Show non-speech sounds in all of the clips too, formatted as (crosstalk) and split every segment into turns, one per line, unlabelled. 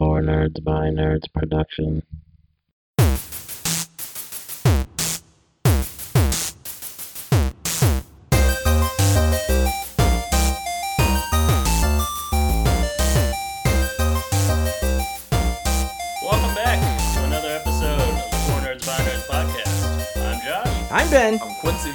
Nerds by Nerds production.
Welcome back to another episode of the Four Nerds by Nerds podcast. I'm Josh,
I'm Ben.
I'm Quincy.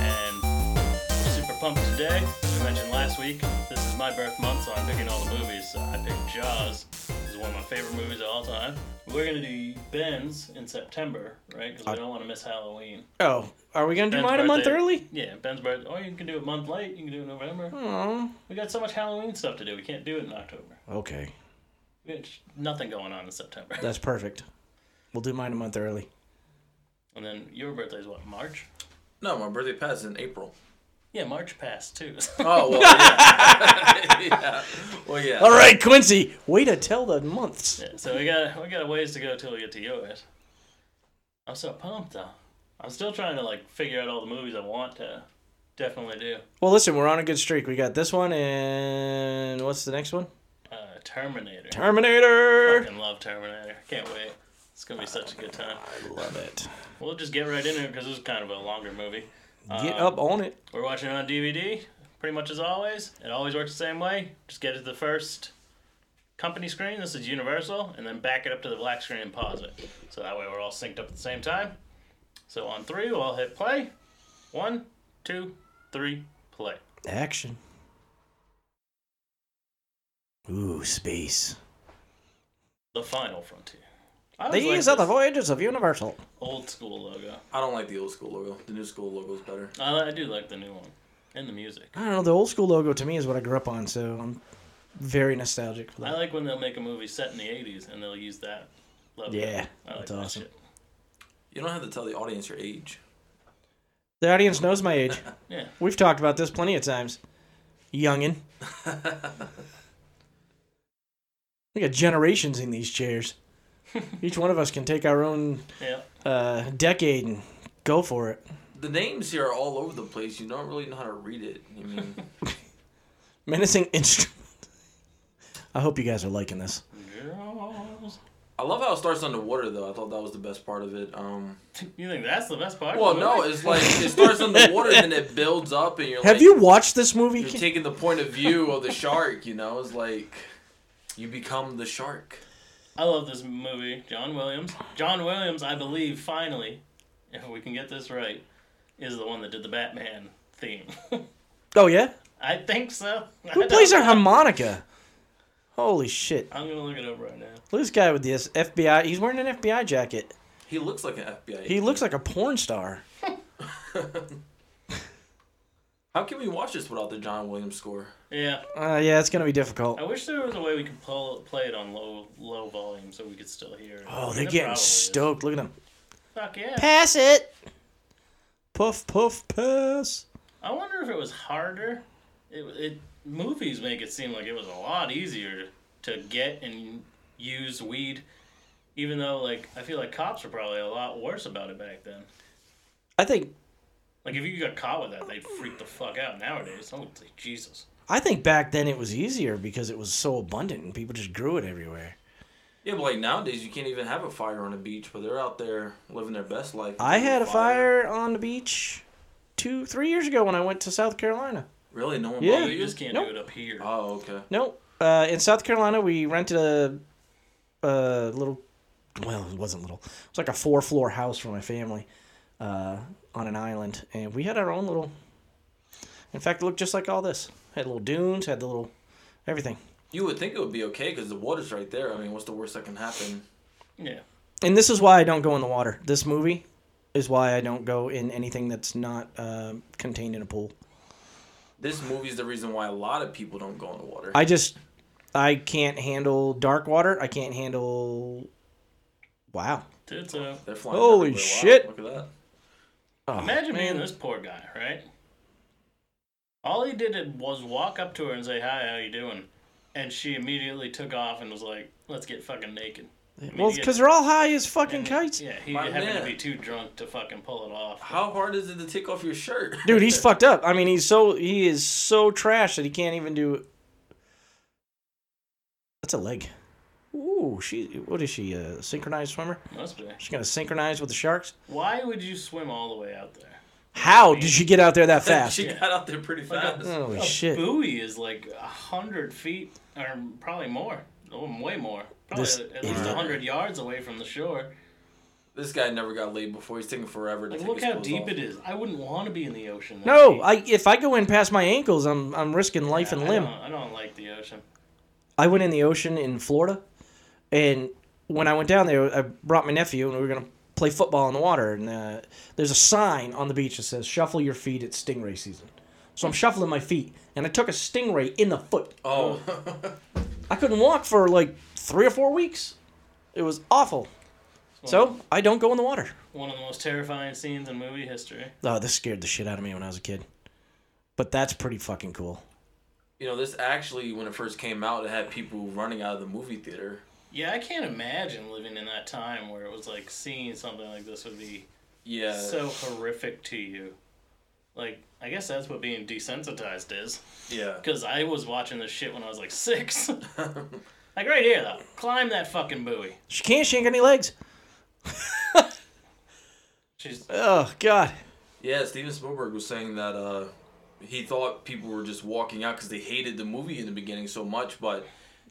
and we're super pumped today. As we mentioned last week, this is my birth month, so I'm picking all the movies. So I picked Jaws. It's one of my favorite movies of all time. We're gonna do Ben's in September, right? Because we don't want to miss Halloween.
Oh, are we gonna do
Ben's
mine a month
birthday-
early?
Yeah, Ben's birthday. Or you can do it a month late. You can do it in November.
Oh,
We got so much Halloween stuff to do. We can't do it in October.
okay,
There's nothing going on in September. (laughs)
that's perfect. We'll do mine a month early.
And then your birthday's what? March?
No, my birthday passed in April.
Yeah, March passed too. (laughs)
Oh well, (laughs) yeah. yeah. Well, yeah.
All right, Quincy, way to tell the months.
Yeah, so we got we got a ways to go till we get to yours. I'm so pumped though. I'm still trying to like figure out all the movies I want to definitely do.
Well, listen, we're on a good streak. We got this one, and what's the next one?
Uh, Terminator.
Terminator.
Fucking love Terminator. Can't wait. It's gonna be such a good time.
I love it.
We'll just get right into it because this is kind of a longer movie.
Get
Um,
up on it.
We're watching it on DVD, pretty much as always. It always works the same way. Just get it to the first company screen. This is Universal, and then back it up to the black screen and pause it. So that way we're all synced up at the same time. So on three, we'll all hit play. One, two, three, play.
Action. Ooh, space.
The final frontier. I always
These are
liked
the
this
voyages of Universal.
old school logo.
I don't like the old school logo. The new school logo's better.
I, li- I do like the new one and the music.
I don't know. The old school logo to me is what I grew up on, so I'm very nostalgic for
I
that.
like when they'll make a movie set in the '80s and they'll use that. Logo.
Yeah,
I like
that's
that
awesome.
shit.
You don't have to tell the audience your age.
The audience knows my age.
Yeah.
We've talked about this plenty of times. Youngin. we got generations in these chairs. Each one of us can take our own
Yeah.
uh, decade and go for it.
The names here are all over the place. You don't really know how to read it. I (laughs) mean,
Menacing (laughs) instrument. I hope you guys are liking this.
Girls.
I love how it starts underwater though. I thought that was the best part of it. Um,
You think that's the best part?
well,
of the
(laughs) no,
movie?
it's like it starts underwater and then it builds up and you're
Have
like,
you watched this movie?
you're taking the point of view of the shark. You know, it's like you become the shark.
I love this movie, John Williams. John Williams, I believe, finally, if we can get this right, is the one that did the Batman theme. (laughs)
Oh, yeah?
I think so. (laughs)
Who plays our harmonica? Holy shit.
I'm gonna look it up right now.
Look at this guy with this FBI. He's wearing an FBI jacket.
He looks like an FBI.
He looks like a porn star.
How can we watch this without the John Williams score?
Yeah,
Uh, yeah, it's going to be difficult.
I wish there was a way we could pull, play it on low low volume so we could still hear. it.
Oh,
There
they're getting
probably is.
stoked. Look at them.
Fuck yeah!
Pass it. Puff, puff, pass.
I wonder if it was harder. It, it movies make it seem like it was a lot easier to get and use weed, even though like I feel like cops were probably a lot worse about it back then.
I think
Like if you got caught with that, they'd freak the fuck out. Nowadays, I'm like Jesus.
I think back then it was easier because it was so abundant and people just grew it everywhere.
Yeah, but like nowadays, you can't even have a fire on a beach, but they're out there living their best life.
I had a fire on the beach two, three years ago when I went to South Carolina.
Really, no one
Yeah.
bothered
You
you.
just can't
Nope.
do it up here.
Oh, okay.
No, uh, in South Carolina we rented a, a little, well it wasn't little. It was like a four floor house for my family, uh, on an island, and we had our own little. In fact, it looked just like all this. Had little dunes, had the little, everything.
You would think it would be okay because the water's right there. I mean, what's the worst that can happen?
yeah,
and this is why I don't go in the water. This movie is why I don't go in anything that's not uh, contained in a pool.
This movie's the reason why a lot of people don't go in the water.
I just I can't handle dark water. I can't handle. Wow.
dude. So
They're flying.
Holy
everywhere. Wow,
shit.
look at that.
Oh,
imagine
man.
being this poor guy, right? All he did was walk up to her and say, "Hi, how you doing?" And she immediately took off and was like, "Let's get fucking naked."
Well, because they're all high as fucking kites.
Yeah, he
My
happened to
man.
be too drunk to fucking pull it off.
How hard is it to take off your shirt?
Dude,
(laughs)
he's fucked up. I mean, he's so he is so trash that he can't even do. That's a leg. Ooh, she. What is she? A synchronized swimmer?
Must be.
She's gonna synchronize with the sharks.
Why would you swim all the way out there?
How did she get out there that
(laughs)
fast?
she got out there pretty fast.
Holy
A
Oh, shit!
buoy is like a hundred feet, or probably more. Oh, way more. Probably
This
at least a
idiot.
hundred yards away from the shore.
This guy never got laid before. He's taking forever to
Like,
take
look
his
how
clothes
deep
off.
it is. I wouldn't want to be in the ocean. that
No,
deep.
I if I go in past my ankles, I'm I'm risking life and
I
limb.
don't- I don't like the ocean.
I went in the ocean in Florida, and when I went down there, I brought my nephew, and we were gonna play football in the water. And uh, there's a sign on the beach that says "Shuffle your feet. It's stingray season." So I'm shuffling my feet, and I took a stingray in the foot.
Oh, (laughs)
I couldn't walk for like three or four weeks. It was awful. So I don't go in the water.
One of the most terrifying scenes in movie history.
Oh, this scared the shit out of me when I was a kid. But that's pretty fucking cool.
you know this actually when it first came out, it had people running out of the movie theater.
Yeah, I can't imagine living in that time where it was like seeing something like this would be
Yeah.
so horrific to you. Like, I guess that's what being desensitized is.
yeah.
Because I was watching this shit when I was like six. like, right here, though. Climb that fucking buoy.
She can't shake any legs.
She's.
Oh God.
Yeah, Steven Spielberg was saying that uh, he thought people were just walking out because they hated the movie in the beginning so much, but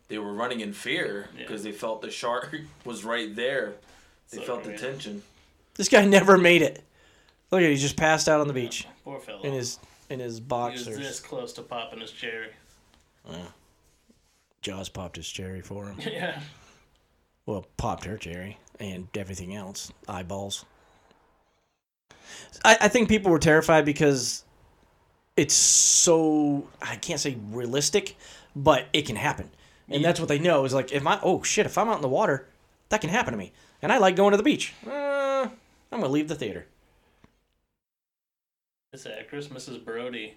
they were running in fear because they felt the shark (laughs) was right there. They
So
felt the
great.
tension.
This guy (laughs) never made it. Look at he just passed out on the beach
Poor fellow.
in his in his
he was this
boxers.
close to popping his cherry. (laughs)
Jaws popped his cherry for him.
yeah.
Well, popped her cherry and everything else, eyeballs. I, I think people were terrified because it's so I can't say realistic, but it can happen, and that's what they know is like if I oh shit if I'm out in the water, that can happen to me, and I like going to the beach. Uh, I'm gonna leave the theater.
This actress, Mrs. Brody,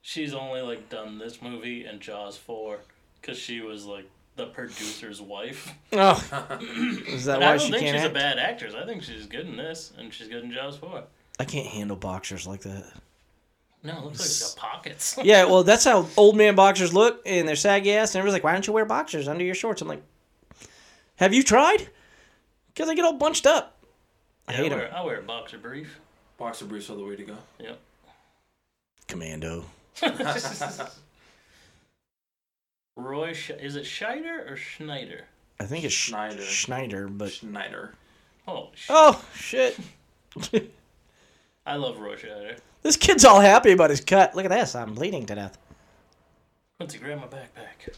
she's only like done this movie and Jaws 4 because she was like the producer's wife.
Oh, is that
And
why
I don't
she
think
can't?
she's
act?
a bad actress. I think she's good in this and she's good in Jaws 4.
I can't handle boxers like that.
No, it looks like she's got pockets.
Yeah, well, that's how old man boxers look, and they're saggy ass. And everyone's like, "Why don't you wear boxers under your shorts?" I'm like, "Have you tried? Because they get all bunched up." I
I
hate
wear,
them.
I wear a boxer brief.
Boxer briefs are the way to go.
Yep.
Commando.
Roy, Sch- is it Scheider or Schneider?
I think it's Schneider.
Schneider.
Schneider, but
Schneider.
Oh, sh-
oh shit, (laughs)
I love Roy Scheider.
this kid's all happy about his cut. Look at this, I'm bleeding to death.
Quincy, grab my backpack.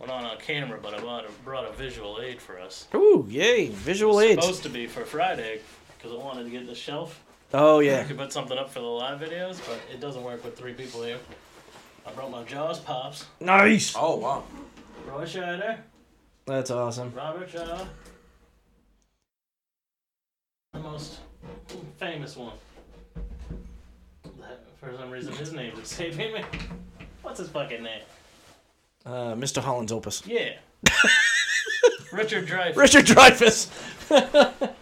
Went on on camera, but I brought a, brought a visual aid for us.
Ooh, yay, visual aids.
Supposed to be for Friday because I wanted to get the shelf
Oh
I (laughs)
yeah,
could put something up for the live videos, but it doesn't work with three people here. I brought my Jaws Pops,
nice.
Oh wow.
Roy Scheider,
That's awesome.
Robert Shaw, the most famous one. That, for some reason, his name's escaping me. What's his fucking name?
Uh, Mr. Holland's opus. (laughs)
Yeah. (laughs) Richard Dreyfuss.
Richard Dreyfuss. (laughs)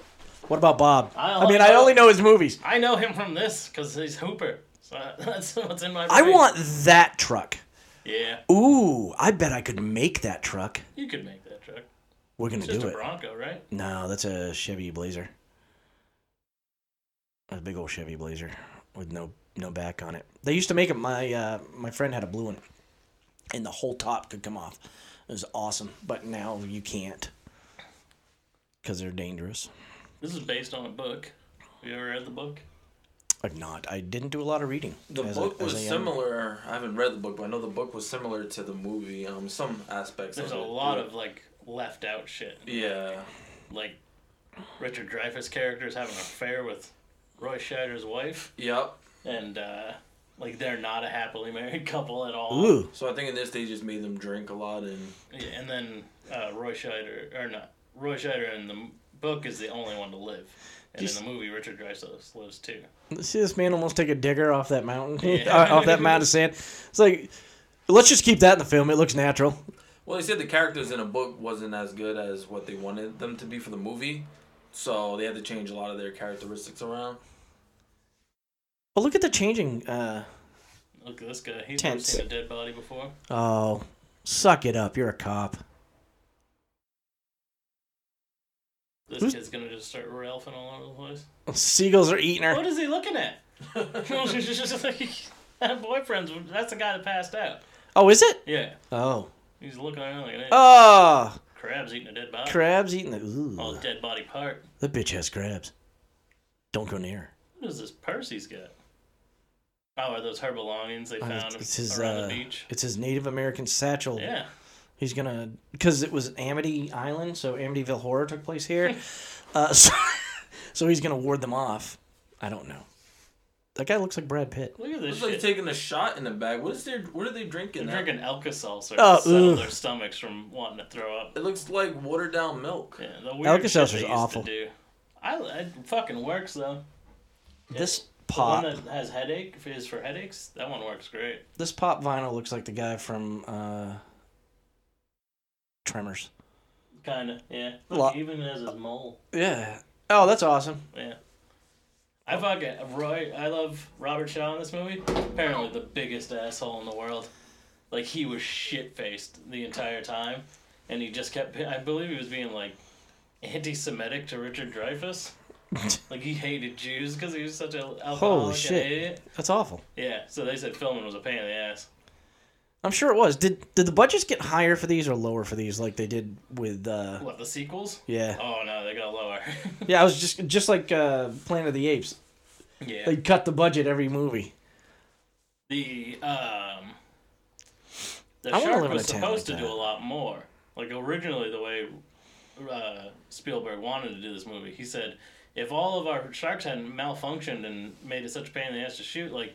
what about Bob?
I
I mean,
love-
I only know his movies.
I know him from this because he's Hooper. So (laughs) that's what's in my
I
brain.
want that truck.
Yeah,
Ooh, I bet I could make that truck.
you could make that truck.
We're gonna
Just
do
a
it.
Bronco, right?
No, that's a Chevy Blazer. A big old Chevy Blazer with no no back on it. They used to make it. My uh, my friend had a blue one, and the whole top could come off. It was awesome, but now you can't because they're dangerous.
This is based on a book. Have you ever read the book?
I've not. I didn't do a lot of reading.
The
as a-
book
as
was
a young-
similar. I haven't read the book, but I know the book was similar to the movie. Um, some aspects.
There's a
of it.
lot of like left out shit.
Yeah.
Like Richard Dreyfuss character is having an affair with Roy Scheider's wife,
Yep.
and uh, like they're not a happily married (laughs) couple at all.
Ooh,
So I think in this they just made them drink a lot and
Yeah, And then uh, Roy Scheider, or not Roy Scheider, in the m- book is the only one to live, and
Just-
in the movie Richard Dreyfuss lives too.
See this man almost take a digger off that mountain, (laughs)
Yeah.
off that mound of sand. It's like, let's just keep that in the film. It looks natural.
Well, they said the characters in a book wasn't as good as what they wanted them to be for the movie, so they had to change a lot of their characteristics around.
But look at the changing. Uh,
Look at this guy. He's never
Tense.
seen a dead body before.
oh, suck it up. You're a cop.
This kid's gonna just start ralphing all over the
(laughs)
place.
Seagulls are eating her.
What is he looking at? (laughs) that boyfriend's. That's the guy that passed out.
Oh, is it?
Yeah,
Oh.
he's looking around like that.
Oh,
Crab's eating a dead body.
crabs eating the. Ooh.
All the dead body part.
That bitch has crabs. Don't go near. her.
What does this purse he's got? Oh, are those her belongings they
Uh,
found
it's his
around
uh,
the beach?
it's his Native American satchel.
Yeah.
He's gonna because it was Amity Island, so Amityville horror took
(laughs)
place here. uh, (laughs) so, so he's gonna ward them off. I don't know. That guy looks like Brad Pitt.
Look at this
It's like
shit.
taking a shot in the bag. What is their? What are they drinking?
They're
now?
drinking Alka-Seltzer
Oh,
to settle
ugh.
their stomachs from wanting to throw up.
It looks like watered down milk.
Yeah, the weird
Alka-Seltzer's
shit they used
awful.
to do. I, it fucking works though.
This
The one
pop,
that has headache if it is for headaches, that one works great.
this pop vinyl looks like the guy from uh, Tremors.
Kind of, yeah.
A
Look,
lot-
Even as his mole,
Yeah. Oh, that's awesome.
yeah. I fucking Roy. I love Robert Shaw in this movie. Apparently, the biggest asshole in the world. Like he was shit faced the entire time, and he just kept. I believe he was being like anti-Semitic to Richard
(laughs)
Dreyfuss. like he hated Jews because he was such an alcoholic and
shit.
idiot.
That's awful.
Yeah, so they said filming was a pain in the ass.
I'm sure it was. Did did the budgets get higher for these or lower for these, like they did with? Uh,
What the sequels?
yeah,
Oh no, they got lower. (laughs)
yeah. I was just just like uh, Planet of the Apes.
yeah.
They cut the budget every movie.
the um the
I wanna
shark
live in
was
a town
supposed
like
to
that.
do a lot more. Like originally, the way uh, Spielberg wanted to do this movie, he said if all of our sharks had malfunctioned and made it such a pain in the ass to shoot, like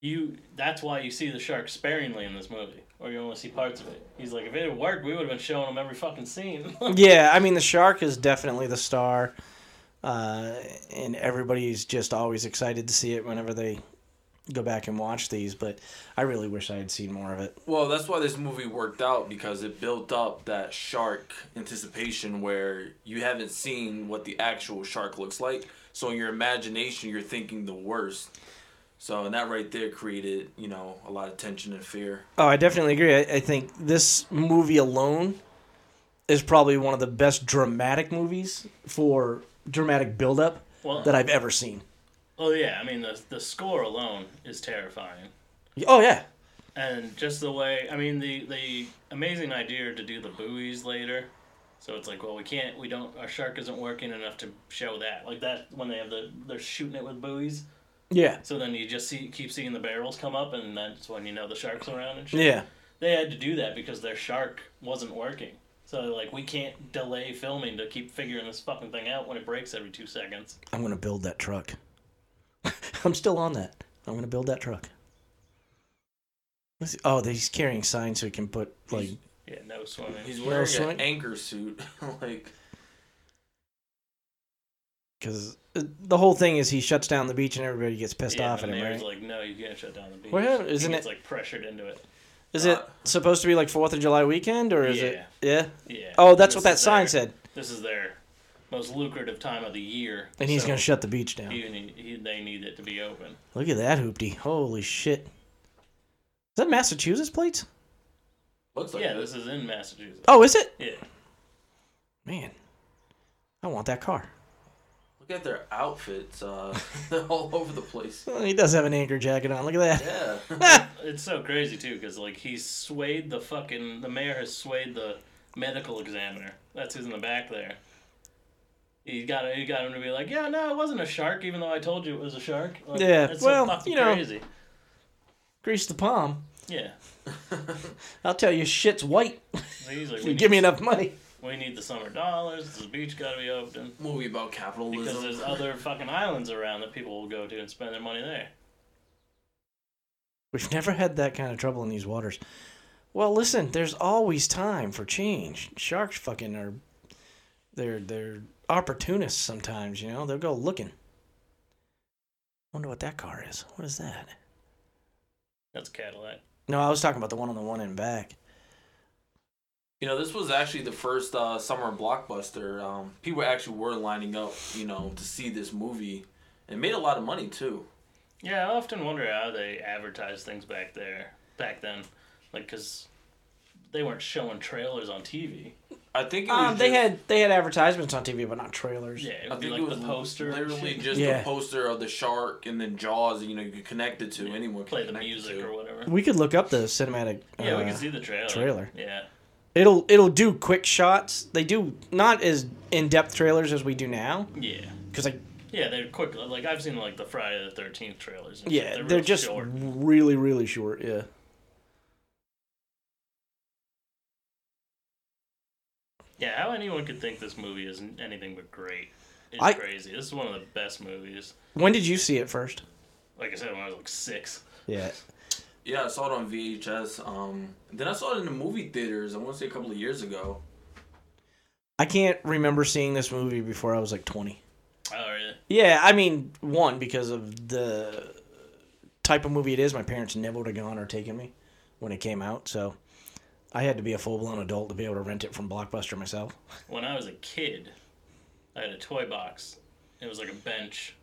you, that's why you see the shark sparingly in this movie, or you only see parts of it. He's like, if it had worked, we would have been showing them every fucking scene. (laughs)
Yeah, I mean the shark is definitely the star, uh, and everybody's just always excited to see it whenever they go back and watch these. But I really wish I had seen more of it.
Well, that's why this movie worked out because it built up that shark anticipation where you haven't seen what the actual shark looks like. So in your imagination, you're thinking the worst. So and that right there created, you know, a lot of tension and fear.
Oh, I definitely agree. I, I think this movie alone is probably one of the best dramatic movies for dramatic buildup
well,
that I've ever seen.
oh yeah, I mean the the score alone is terrifying.
Oh yeah,
and just the way I mean the the amazing idea to do the buoys later. So it's like, well, we can't, we don't, our shark isn't working enough to show that. Like that when they have the, they're shooting it with buoys.
yeah,
So then you just see, keep seeing the barrels come up, and that's when you know the shark's around and shit.
yeah.
They had to do that because their shark wasn't working. So they're like, we can't delay filming to keep figuring this fucking thing out when it breaks every two seconds.
I'm gonna build that truck. (laughs) I'm still on that. I'm gonna build that truck. Let's see- Oh, he's carrying signs so he can put like.
Yeah, no swimming.
He's
Well,
wearing
so-
an anchor suit, (laughs) like
Because uh, the whole thing is he shuts down the beach and everybody gets pissed
yeah,
off at
and
him,
the mayor's
right?
like, no, you can't shut down the beach.
Well, yeah,
He
isn't
gets,
it-
like pressured into it.
is it supposed to be like Fourth of July weekend or is it? Yeah.
uh, Yeah.
Oh, that's what
This
that
is
sign
their-
said.
This is their most lucrative time of the year.
And he's
so
gonna shut the beach down.
He, need- he, they need it to be open.
Look at that hoopty! Holy shit! Is that Massachusetts plates?
looks like
yeah,
it.
this is in Massachusetts.
Oh, is it?
Yeah.
Man, I want that car.
Look at their
(laughs)
outfits, uh, (laughs) they're all over the place.
Oh, He does have an anchor jacket on. Look at
Yeah,
that.
It's so crazy, too, because, like, he's swayed the fucking. The mayor has swayed the medical examiner. That's who's in the back there. He got, he got him to be like, yeah, no, it wasn't a shark, even though I told you it was a shark. Like,
Yeah,
It's
well,
so fucking
you know.
crazy.
Grease the palm.
Yeah.
I'll tell you, shit's white. (laughs)
So he's like,
If
we
you
need,
give me enough money.
we need the summer dollars. The beach got to be open.
(laughs) movie about capitalism.
Because there's other fucking islands around that people will go to and spend their money there.
We've never had that kind of trouble in these waters. Well, listen, there's always time for change. Sharks fucking are, they're they're opportunists sometimes. You know, they'll go looking. Wonder what that car is. What is that?
That's Cadillac.
No, I was talking about the one on the one end back.
You know, this was actually the first uh, summer blockbuster. Um, people actually were lining up, you know, to see this movie. It made a lot of money too.
Yeah, I often wonder how they advertised things back there, back then. Like, because they weren't showing trailers on TV.
I think it was
Um, they
just-
had they had advertisements on TV, but not trailers.
Yeah, it
I
would be
think
like
it was
the poster. and
literally
shit.
just
Yeah.
the poster of the shark and then Jaws. You know, you could connect it to anyone. could
play the
connect it
music
to.
or whatever.
We could look up the cinematic.
Yeah, we
uh,
can see the trailer.
trailer.
Yeah.
It'll it'll do quick shots. They do not as in depth trailers as we do now
Yeah.
because like
Yeah, they're quick. Like I've seen like the Friday the Thirteenth trailers. And shit.
yeah they're,
real
just
short.
really really short. Yeah.
Yeah, how anyone could think this movie is anything but great is
I-
crazy. This is one of the best movies.
When did you see it first?
Like I said, when I was like six.
Yeah.
Yeah, I saw it on VHS. Um, then I saw it in the movie theaters. I want to say a couple of years ago.
I can't remember seeing this movie before I was like 20.
Oh really?
Yeah, I mean, one because of the type of movie it is. My parents never would have gone or taken me when it came out, so I had to be a full blown adult to be able to rent it from Blockbuster myself.
When I was a kid, I had a toy box. It was like a bench,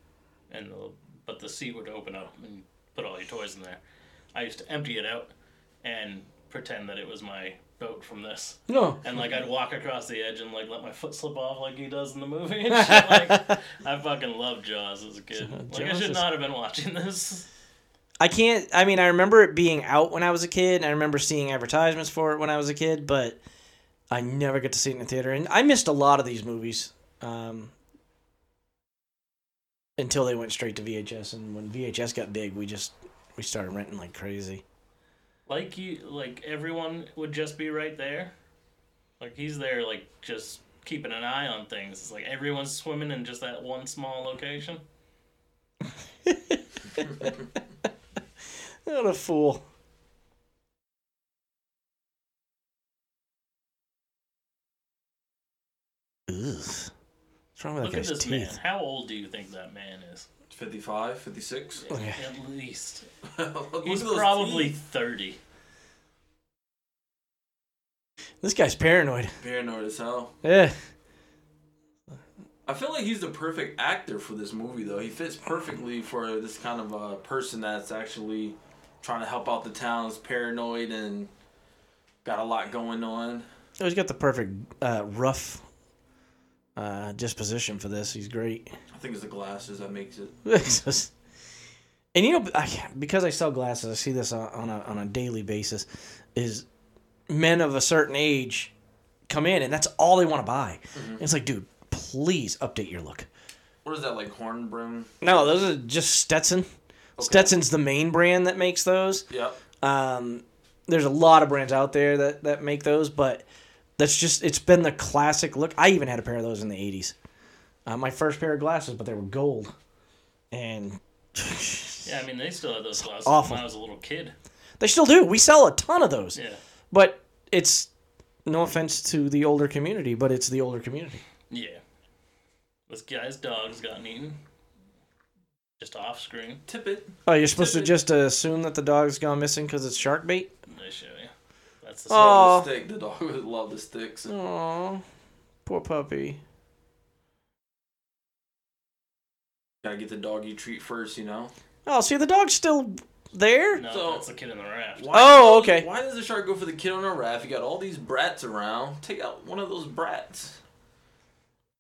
and the, but the seat would open up and put all your toys in there. I used to empty it out and pretend that it was my boat from this.
No. (laughs)
And like I'd walk across the edge and like let my foot slip off like he does in the movie and shit.
(laughs)
Like I fucking loved Jaws as a kid. Like I
Jaws
should
is-
not have been watching this.
I can't. I mean, I remember it being out when I was a kid, and I remember seeing advertisements for it when I was a kid, but I never get to see it in the theater. And I missed a lot of these movies um, until they went straight to VHS. And when VHS got big, we just we started renting like crazy.
Like you like everyone would just be right there. Like he's there like just keeping an eye on things. It's like everyone's swimming in just that one small location.
What a fool! Ugh. What's wrong with
Look
that
at
guy's
this man.
teeth?
How old do you think that man is?
55, 56.
Okay.
At least.
(laughs) Look at
He's
those
probably
teeth.
thirty.
This guy's paranoid.
paranoid as hell.
Yeah.
I feel like he's the perfect actor for this movie, though. He fits perfectly for this kind of uh, person that's actually trying to help out the town's paranoid and got a lot going on.
Oh, he's got the perfect uh, rough uh, disposition for this. He's great. (laughs)
I think it's the glasses that makes it.
It's just- and you know, I, because I sell glasses, I see this on, on a on a daily basis. Is men of a certain age come in and that's all they want to buy.
Mm-hmm.
It's like, dude, please update your look.
What is that, like hornbrim?
No, those are just Stetson. Stetson's the main brand that makes those.
Yep.
Um, there's a lot of brands out there that, that make those, but that's just it's been the classic look. I even had a pair of those in the '80s. Uh, my first pair of glasses, but they were gold, and (laughs)
Yeah, I mean they still had those glasses
awful.
when I was a little kid.
they still do. We sell a ton of those,
Yeah.
but it's no offense to the older community, but it's the older community.
Yeah. This guy's dog's gotten eaten. Just off screen.
Tippet.
Oh, you're supposed to just assume that the dog's gone missing because it's shark bait.
Let me show you. That's the
Oh.
Love the stick. The dog (laughs) would love the sticks.
Aww, poor puppy.
Gotta get the doggy treat first, you know?
Oh, see, the dog's still there.
No,
So-
that's the kid in the raft.
Why
Oh, okay.
Why does the shark go for the kid on a raft? You got all these brats around. Take out one of those brats.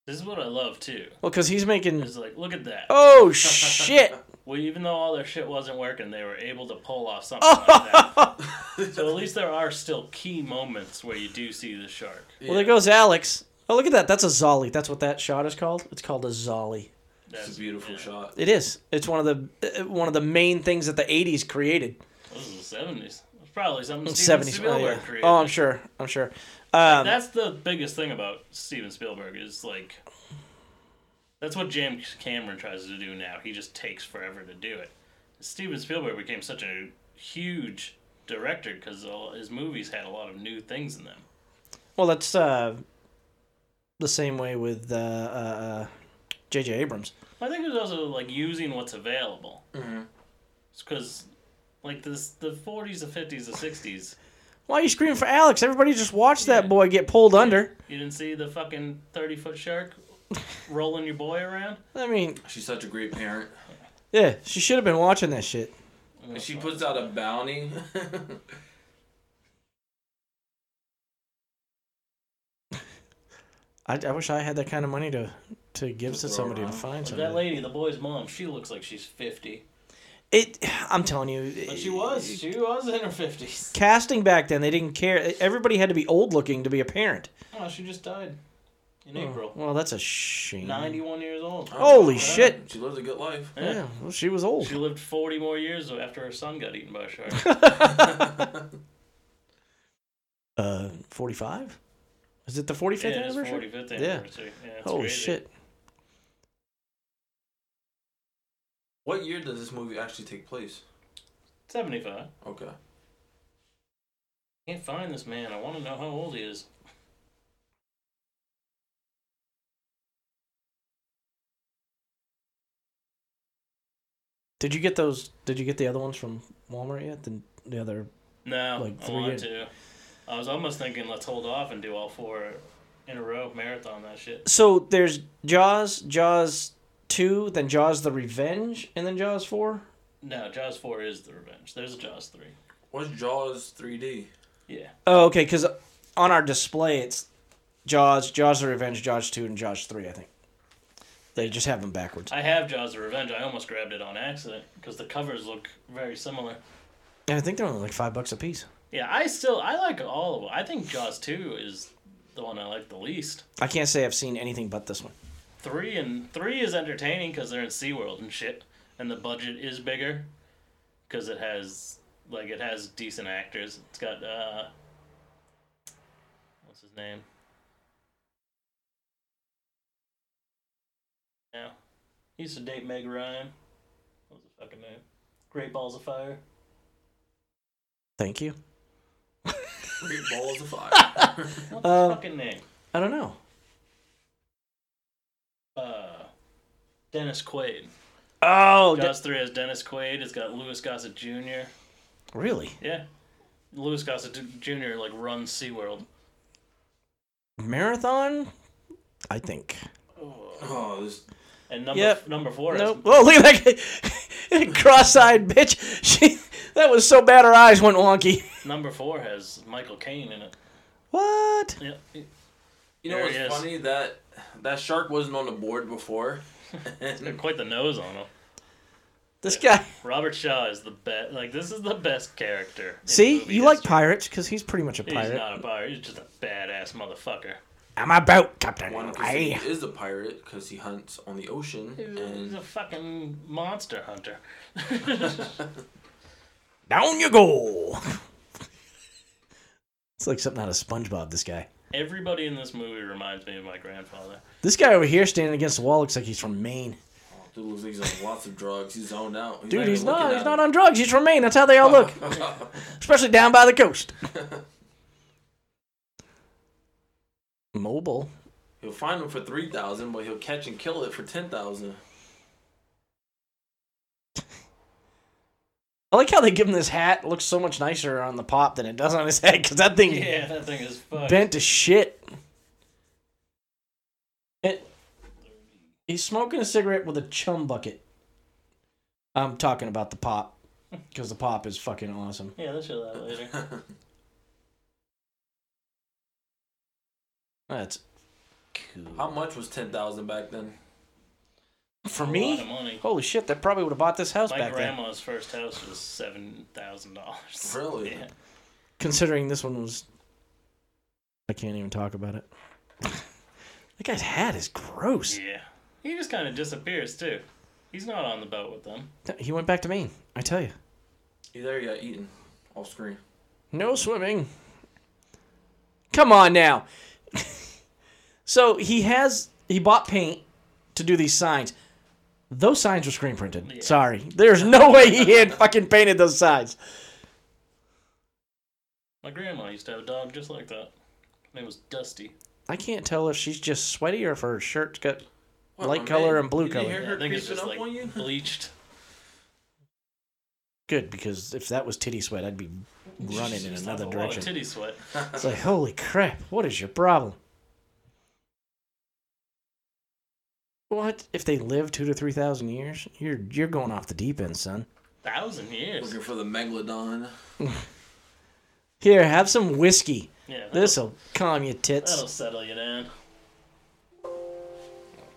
This is what I love too.
Well, because he's making.
Is like, look at that.
Oh
(laughs)
shit!
Well, even though all their shit wasn't working, they were able to pull off something like that. so at least there are still key moments where you do see the shark.
Well, there goes Alex. Oh, look at that. That's a Zolly. That's what that shot is called. It's called a Zolly.
That's
It's a beautiful
yeah.
shot.
It is. It's one of the uh, one of the main things that the '80s created.
This is the seventies. It's probably something Steven
'70s. Oh,
Spielberg
yeah.
created.
oh, I'm sure. I'm sure. Um,
That's the biggest thing about Steven Spielberg is like that's what James Cameron tries to do now. He just takes forever to do it. Steven Spielberg became such a huge director because his movies had a lot of new things in them.
well, that's uh, the same way with uh, uh, J.J. Abrams.
I think it was also like using what's available. Mm-hmm. Because like this, the forties, the fifties, the sixties.
Why are you screaming for Alex? Everybody just watched
Yeah.
that boy get pulled under.
You didn't see the fucking thirty foot shark rolling your boy around.
I mean,
She's such a great parent.
yeah, she should have been watching that shit.
And she puts out a bounty. (laughs)
I, I wish I had that kind of money to to give to
throw
somebody to
around.
find somebody.
That lady, the boy's mom, she looks like she's 50.
It. I'm telling you.
But she was. She was in her 50s.
Casting back then, they didn't care. E, Everybody had to be old looking to be a parent.
Oh, she just died in April.
Well, that's a shame.
91 years old.
Oh. Mm-hmm. Holy
Yeah,
shit.
She lived a good life.
Yeah.
Yeah, well, she was old.
She (laughs) lived 40 more years after her son got eaten by a shark.
(laughs) Uh, 45? Is it the 45th
yeah, it is
anniversary?
45th
Yeah.
anniversary. Yeah. it's
Holy
crazy.
shit.
What year does this movie actually take place?
75.
Okay.
Can't find this man. I want to know how old he is.
Did you get those? Did you get the other ones from Walmart yet? The, the other.
No,
Like
I
three
wanted
years.
to. I was almost thinking let's hold off and do all four in a row marathon that shit.
So there's Jaws, Jaws 2, then Jaws the Revenge, and then Jaws 4?
No, Jaws 4 is the revenge. There's a Jaws 3.
What's Jaws 3D?
Yeah.
Oh, okay, because on our display it's Jaws, Jaws the Revenge, Jaws 2, and Jaws 3, I think. They just have them backwards.
I have Jaws of Revenge. I almost grabbed it on accident because the covers look very similar.
And I think they're only like five bucks a piece.
Yeah, I still I like all of them. I think Jaws two is the one I like the least.
I can't say I've seen anything but this one.
Three and three is entertaining because they're in SeaWorld and shit, and the budget is bigger because it has like it has decent actors. It's got uh, what's his name? Yeah, he used to date Meg Ryan. What was the fucking name? Great Balls of Fire.
Thank you.
Great balls of fire.
(laughs)
What's
Uh,
his fucking name?
I don't know.
Uh, Dennis Quaid.
Oh,
Jaws 3 has Dennis Quaid. It's got Louis Gossett Jr.
d- really?
Yeah. Louis Gossett Jr. like runs SeaWorld.
Marathon? I think.
oh, this.
And number
Yep.
number 4
No.
is
Oh, look at that guy. (laughs) cross-eyed bitch. (laughs) She that was so bad her eyes went wonky. (laughs)
number 4 has Michael Caine in it.
What?
Yeah.
You know
There
what's
he is.
funny? That that shark wasn't on the board before.
(laughs) Got Quite the nose on him.
This guy.
Robert Shaw is the best. Like this is the best character. in
See,
movie
you like
history.
pirates because he's pretty much a
He's
pirate.
not a pirate. He's just a badass motherfucker.
I'm a boat captain.
One because he
Aye.
is a pirate because he hunts on the ocean
He's
and
a fucking monster hunter.
Down you go. (laughs) it's like something out of SpongeBob. This guy.
Everybody in this movie reminds me of my grandfather. (laughs)
This guy over here standing against the wall looks like he's from Maine.
dude looks like he's on lots of drugs. He's zoned out.
Dude, he's
even
not.
looking
He's
at
not on drugs. He's from Maine. That's how they all
Uh-huh.
look,
(laughs)
especially down by the coast. Mobile.
(laughs) He'll find him for three thousand, but he'll catch and kill it for ten thousand.
I like how they give him this hat. It looks so much nicer on the pop than it does on his head because that thing
Yeah, that thing is fucked.
bent to shit. It, he's smoking a cigarette with a chum bucket. I'm talking about the pop because the pop is fucking awesome.
yeah, let's show that later.
That's cool.
How much was ten thousand back then?
For
A lot
me,
of money.
holy shit, that probably would have bought this house
My
back then.
grandma's first house was seven thousand dollars.
Really?
(laughs) Yeah.
Considering this one was, I can't even talk about it. (laughs) that guy's hat is gross.
Yeah. He just kind of disappears too. He's not on the boat with them.
He went back to Maine. I tell you,
He there, he got eaten off screen.
no swimming. Come on now. (laughs) so he has he bought paint to do these signs. Those signs were screen printed.
Yeah.
Sorry, there's no way he had fucking painted those signs.
My grandma used to have a dog just like that. Her name was Dusty.
I can't tell if she's just sweaty or if her shirt's got
What,
Light
my
color and blue
you didn't
color.
Hear
Yeah,
her
I think it's
creeping
just
up
like
on you? (laughs)
bleached.
good because if that was titty sweat, I'd be running in
She's
another
like, "Whoa,
direction.
Titty sweat.
It's like, holy crap, what is your problem? What if they live two to three thousand years? You're you're going off the deep end, son.
Thousand years.
Looking for the megalodon.
Here, have some whiskey.
Yeah. that'll-
This'll calm your
That'll
tits.
settle you down.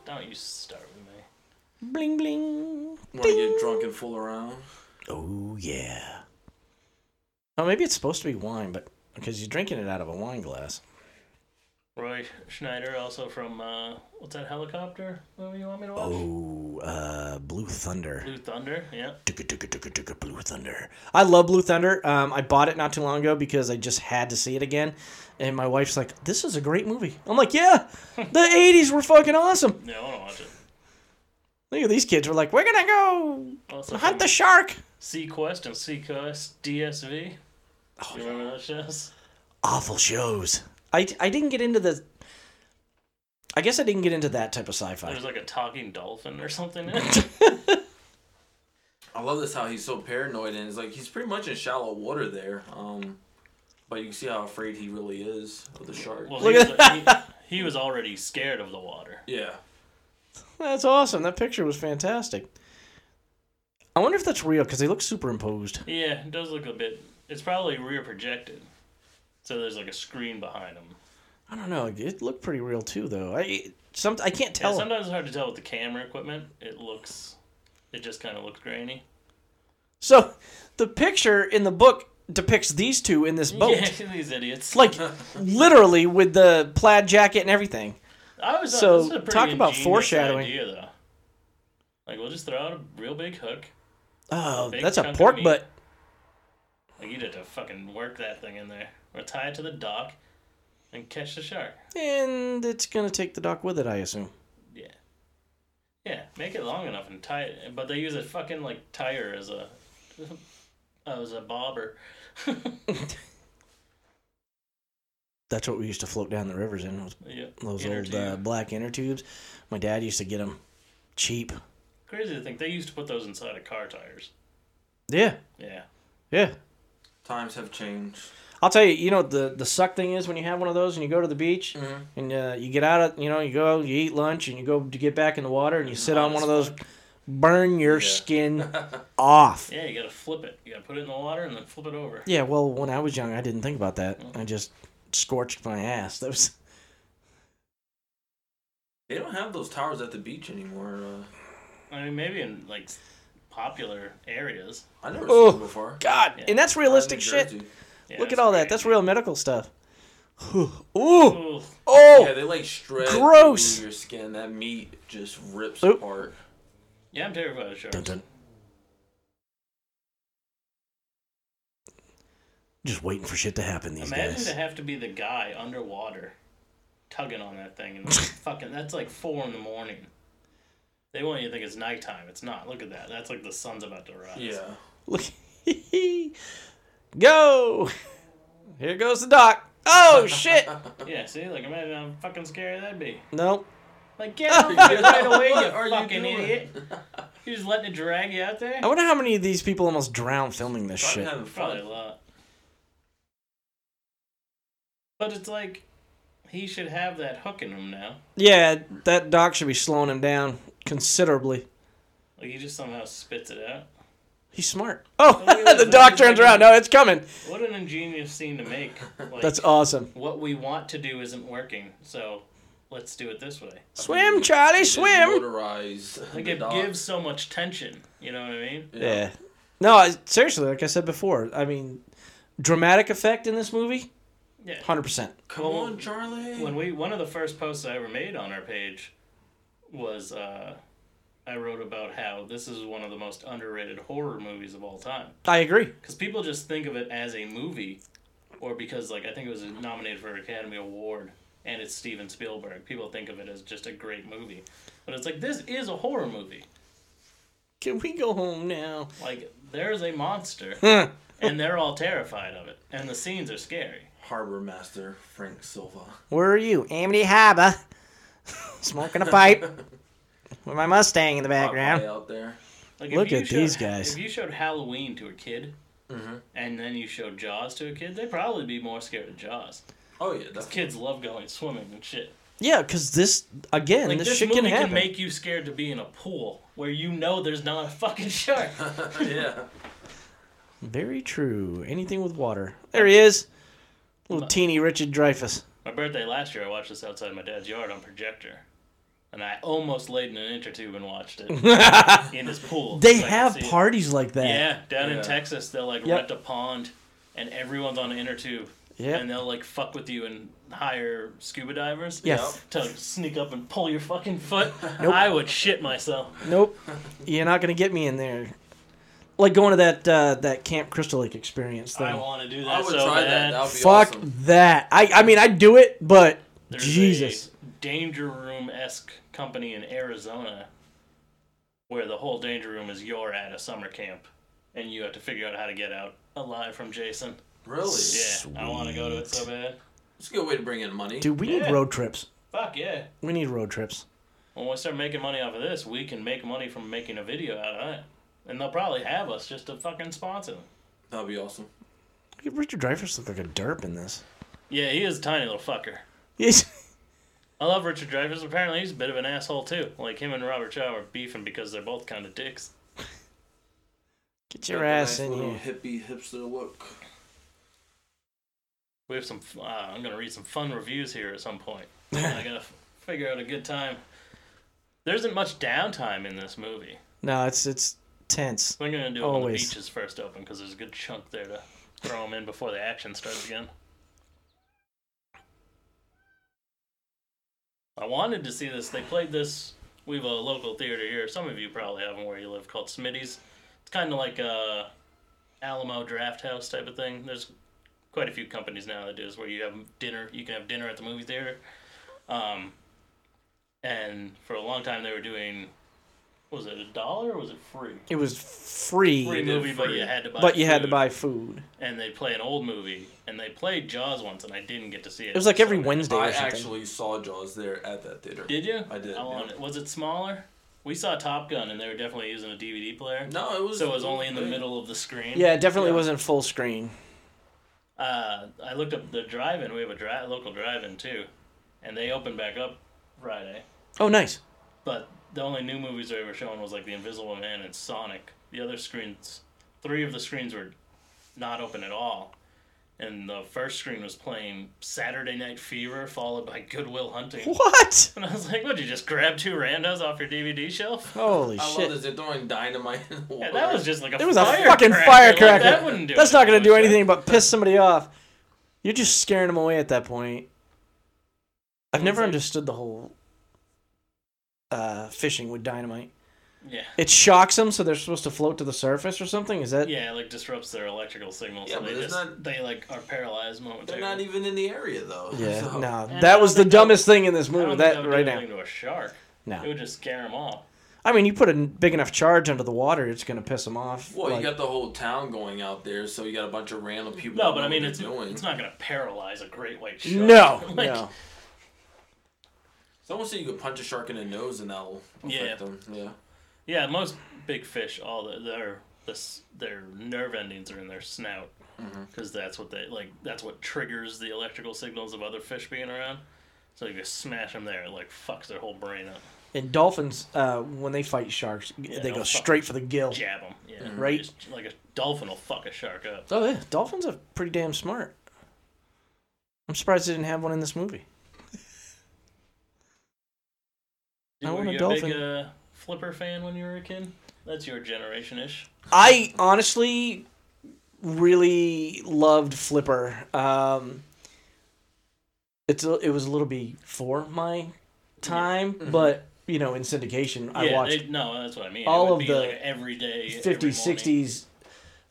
Don't you start with me.
Bling bling.
Want to get drunk and fool around?
Oh yeah. Oh, maybe it's supposed to be wine, but because you're drinking it out of a wine glass.
Roy Schneider, also from uh, what's that helicopter movie you want me to watch?
Oh, uh, Blue Thunder.
Blue Thunder. Yeah.
Tuka, tuka, tuka, tuka, Blue Thunder. I love Blue Thunder. Um, I bought it not too long ago because I just had to see it again. And my wife's like, "This is a great movie." I'm like, "Yeah, the '80s were fucking awesome."
Yeah, I want to watch it.
Look at these kids. We're like, "We're gonna go
Also
hunt
from
the shark."
Sequest and Sequest DSV.
Oh,
you remember those shows?
Awful shows. I, I didn't get into the. I guess I didn't get into that type of sci-fi.
There's like a talking dolphin or something. In
(laughs)
it.
I love this how he's so paranoid and it's like he's pretty much in shallow water there. Um, but you can see how afraid he really is of the shark.
Well, he, was, he, he was already scared of the water.
yeah.
That's awesome. That picture was fantastic. I wonder if that's real because they look superimposed.
Yeah, it does look a bit. It's probably rear projected, so there's like a screen behind him.
I don't know. It looked pretty real too, though. I it- some I can't
Yeah,
tell.
sometimes it's hard to tell with the camera equipment. It looks, it just kind of looks grainy. (laughs)
so the picture in the book depicts these two in this boat,
Yeah, these idiots.
(laughs) like literally with the plaid jacket and everything.
I was.
so,
this is a pretty
talk about
ingenious
foreshadowing.
Idea, though. Like we'll just throw out a real big hook.
Oh,
Big
that's a
chunk of
pork
meat.
butt.
Like you'd have to fucking work that thing in there, or tie it to the dock, and catch the shark.
And it's gonna take the dock with it, I assume.
Yeah. Yeah, make it long enough and tie it. But they use a fucking like tire as a (laughs) as a bobber. (laughs)
That's what we used to float down the rivers in. was
yeah.
Those
inner
old
tube.
uh, black inner tubes. My dad used to get them cheap.
Crazy to think they used to put those inside of car tires.
Yeah,
Yeah.
yeah.
Times have changed.
I'll tell you, you know what the the suck thing is when you have one of those and you go to the beach
(laughs)
and uh, you get out of, you know, you go, you eat lunch and you go to get back in the water and you sit on one of those, burn your
Yeah. (laughs)
skin off.
Yeah, you gotta flip it. You gotta put it in the water and then flip it over.
Yeah, well, when I was young, I didn't think about that. I just scorched my ass. That was
They don't have those towers at the beach anymore. Uh,
I mean, maybe in like popular areas.
I never
Oh,
seen them before.
God,
Yeah.
and that's realistic
Not in New
shit.
Jersey.
Yeah,
Look at
it's
all
great.
that. That's real medical stuff. (sighs) Ooh,
Ooh,
oh,
Yeah, they like shred
Gross.
through your skin. That meat just rips
Oop.
apart.
yeah, I'm terrified of sharks.
Dun, dun. Just waiting for shit to happen these
Imagine
days.
to have to be the guy underwater tugging on that thing and
(laughs)
fucking that's like four in the morning. They want you to think it's nighttime. It's not. Look at that. That's like the sun's about to rise.
Yeah.
Look, (laughs) go. Here goes the dock. Oh
(laughs)
shit!
Yeah, see? Like imagine how fucking scary that'd be.
nope.
Like
(laughs)
get out there right away,
What
you
are you
fucking
doing? (laughs) Oh,
idiot. You're just letting it drag you out there?
I wonder how many of these people almost drown filming this
Probably
shit.
having
Probably a
fun.
lot. But it's like he should have that hook in him now.
Yeah, that dock should be slowing him down considerably.
Like he just somehow spits it out.
He's smart. Oh,
Look at
(laughs) the
this.
dock turns around. No, it's coming.
What an ingenious scene to
(laughs)
make. Like,
That's awesome.
what we want to do isn't working, so let's do it this way.
Swim, Charlie, swim.
Motorize.
Like
the
it
dock.
gives so much tension, you know what I mean?
Yeah. No, I, seriously, like I said before, I mean, dramatic effect in this movie,
Yeah.
hundred percent.
Come
Well,
on, Charlie.
When we one of the first posts I ever made on our page was uh, I wrote about how this is one of the most underrated horror movies of all time
I agree.
because people just think of it as a movie, or because like I think it was nominated for an Academy Award and it's Steven Spielberg. People think of it as just a great movie, but it's like this is a horror movie.
Can we go home now?
Like there's a monster.
Huh.
and they're all terrified of it. And the scenes are scary.
Harbor Master Frank Silva.
Where are you? Amity Harbor. (laughs) Smoking
(laughs)
a pipe. With my Mustang in the
Oh,
Popeye out there.
Like
Look
you
at these
showed-
guys.
If you showed Halloween to a kid, and then you showed Jaws to a kid, they'd probably be more scared of Jaws.
Oh yeah, that's
Kids love going swimming and shit.
Yeah, because this, again,
Like
this,
this,
shit
movie
can
can,
happen.
make you scared to be in a pool where you know there's not a fucking shark. (laughs)
(laughs) yeah.
Very true. Anything with water. There he is. Little teeny Richard Dreyfus.
my birthday last year, I watched this outside my dad's yard on projector. and I almost laid in an inch or two and watched
(laughs)
it in his pool.
They
so I could
have
see it.
parties like that.
Yeah, down
Yeah.
in Texas, they'll like
Yep.
rent a pond, and everyone's on an inner tube.
Yep.
And they'll like fuck with you and hire scuba divers.
Yeah.
To sneak up and pull your fucking foot.
(laughs)
I would shit myself.
Nope. You're not gonna get me in there. Like going to that uh, that Camp Crystal Lake experience thing.
I want to do that
I would
so
try
bad.
that. That would be
Fuck
awesome.
that. I I mean I'd do it, but
There's
Jesus.
a danger room esque company in Arizona where the whole danger room is you're at a summer camp and you have to figure out how to get out alive from Jason.
Really?
Yeah, I want to go to it so bad.
It's a good way to bring in money.
Dude, we need
Yeah.
road trips.
Fuck yeah.
We need road trips.
When we start making money off of this, we can make money from making a video out of it. And they'll probably have us just to fucking sponsor them.
That'd be awesome.
Look at Richard Dreyfuss look like a derp in this. (laughs)
Yeah, he is a tiny little fucker.
He's,
I love Richard Dreyfuss. Apparently, he's a bit of an asshole too. Like him and Robert Shaw are beefing because they're both kind of dicks.
get your ass in
little
here.
hippie hipster look.
We have some. Uh, I'm gonna read some fun reviews here at some (laughs) point. I gotta f- figure out a good time. There isn't much downtime in this movie.
No, it's it's tense.
We're gonna do it when the
Always.
beach is first open because there's a good chunk there to throw them in before the action starts again. I wanted to see this. They played this. We have a local theater here. Some of you probably have them where you live called Smitty's. It's kind of like a Alamo Draft House type of thing. There's quite a few companies now that do this where you have dinner. You can have dinner at the movie theater. Um, and for a long time they were doing. Was it a dollar or was it free?
It was free,
free
They did
movie, but
free.
you had to buy.
but you had to
food,
buy food.
And they play an old movie, and they played Jaws once, and I didn't get to see it.
It was like every
So-
Wednesday
I
or something.
actually saw Jaws there at that theater.
Did you?
I did,
I
yeah.
wanted- Was it smaller? We saw Top Gun, and they were definitely using a DVD player.
No, it was.
So it was only in the
big.
middle of the screen.
yeah, it definitely
Yeah.
wasn't full screen.
Uh, I looked up the drive-in. We have a dri- local drive-in too, and they opened back up Friday.
Oh, nice.
But the only new movies they were showing was like The Invisible Man and Sonic. The other screens, three of the screens were not open at all. And the first screen was playing Saturday Night Fever, followed by Goodwill Hunting.
What?
(laughs) And I was like, what, you just grab two randos off your DVD
(laughs)
shelf?
Holy
I
shit.
love this. They're throwing dynamite (laughs) in the water.
Yeah, that was just like a
It was a
firecracker.
fucking
Like,
firecracker.
that wouldn't do
That's
it.
not going to
No
do
shit.
anything but piss somebody off. You're just scaring them away at that point. I've never
like-
understood the whole uh, fishing with dynamite.
Yeah.
It shocks them, so they're supposed to float to the surface or something. Is that?
Yeah, it like disrupts their electrical signal,
Yeah,
so
but
they
it's
just
not-
they like are paralyzed
They're
momentarily.
not even in the area though.
Yeah,
(laughs)
no,
So-
And I
that
don't
was the
think that would-
dumbest thing in this
I don't
movie.
think
That
would do
right now,
anything To a shark, it
no.
would just scare them off.
I mean, you put a n- big enough charge under the water, it's gonna piss them off.
Well,
like-
you got the whole town going out there, so you got a bunch of random people.
No, but I
that know what
mean,
they're
it's
doing.
it's not gonna paralyze a great white shark.
no,
(laughs) Like,
no.
It's almost like you could punch a shark in the nose and that'll affect
Yeah.
them. Yeah.
Yeah, most big fish, all the, their this their nerve endings are in their snout,
Mm-hmm.
because that's what they like. That's what triggers the electrical signals of other fish being around. So you just smash them there, it like fucks their whole brain up.
And dolphins, uh, when they fight sharks, they
they'll
go
fuck-
straight for the gill.
Jab them, yeah.
Mm-hmm.
Right.
Just- like a dolphin will fuck a shark up.
Oh yeah, dolphins are pretty damn smart. I'm surprised they didn't have one in this movie. I
were
want a
you
dolphin.
big uh, flipper fan when you were a kid? That's your generation ish.
I honestly really loved Flipper. Um, it's a, it was a little before my time, but you know, in syndication, I
yeah,
watched
they- no, that's what I mean.
all
it would
of
be
the
like every day, every
50s,
morning.
60s.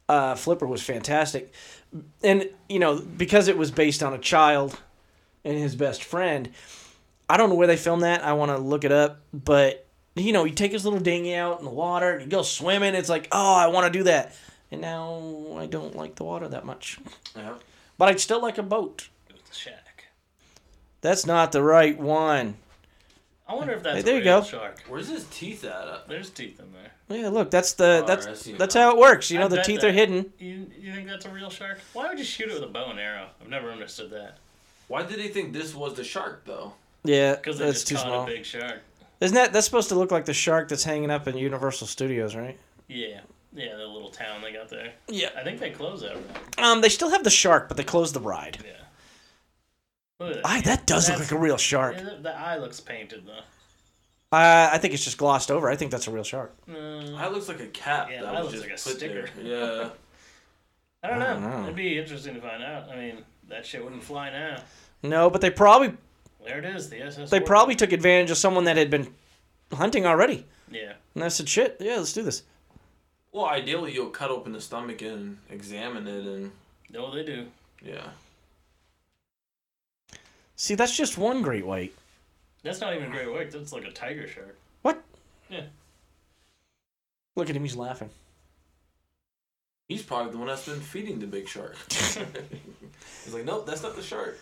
Uh, Flipper was fantastic, and you know because it was based on a child and his best friend. I don't know where they filmed that. I want to look it up, but you know, you take his little dinghy out in the water and you go swimming. It's like, oh, I want to do that, and now I don't like the water that much.
Yeah.
But I'd still like a boat.
It's a shack.
That's not the right one.
I wonder if that's
Hey,
a
there you
real
go.
shark.
Where's his teeth at? Uh,
There's teeth in there.
Yeah, look, that's the
Oh, I
that's
see.
that's how it works. You
I
know, the
bet
teeth
that-
are hidden.
You, you think that's a real shark? Why would you shoot it with a bow and arrow? I've never understood that.
Why did they think this was the shark though?
Yeah,
Because they
that's
just
too
caught
small.
a big shark.
Isn't that that's supposed to look like the shark that's hanging up in Universal Studios, right?
Yeah. Yeah, the little town they got there.
Yeah.
I think they closed that room.
Um, they still have the shark, but they closed the ride.
Yeah. Look at that.
I that does look
That's-
like a real shark.
Yeah, the, the eye looks painted, though.
Uh, I think it's just glossed over. I think that's a real shark.
Uh,
That looks like a cap.
Mm. Yeah,
that
that
was
looks
just
like a
put there.
sticker. (laughs)
Yeah.
I don't know.
don't know.
It'd be interesting to find out. I mean, that shit wouldn't fly now.
No, but they probably
There it is. The SS.
they
Orca.
probably took advantage of someone that had been hunting already.
Yeah.
And I said, "Shit, yeah, let's do this."
Well, ideally, you'll cut open the stomach and examine it, and
No, they do.
yeah.
See, that's just one great white.
That's not even a great white. That's like a tiger shark.
Look at him; he's laughing.
He's probably the one that's been feeding the
(laughs)
big shark. He's like, nope, that's not the shark.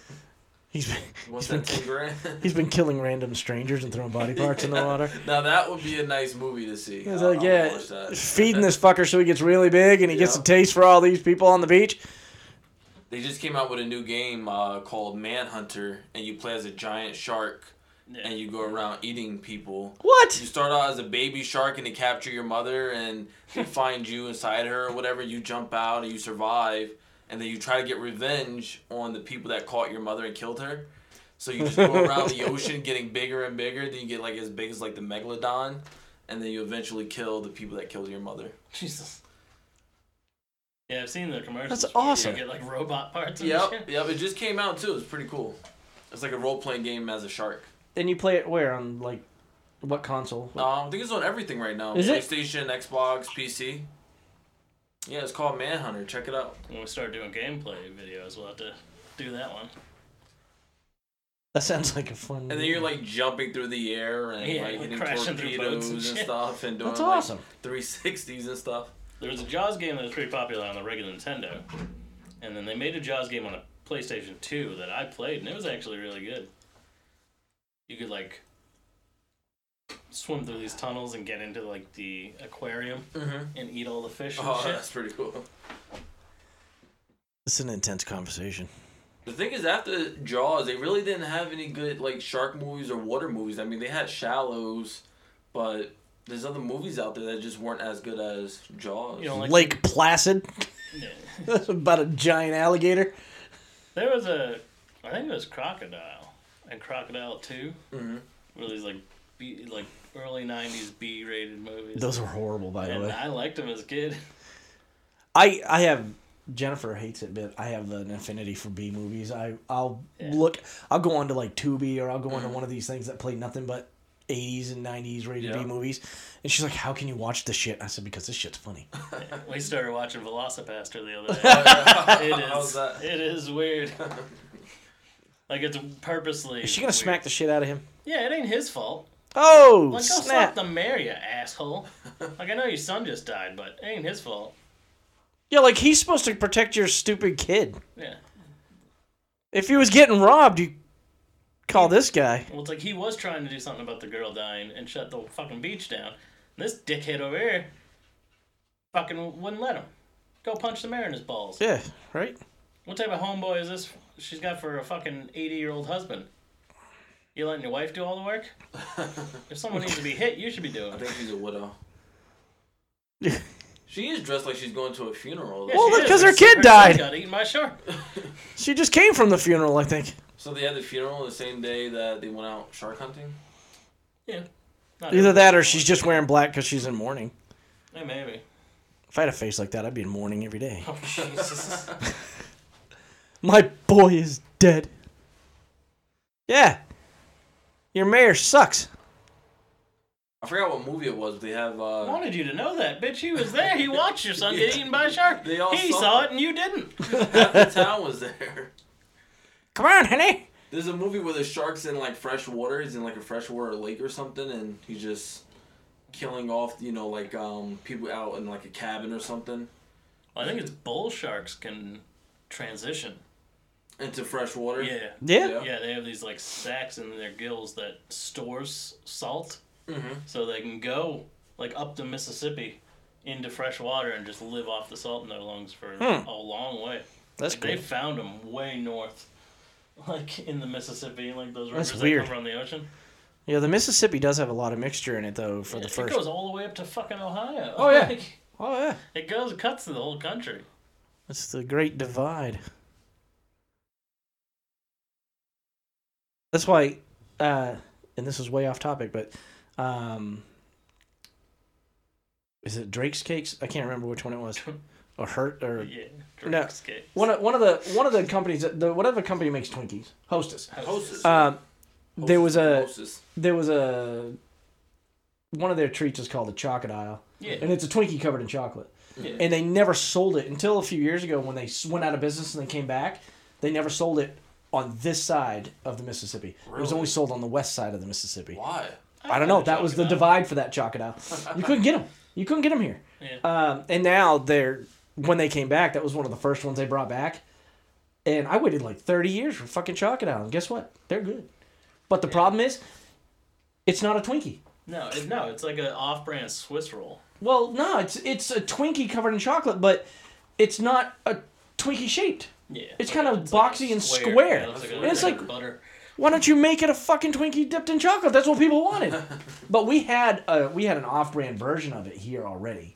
He's been,
He wants
He's been
that ten grand. (laughs)
he's been killing random strangers and throwing body parts in the water.
now that would be a nice movie to see.
He's
I-
like,
I'll
yeah,
watch that.
feeding this fucker so he gets really big and he gets a
Yeah.
taste for all these people on the beach.
They just came out with a new game uh, called Manhunter, and you play as a giant shark,
Yeah.
and you go around eating people. You
What?
start out as a baby shark and they capture your mother and they find you inside her or whatever. You jump out and you survive, and then you try to get revenge on the people that caught your mother and killed her. So you just go around the ocean getting bigger and bigger. Then you get like as big as like the megalodon, and then you eventually kill the people that killed your mother.
(laughs) Jesus. Yeah, I've seen the commercials.
That's
where you
awesome.
get like robot parts. And
Yep,
Shit.
yep. It just came out too. It's pretty cool. It's like a role playing game as a shark.
And you play it where on like what console?
Um, I think it's on everything right now.
Is it?
PlayStation, Xbox, PC. Yeah, it's called Manhunter. Check it out.
When we start doing gameplay videos, we'll have to do that one.
That sounds like a fun.
And then you're like jumping through the air and
Yeah,
like
like
hitting
crashing through boats
torpedoes
and
and,
shit.
stuff and doing
That's
like
awesome.
360s and stuff.
There was a Jaws game that was pretty popular on the regular Nintendo, and then they made a Jaws game on a PlayStation 2 that I played, and it was actually really good. You could like swim through these tunnels and get into like the aquarium
Mm-hmm.
and eat all the fish and
Oh,
shit.
that's pretty cool.
It's an intense conversation.
The thing is, after Jaws, they really didn't have any good like shark movies or water movies. I mean, they had Shallows, but there's other movies out there that just weren't as good as Jaws.
You know, like
Lake Placid.
Yeah.
That's (laughs) about a giant alligator.
There was a, I think it was Crocodile and Crocodile Two.
Mhm.
Were these like, B, like early '90s B-rated movies?
Those were horrible, by the
and
way.
I liked them as a kid. (laughs)
I I have Jennifer hates it, but I have an affinity for B movies. I I'll
Yeah.
look. I'll go onto like Tubi or I'll go onto one of these things that play nothing but. 80s and 90s rated
Yeah.
B movies. And she's like, How can you watch this shit? I said, Because this shit's funny.
We started watching Velocipaster the other
Oh,
day.
yeah.
it
How's
is.
that?
It is weird. like it's purposely.
Is she going to
weird.
smack the shit out of him?
Yeah, it ain't his fault.
Oh,
Like, go fuck
snap.
the mayor, you asshole. Like I know your son just died, but it ain't his fault.
Yeah, like he's supposed to protect your stupid kid.
Yeah.
If he was getting robbed, you call this guy.
Well, it's like he was trying to do something about the girl dying and shut the fucking beach down. This dickhead over here fucking wouldn't let him. Go punch the mayor in his balls.
Yeah, right? (laughs)
What type of homeboy is this she's got for a fucking 80 year old husband? You letting your wife do all the work? if someone needs to be hit, you should be doing
I
it.
think she's a widow.
well,
She is dressed like she's going to a funeral.
Yeah,
though.
she
that's
is.
because her
son
kid died.
Got eaten by a shark.
She just came from the funeral, I think.
So they had the funeral the same day that they went out shark hunting.
Yeah. Not
Either
everyone.
that or she's just wearing black because she's in mourning.
Yeah, maybe.
If I had a face like that, I'd be in mourning every day.
Oh, Jesus.
My boy is dead. Yeah. Your mayor sucks.
I forgot what movie it was, but they have.
I
Uh,
wanted you to know that, bitch. He was there. He watched your son get eaten by a shark.
They all
he
saw
saw it and you didn't.
half (laughs) the town was there. (laughs)
Come on, honey.
There's a movie where the shark's in like fresh water. He's in like a freshwater lake or something, and he's just killing off, you know, like um people out in like a cabin or something
I think it's bull sharks can transition.
into fresh water.
Yeah.
Yeah.
Yeah.
Yeah, they have these like sacks in their gills that stores salt,
Mm-hmm.
Mhm.
so they can go like up the Mississippi into fresh water and just live off the salt in their lungs for
Hmm.
a long way.
That's
like, they
cool.
found them way north, (laughs) like in the Mississippi, like those
That's
rivers
weird.
that come from the ocean.
Yeah, the Mississippi does have a lot of mixture in it, though, for the
it
first.
goes all the way up to fucking Ohio.
Oh,
(laughs)
yeah.
Like,
Oh, yeah.
it goes it cuts through the whole country.
That's the great divide. That's why, uh, and this is way off topic, but Um, is it Drake's Cakes? I can't remember which one it was. Or Hurt or
Yeah.
No.
Drake's case.
one of one of the one of the companies that- the whatever company makes Twinkies, Hostess.
Hostess.
Um, there was a
Hostess.
there was a one of their treats is called a crocodile,
Yeah.
and it's a Twinkie covered in chocolate.
Yeah.
And they never sold it until a few years ago when they s- went out of business and they came back. They never sold it on this side of the Mississippi. It was
Really?
only sold on the west side of the Mississippi.
Why?
I don't know.
I've
That was the
talked
divide for that crocodile. You couldn't get them. You couldn't get them here.
Yeah.
Um, and now they're when they came back, that was one of the first ones they brought back. And I waited like 30 years for fucking crocodile. And guess what? They're good. But the problem is, it's not a Twinkie.
No, it, no, it's like an off-brand Swiss roll.
Well, no, it's it's a Twinkie covered in chocolate, but it's not a Twinkie shaped.
Yeah.
It's kind of
like
boxy and square.
Yeah, it looks like a
And it's
little
like-
butter.
Why don't you make it a fucking Twinkie dipped in chocolate? That's what people wanted. but we had uh, we had an off-brand version of it here already,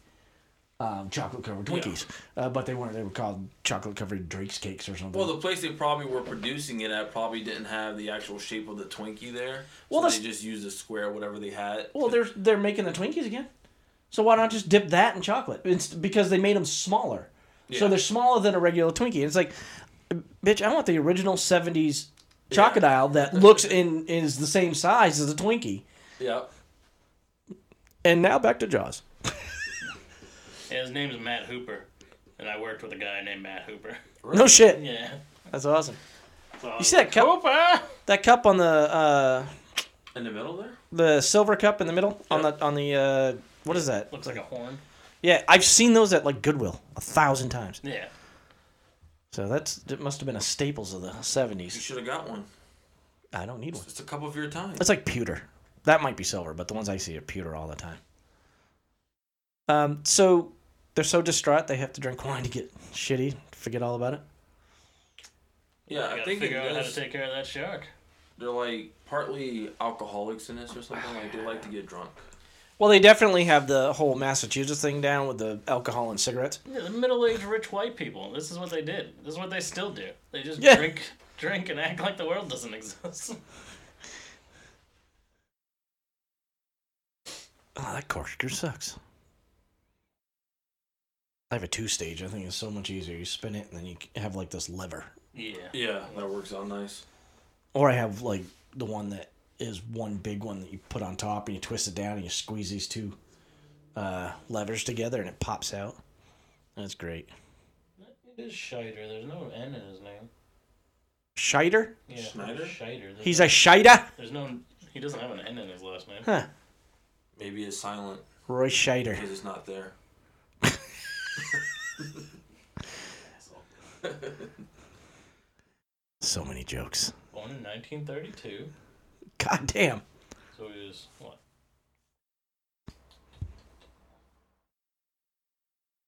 um, chocolate covered Twinkies. Uh, but they weren't. They were called chocolate covered Drake's cakes or something.
Well, the place they probably were producing it at probably didn't have the actual shape of the Twinkie there.
Well,
Well,
that's-
they just used a square, whatever they had.
Well, they're they're making the Twinkies again, so why not just dip that in chocolate? It's because they made them smaller, so
Yeah.
they're smaller than a regular Twinkie. It's like, bitch, I want the original '70s crocodile that looks and is the same size as a Twinkie.
yeah.
And now back to Jaws.
Yeah, his name's Matt Hooper, and I worked with a guy named Matt Hooper.
No shit,
(laughs) Yeah.
that's awesome.
So,
You see that cup?
Hooper.
That cup on the uh,
In the middle there?
the silver cup in the middle on the on the uh, what is that?
Looks like a horn.
Yeah, I've seen those at like Goodwill a thousand times.
Yeah.
So that's it must have been a staples of the
You
'70s.
should have got one.
I don't need one.
It's a cup of your time.
It's like pewter. That might be silver, but the ones I see are pewter all the time. Um, so they're so distraught they have to drink wine to get shitty, forget all about it.
Yeah,
I
I
gotta
think it
figure out how to
does.
take care of that shark.
They're like partly alcoholics in this or something. Like they like to get drunk.
Well, they definitely have the whole Massachusetts thing down with the alcohol and cigarettes.
Yeah, the middle-aged rich white people. This is what they did. This is what they still do. They just
Yeah.
drink, (laughs) drink, and act like the world doesn't exist. (laughs)
Oh, that corkscrew sucks. I have a two stage. I think it's so much easier. You spin it and then you have like this lever.
yeah.
Yeah, that works out nice.
Or I have like the one that is one big one that you put on top and you twist it down and you squeeze these two uh, levers together and it pops out. That's great.
It is Scheider. There's no N in his name.
Scheider?
Yeah.
Schneider?
Scheider. There's
He's a Scheider?
There's no. He doesn't have an N in his last name.
Huh.
Maybe it's silent
Roy Scheider.
because it's not there.
So many jokes.
Born in 1932,
God damn.
so he was what?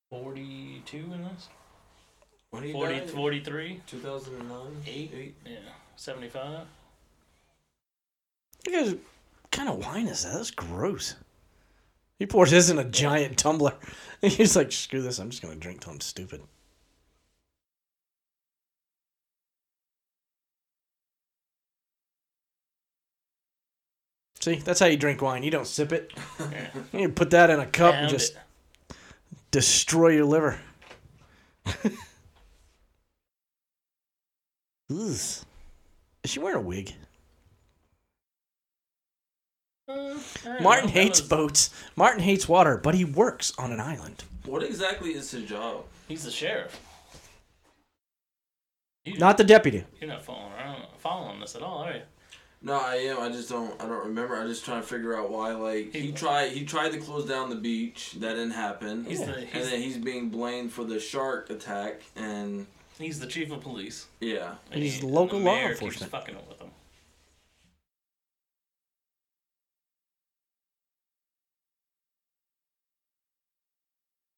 42 in this?
When he
40,
died?
43?
2009?
Eight. Yeah. 75?
You guys, what kind of wine is that? That's gross. He pours his in a giant tumbler. (laughs) He's like, screw this. I'm just going to drink till I'm stupid. See, that's how you drink wine. You don't sip it.
Yeah.
You put that in a cup
Found
and just
it.
destroy your liver. Ugh. Is she wearing a wig?
Uh, I don't
Martin
know, that
hates
was-
boats. Martin hates water, but he works on an island.
What exactly is his job?
He's the sheriff. You,
Not the deputy.
You're not following around, following this at all, are you?
No, I am. I just don't. I don't remember. I'm just trying to figure out why. Like he
He-
tried. He tried to close down the beach. That didn't happen.
He's the-
and
he's-
then he's being blamed for the shark attack. And
He's the chief of police.
yeah,
and
He's
he- and
local
the
law
mayor keeps
enforcement.
Fucking with him.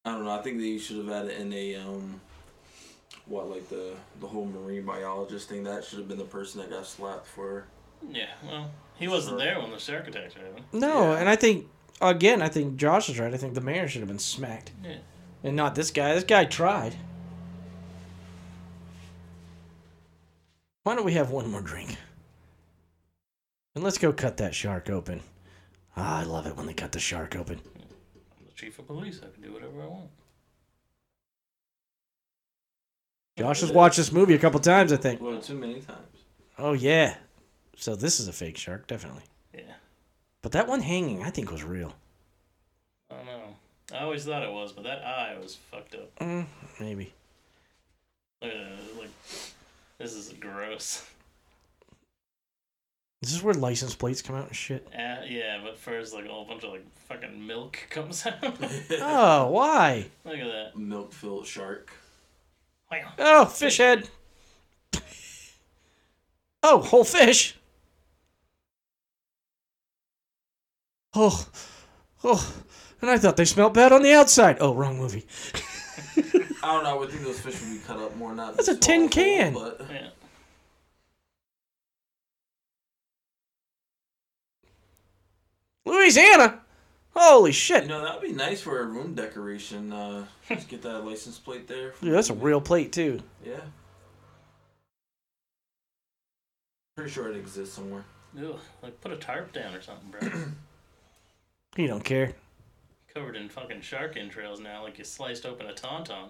I don't know. I think they should have added in a um, what like the the whole marine biologist thing. That should have been the person that got slapped for.
Yeah. Well, he wasn't
Sure.
there when the shark attacked happened.
No,
Yeah.
and I think again, I think Josh is right. I think the mayor should have been smacked,
Yeah.
and not this guy. This guy tried. Why don't we have one more drink? And let's go cut that shark open. Ah, I love it when they cut the shark open.
I'm the chief of police. I can do whatever I want.
Josh has watched this movie a couple times, I think.
Well, too many times.
Oh yeah. So this is a fake shark, definitely.
Yeah.
But that one hanging, I think, was real.
I don't know. I always thought it was, but that eye was fucked up.
Mm, maybe.
Look at that. it was Like, this is gross. (laughs)
This is where license plates come out and shit.
Uh, yeah, but first, like a whole bunch of like fucking milk (laughs) comes out. Look
Uh,
Oh, why?
at that.
Milk filled shark.
Wow.
Oh, fish head. Oh, whole fish. Oh, oh, and I thought they smelled bad on the outside. Oh, wrong movie.
I don't know. I would think those fish would be cut up more. Not
That's a tin
swallowable,
can.
But
Yeah.
Louisiana. Holy shit.
you know that would be nice for a room decoration. Uh, just get that license plate
(laughs)
there.
Dude, that's a real plate too.
Yeah. Pretty sure it exists somewhere.
Ew, like put a tarp down or something, (clears throat) bro.
You don't care.
Covered in fucking shark entrails now, like you sliced open a tauntaun.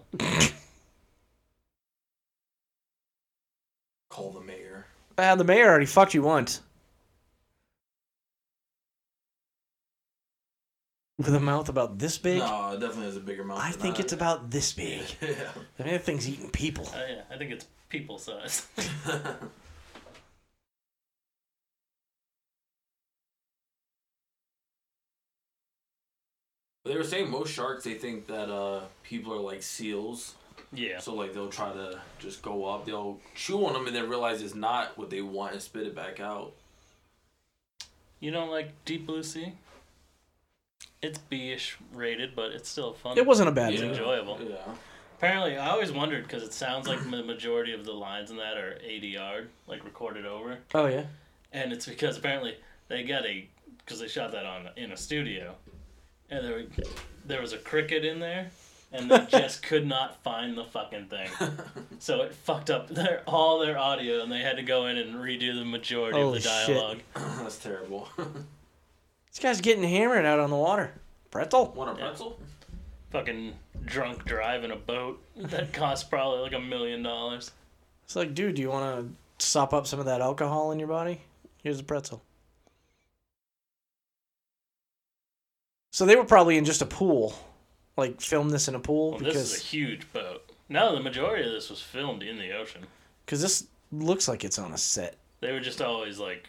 Call the mayor.
Ah, the mayor already fucked you once. With a mouth about this big?
No, it definitely has a bigger mouth.
I
than
think
that.
it's about this big.
(laughs) Yeah.
I mean, that thing's eating people.
Oh yeah, I think it's people size. (laughs)
they were saying most sharks they think that uh, people are like seals,
yeah.
so like they'll try to just go up, they'll chew on them, and then realize it's not what they want and spit it back out.
You don't like Deep Blue Sea? It's B-ish rated, but it's still fun.
It wasn't a bad
Yeah.
movie.
enjoyable.
Yeah, (laughs)
Apparently, I always wondered because it sounds like the majority of the lines in that are ADR, like recorded over,
Oh, yeah.
and it's because apparently they got a because they shot that on in a studio, and there there was a cricket in there, and they
(laughs)
just could not find the fucking thing, so it fucked up their all their audio, and they had to go in and redo the majority
Holy
of the
shit.
dialogue.
that's terrible. (laughs)
This guy's getting hammered out on the water. Pretzel?
Want a pretzel?
Fucking drunk driving a boat that costs probably like a million dollars.
It's like, dude, do you want to sop up some of that alcohol in your body? Here's a pretzel. So they were probably in just a pool. Like, film this in a pool
Well,
because.
Oh, this is a huge boat. No, the majority of this was filmed in the ocean.
Because this looks like it's on a set.
They were just always like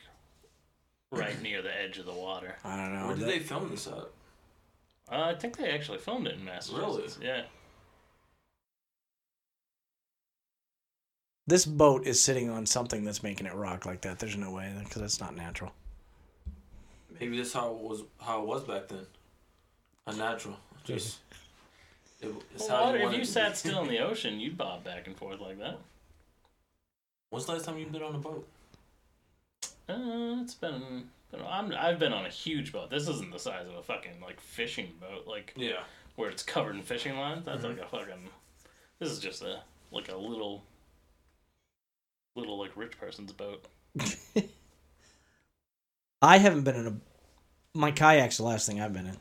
right near the edge of the water.
I don't know.
(laughs) Where did
That-
they film this at?
Uh, I think they actually filmed it in Massachusetts. Yeah.
This boat is sitting on something that's making it rock like that. There's no way, because that's not natural.
Maybe this how it was how it was back then. Unnatural. Just. It, it's
Well,
how
water,
you
if
want it
you
to
sat
be.
still in
(laughs)
the ocean, you'd bob back and forth like that.
When's the last time you've been on a boat?
Uh, it's been. been- I'm, I've been on a huge boat. This isn't the size of a fucking like fishing boat, like
Yeah.
where it's covered in fishing lines. That's like a
Mm-hmm.
fucking. This is just a like a little, little like rich person's boat.
I haven't been in a. My kayak's the last thing I've been in.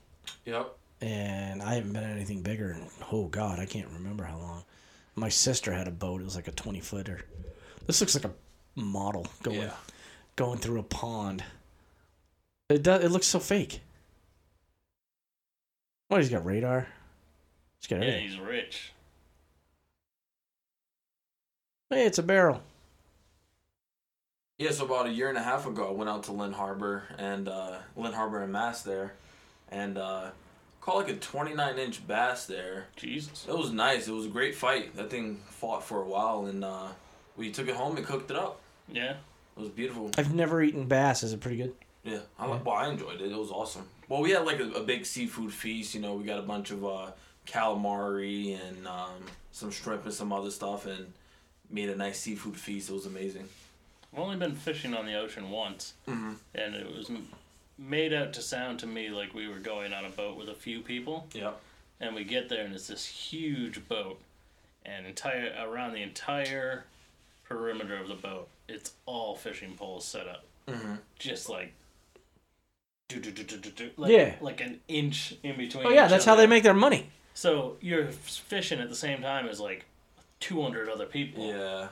Yep.
And I haven't been in anything bigger. In, oh, God, I can't remember how long. My sister had a boat. It was like a 20 footer. This looks like a model going
Yeah.
going through a pond. It does. It looks so fake. What? He's got radar. He's got
Yeah,
everything.
he's rich.
Hey, it's a barrel.
Yeah, so about a year and a half ago, I went out to Lynn Harbor and uh, Lynn Harbor and Mass there, and uh, caught like a 29 inch bass there.
Jesus.
It was nice. It was a great fight. That thing fought for a while, and uh, we took it home and cooked it up.
Yeah.
It was beautiful.
I've never eaten bass. Is it pretty good?
Yeah, I like. Well, I enjoyed it. It was awesome. Well, we had like a, a big seafood feast. You know, we got a bunch of uh, calamari and um, some shrimp and some other stuff, and made a nice seafood feast. It was amazing.
I've only been fishing on the ocean once,
Mm-hmm.
Mhm.
and it was m- made out to sound to me like we were going on a boat with a few people,
Yep.
and we get there and it's this huge boat, and entire around the entire perimeter
Mm-hmm.
of the boat, it's all fishing poles set up,
Mhm.
just like do do do do do do, like,
Yeah.
like an inch in between.
Oh yeah,
each
that's how they
other.
make their money.
So you're fishing at the same time as like 200 other people,
Yeah.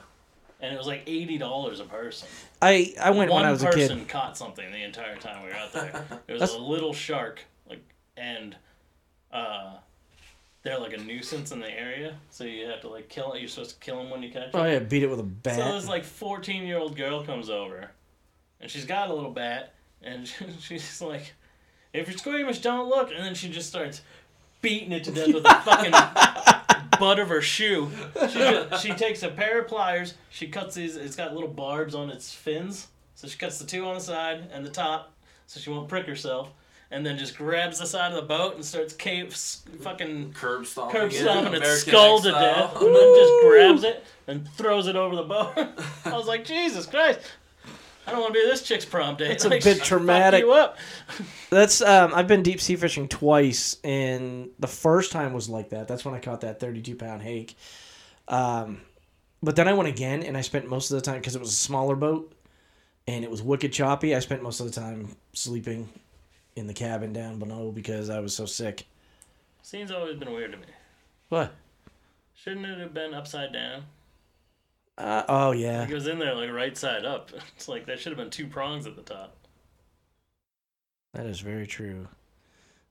and it was like eighty dollars a person.
I I went
One
when I was a
person
kid.
caught something the entire time we were out there. It was
That's-
a little shark, like, and uh, they're like a nuisance in the area, so you have to like kill it. You're supposed to kill them when you catch it.
Oh yeah, beat it with a
So
bat.
this like 14 year old girl comes over, and she's got a little bat, and (laughs) she's like, "If you're squeamish, don't look." And then she just starts beating it to death with the fucking butt of her shoe. She, ju- she takes a pair of pliers. She cuts these. It's got little barbs on its fins, so she cuts the two on the side and the top, so she won't prick herself. And then just grabs the side of the boat and starts cave s- fucking
Curb stomping.
curb
it,
stomping its
American
skull to
style.
death,
(laughs)
and then just grabs it and throws it over the boat. (laughs) I was like, Jesus Christ! I don't want to be this chick's prom date.
That's a
Like,
bit
fuck
traumatic.
You up.
That's um I've been deep sea fishing twice and the first time was like that. That's when I caught that 32 pound hake. Um but then I went again and I spent most of the time cuz it was a smaller boat and it was wicked choppy. I spent most of the time sleeping in the cabin down below because I was so sick.
Scene's always been weird to me.
What?
Shouldn't it have been upside down?
Uh, oh yeah.
It was in there like right side up. (laughs) It's like there should have been two prongs at the top.
That is very true.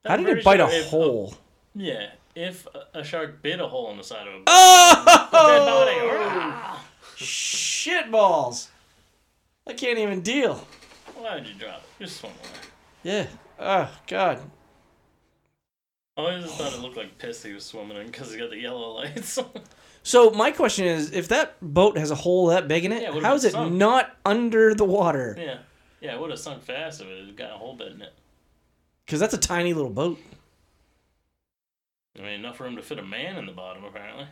I'm
How did
pretty
it bite
sure
a
if-
hole?
Yeah, if a- a shark bit a hole in the side of a dead body,
Oh! (laughs)
ah,
Shit balls. I can't even deal.
why would you drop it? Just swim away.
Yeah. Oh god.
I always just thought it looked like piss he was swimming in because he got the yellow (laughs) lights.
So my question is, if that boat has a hole that big in it,
Yeah, it would've
how is
been
it
sunk.
not under the water?
Yeah. Yeah, it would have sunk fast if it had got a hole bit in it.
Because that's a tiny little boat.
I mean, enough room to fit a man in the bottom, apparently.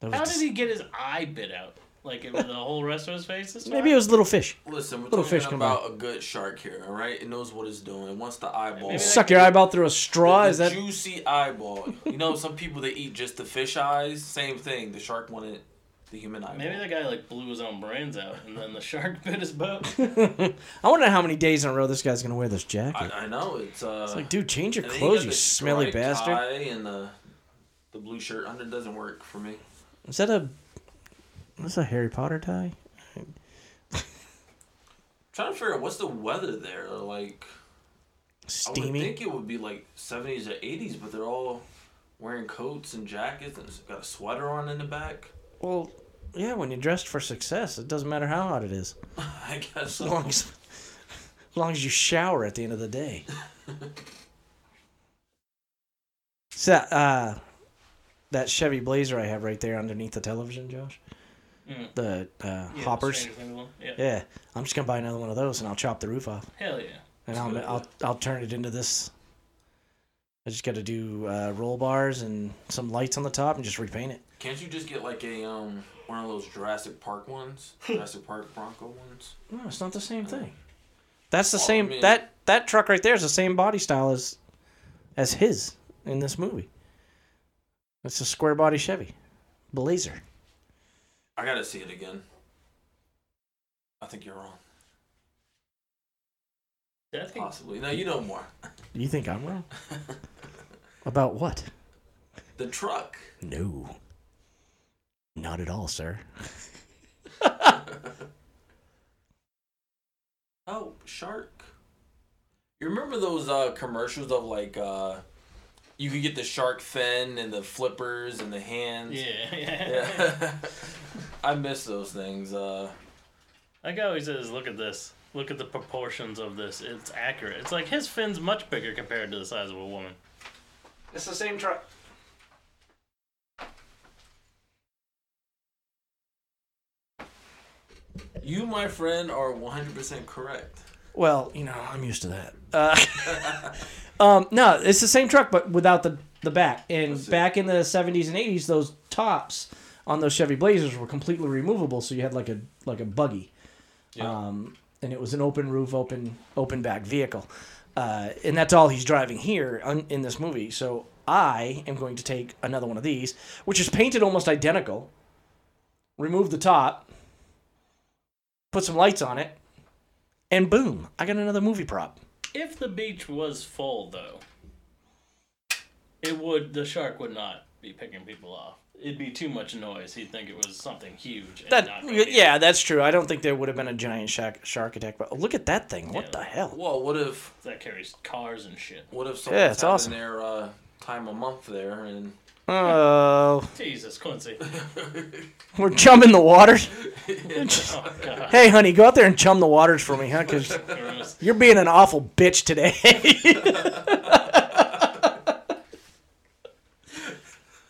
That was
How
just-
did he get his eye bit out? Like, it, the whole rest of his face is
Maybe it was little fish.
Listen, we're
Little
talking
fish come
about a good shark here, all right? It knows what it's doing. It wants the eyeball.
Maybe
Suck your eyeball through a straw.
The
Is that?
juicy eyeball? You know, some people they eat just the fish eyes. Same thing. The shark wanted the human eyeball.
Maybe the guy, like, blew his own brains out and then the shark (laughs) bit his
(laughs)
boat. Hmm.
I wonder how many days in a row this guy's gonna wear this
I,
jacket.
I know it's. Uh,
It's like, dude, change your
and then
clothes,
got
you
the
smelly
striped
bastard.
Tie and the the blue shirt under doesn't work for me.
Is that a? Is that a Harry Potter tie?
trying to figure out what's the weather there. Like I would
Steamy.
think it would be like seventies or eighties, but they're all wearing coats and jackets and it's got a sweater on in the back. (laughs)
Well, yeah. When you're dressed for success, it doesn't matter how hot it is.
I
As
guess
long
so.
as, as long as you shower at the end of the day. so, uh, that Chevy Blazer I have right there underneath the television, Josh.
Mm.
The uh,
Yeah,
hoppers.
Stranger Things one. Yeah.
Yeah, I'm just gonna buy another one of those and I'll chop the roof off
Hell yeah.
and I'll I'll, I'll turn it into this. I just got to do uh, roll bars and some lights on the top and just repaint it.
Can't you just get like a um one of those Jurassic Park ones? Jurassic Park Bronco ones?
No, it's not the same thing. That's the
Well, I
same
mean-
that that truck right there is the same body style as as his in this movie. It's a square body Chevy Blazer.
I gotta see it again. I think you're wrong.
Did I think-
Possibly. No, you know more.
You think I'm wrong? (laughs) About what?
The truck.
No. Not at all, sir.
Oh, shark. You remember those uh, commercials of like uh, you could get the shark fin and the flippers and the hands.
Yeah, (laughs) yeah.
Yeah. (laughs) I miss those things. Uh,
That guy always says, look at this. Look at the proportions of this. It's accurate. It's like his fin's much bigger compared to the size of a woman.
It's the same truck.
you, my friend, are one hundred percent correct.
Well, you know, I'm used to that. Uh, (laughs) um, no, it's the same truck, but without the the back. And
see.
back in the 70s and 80s, those tops on those Chevy Blazers were completely removable, so you had like a like a buggy,
Yeah.
um, and it was an open roof, open open back vehicle, uh, and that's all he's driving here on, in this movie. So I am going to take another one of these, which is painted almost identical. Remove the top, put some lights on it, and boom, I got another movie prop.
If the beach was full, though, it would the shark would not be picking people off. It'd be too much noise. He'd think it was something huge. and
That
not gonna be-
yeah, that's true. I don't think there would have been a giant shark shark attack, but look at that thing. What
Yeah.
the hell?
Well, what if
that carries cars and shit.
what if
Yeah,
someone's
it's
having
awesome.
their uh, time a month there and (laughs)
Oh,
Jesus,
(laughs)
Quincy.
we're chumming the (laughs) waters.
Oh God.
Hey, honey, go out there and chum the waters for me, huh? Because
Gross.
you're being an awful bitch today. (laughs)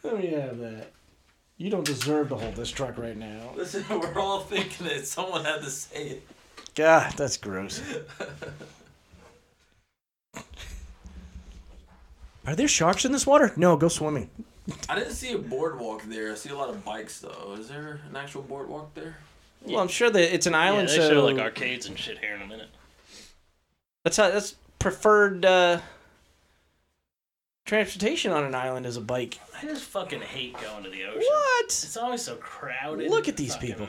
Let me have that. You don't deserve to hold this truck right now.
listen, we're all thinking that someone had to say it.
God, that's (laughs) gross. Are there sharks in this water? No, go swimming.
I didn't see a boardwalk there. I see a lot of bikes though. Is there an actual boardwalk there?
Well, I'm sure that it's an
Yeah,
island,
they
so
show like arcades and shit here in a minute.
that's how, that's preferred uh, transportation on an island is a bike.
I just fucking hate going to the ocean.
What?
It's always so crowded.
Look at these
Fucking-
people.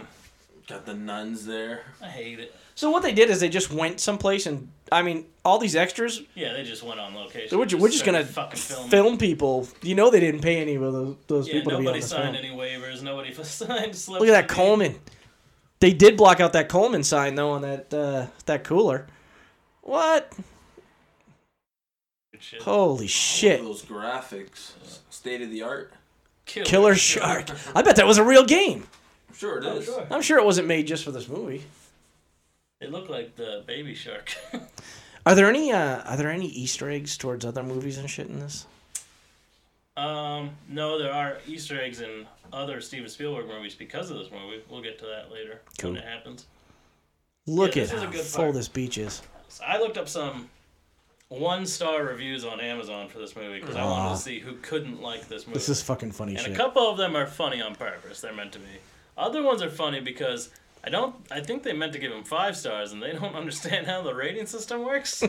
Got the nuns there.
I hate it.
So what they did is they just went someplace and I mean all these extras.
Yeah, they just went on location.
We're just, we're just gonna
started fucking filming.
film people. You know they didn't pay any of those, those
Yeah,
people to be on
nobody
the
signed
film.
any waivers. Nobody (laughs) f- signed slips.
Look at that
to be-
Coleman. They did block out that Coleman sign though on that uh, that cooler. What?
Shit.
Holy shit!
Those graphics, state of the art.
Killer,
Killer Shark. I bet that was a real game.
I'm sure it
Oh,
is.
sure.
I'm sure it wasn't made just for this movie.
It looked like the baby shark. (laughs)
Are there any uh, are there any Easter eggs towards other movies and shit in this?
um, no, there are Easter eggs in other Steven Spielberg movies because of this movie. We'll get to that later
Cool.
when it happens.
Look
Yeah,
at
this is a
how
good
full
part.
this beach is.
So I looked up some one-star reviews on Amazon for this movie because I wanted to see who couldn't like this movie.
This is fucking funny
and
shit.
a couple of them are funny on purpose. They're meant to be. Other ones are funny because I don't. I think they meant to give him five stars, and they (laughs) don't understand how the rating system
(laughs)
works.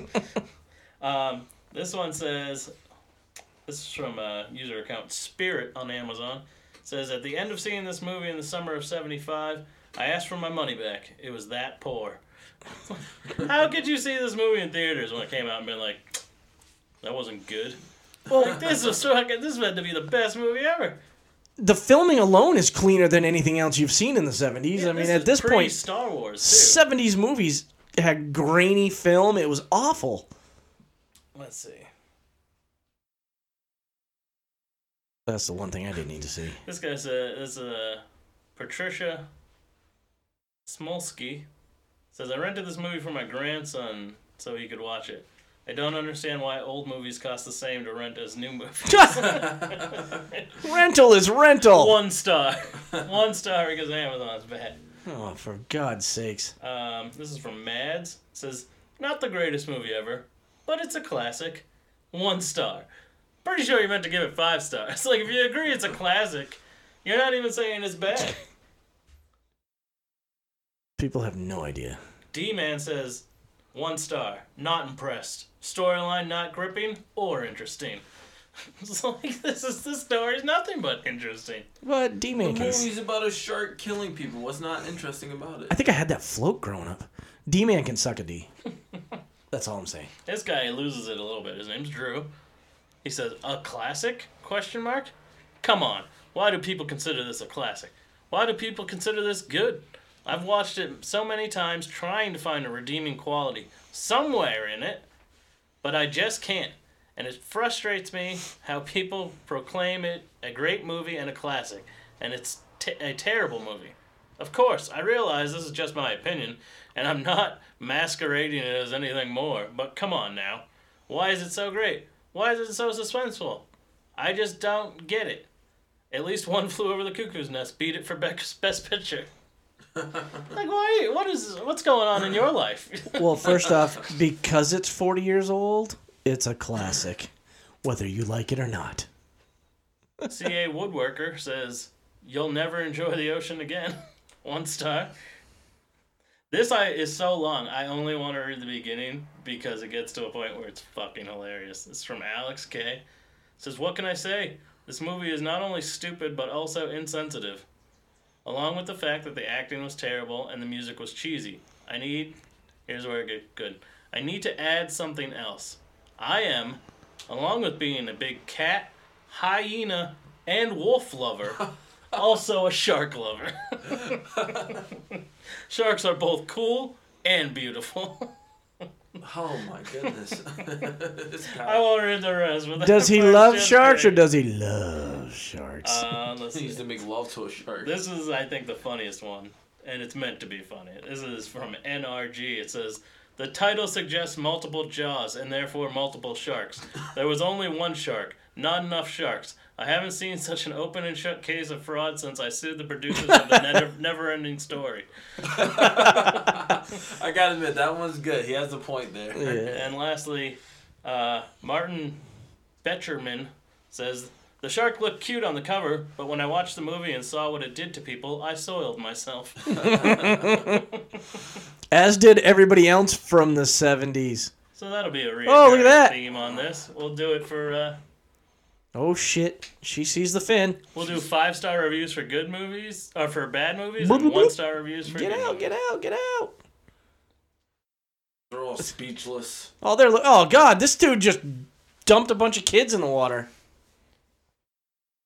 um, this one says, "This is from a user account Spirit on Amazon." It says at the end of seeing this movie in the summer of '75, I asked for my money back. It was that poor. (laughs) how could you see this movie in theaters when it came out and been like, that wasn't
(laughs)
good? Like, this was fucking. This is meant to be the best movie ever.
the filming alone is cleaner than anything else you've seen in the 70s. I mean, at this point,
Star Wars too.
70s movies had grainy film. It was awful.
Let's see.
That's the one thing I didn't need to see.
This guy's a is a Patricia Smolsky says I rented this movie for my grandson so he could watch it. I don't understand why old movies cost the same to rent as new
(laughs)
movies.
rental is rental.
One star. (laughs) One star because Amazon's bad.
Oh, for God's sakes.
Um, this is from Mads. It says, not the greatest movie ever, but it's a classic. One star. Pretty sure you're meant to give it five stars. (laughs) Like, if you agree it's a classic, you're not even saying it's bad.
People have no idea.
D Man says, one star. Not impressed. Storyline not gripping or interesting. (laughs) It's like this is this story is nothing but interesting.
But D
The
Man can.
movie's about a shark killing people. What's not interesting about it?
I think I had that float growing up. D Man can suck
(laughs)
a D. That's all I'm saying.
This guy loses it a little bit. His name's Drew. He says, "A classic?" Question mark. Come on. Why do people consider this a classic? Why do people consider this good? I've watched it so many times trying to find a redeeming quality somewhere in it, but I just can't. And it frustrates me how people proclaim it a great movie and a classic, and it's t- a terrible movie. Of course, I realize this is just my opinion, and I'm not masquerading it as anything more, but come on now. Why is it so great? Why is it so suspenseful? I just don't get it. At least one (laughs) flew over the cuckoo's nest beat it for (laughs) Beck's best picture. like why? What is? What's going on in your life? (laughs)
Well, first off, because it's 40 years old, it's a classic, whether you like it or not.
CA Woodworker says, You'll never enjoy the ocean again. (laughs) One star. This I is so long. I only want to read the beginning because it gets to a point where it's fucking hilarious. It's from Alex K. It says, What can I say? This movie is not only stupid but also insensitive. Along with the fact that the acting was terrible and the music was cheesy. I need here's where it get good. I need to add something else. I am, along with being a big cat, hyena, and wolf lover, also a shark lover. (laughs) Sharks are both cool and beautiful. (laughs)
Oh my goodness. (laughs) this
I
guy
won't read the rest. but
Does he
that's
love
just
sharks or
great.
does he love sharks?
Uh,
(laughs)
let's see.
needs to make love to a shark.
This is, I think, the funniest one, and it's meant to be funny. This is from NRG. It says, The title suggests multiple jaws and therefore multiple sharks. There was only one shark, not enough sharks. I haven't seen (laughs) such an open and shut case of fraud since I sued the producers of the never, never ending story.
I gotta admit that one's good. He has a point there.
yeah.
And lastly, uh, Martin Betcherman says, The shark looked cute on the cover, but when I watched the movie and saw what it did to people, I soiled myself. (laughs)
As did everybody else from the 70s.
So that'll be a
Oh, look at
reoccurring
that.
theme on this. We'll do it for uh,
Oh shit, she sees the fin.
we'll do five star reviews for good movies or for bad movies
Boop, boop,
and
boop.
one star reviews for
Get
good
out, get out, get out.
They're all speechless.
Oh, they're. li- Oh god, this dude just dumped a bunch of kids in the water.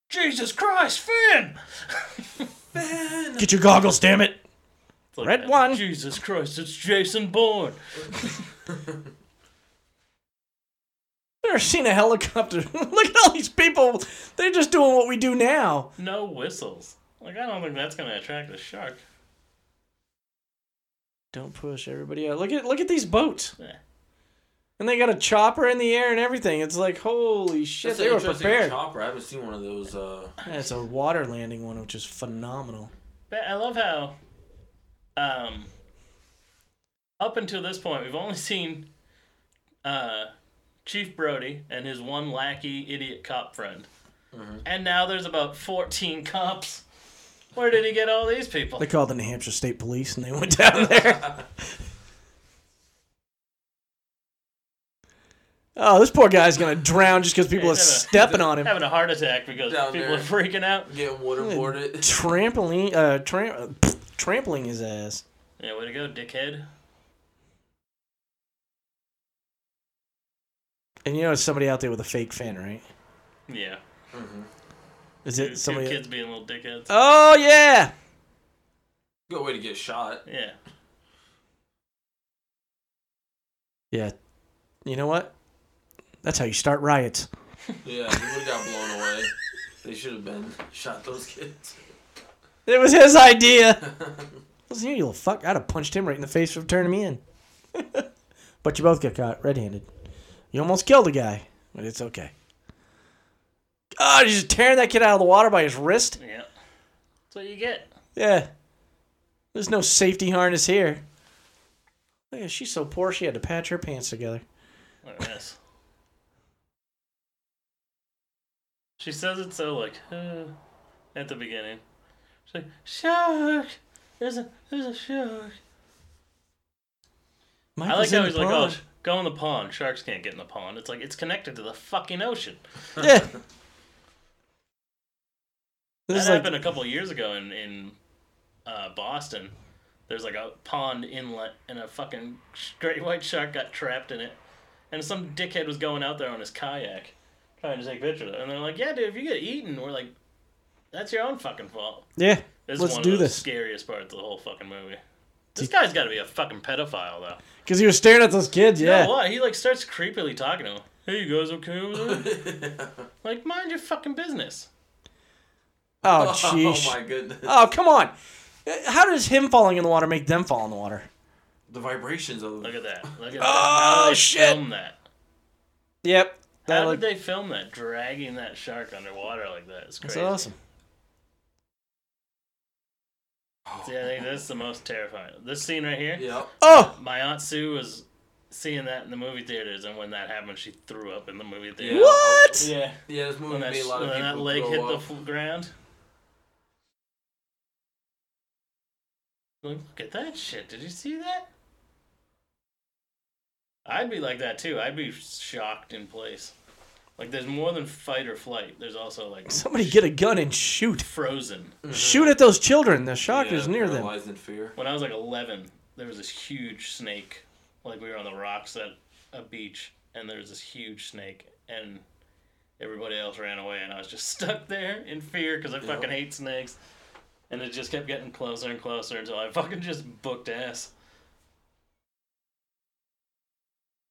Jesus Christ, Finn!
Get your goggles, damn it.
It's like,
Red one.
Jesus Christ, it's Jason Bourne.
Never seen a helicopter. (laughs) Look at all these people. They're just doing what we do now.
No whistles. Like I don't think that's gonna attract a shark.
Don't push everybody out. Look at look at these boats.
Eh.
And they got a chopper in the air and everything. It's like holy shit,
an
they were
interesting
prepared.
Chopper. I haven't seen one of
(laughs)
those. Uh,
That's a water landing one, which is phenomenal.
But I love how, um, up until this point, we've only seen uh, Chief Brody and his one lackey idiot cop friend.
Mm-hmm.
And now there's about 14 cops. Where did he get all these people?
They called the New Hampshire State Police and they (laughs) went
(laughs)
down there. oh, this poor guy's gonna drown just because people
Yeah,
are
he's having a-
stepping
(laughs)
on him.
Having a heart attack because
Down
people
there.
are freaking out. (laughs)
getting waterboarded.
Trampoline, uh, tram- uh, pfft, trampling his ass.
Yeah, way to go, dickhead.
And you know, it's somebody out there with a fake fin, right?
Yeah.
Is
Two,
it
two
somebody?
kids being little dickheads.
Oh yeah.
Good way to get shot.
Yeah.
Yeah. You know what? That's how you start riots.
Yeah, he would have got blown away. They should have been shot
(laughs)
those kids.
It was his idea. (laughs) Listen, you little fuck. I'd have punched him right in the face for turning me in. (laughs) but you both got caught red handed. You almost killed a guy, but it's okay. Oh, you're just tearing that kid out of the water by his wrist?
Yeah. That's what you get.
Yeah. There's no safety harness here. Look, at- she's so poor she had to patch her pants together.
What a mess. She says it so like uh, at the beginning. She's like, Shark There's a there's a shark. I like
Michael's in
how
the
he's like, Oh
pond.
sh- go in the pond. Sharks can't get in the pond. It's like it's connected to the fucking ocean.
Yeah.
(laughs)
This
That
is like,
happened a couple of years ago in, in uh, Boston. There's like a pond inlet and a fucking great white shark got trapped in it. And some dickhead was going out there on his kayak trying to take pictures. of it. And they're like, yeah, dude, if you get eaten, we're like, that's your own fucking fault.
yeah,
This is
let's
one
do
of the
this.
scariest parts of the whole fucking movie. This guy's got to be a fucking pedophile, though.
Because he was staring at those kids,
Yeah.
yeah.
No, what? He like starts creepily talking to him. Hey, you guys okay over there?
(laughs)
like, mind your fucking business. (laughs)
oh,
(laughs) Oh
sheesh.
my goodness.
Oh, come on. Uh, How does him falling in the water make them fall in the water?
The vibrations of
Look at that. Look at that.
Oh,
How did they
shit.
Film that.
Yep. That
How
looked-
did they film that? Dragging that shark underwater like that. It's
that's
crazy.
awesome.
Yeah, I think that's the most terrifying. This scene right here.
Yeah.
Oh,
My aunt Sue was seeing that in the movie theaters, and when that happened, she threw up in the movie theater.
Yeah.
what?
Yeah.
Yeah, this movie
When that,
made a lot of
when that
people
leg
throw
hit the
up.
f- ground. Like, look at that shit. Did you see that? I'd be like that too. I'd be shocked in place. Like, there's more than fight or flight. There's also like
Somebody get a gun and shoot.
frozen.
Shoot at those children. The shock
Yeah,
is near them.
paralyzed in fear. (laughs)
When I was like 11, there was this huge snake like we were on the rocks at a beach and there was this huge snake and everybody else ran away and I was just (laughs) stuck there in fear because I fucking hate snakes. And it just kept getting closer and closer until I (laughs) fucking just booked ass.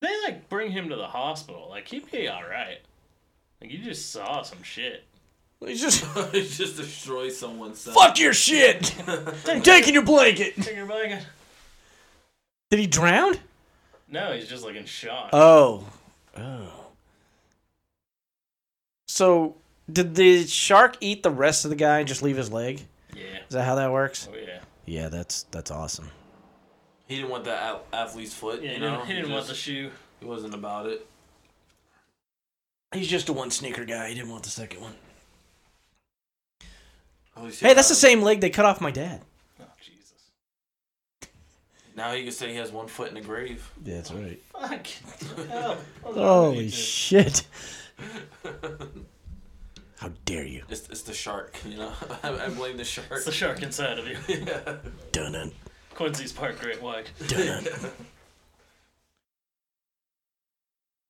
They like bring him to the hospital. Like he'd be all right. Like you just saw some shit.
He's just
just destroy someone's son.
fuck your shit. I'm taking your blanket.
Take your blanket.
Did he drown?
(laughs) No, he's just like in shock.
Oh. Oh. So did the shark eat the rest of the guy and just leave his leg?
yeah.
Is that how that works?
Oh yeah.
Yeah, that's that's awesome.
(laughs) He didn't want that ath- athlete's foot.
Yeah.
you
He
know,
didn't, he didn't want the
just-
shoe.
He wasn't about it.
He's just a one sneaker guy. He didn't want the second one. Um,
Holy shit,
Hey, that's
now-
the same leg they cut off my dad.
Oh Jesus.
Now he can say he has one foot in the grave.
Yeah, that's right.
Fuck. Hell.
Oh, Holy shit. (laughs) How dare you?
It's, it's the shark, you know. (laughs) I, I blame the shark.
It's
(laughs)
the shark inside of you.
yeah.
Dun dun
Quincy's Park Great White.
dun. (laughs)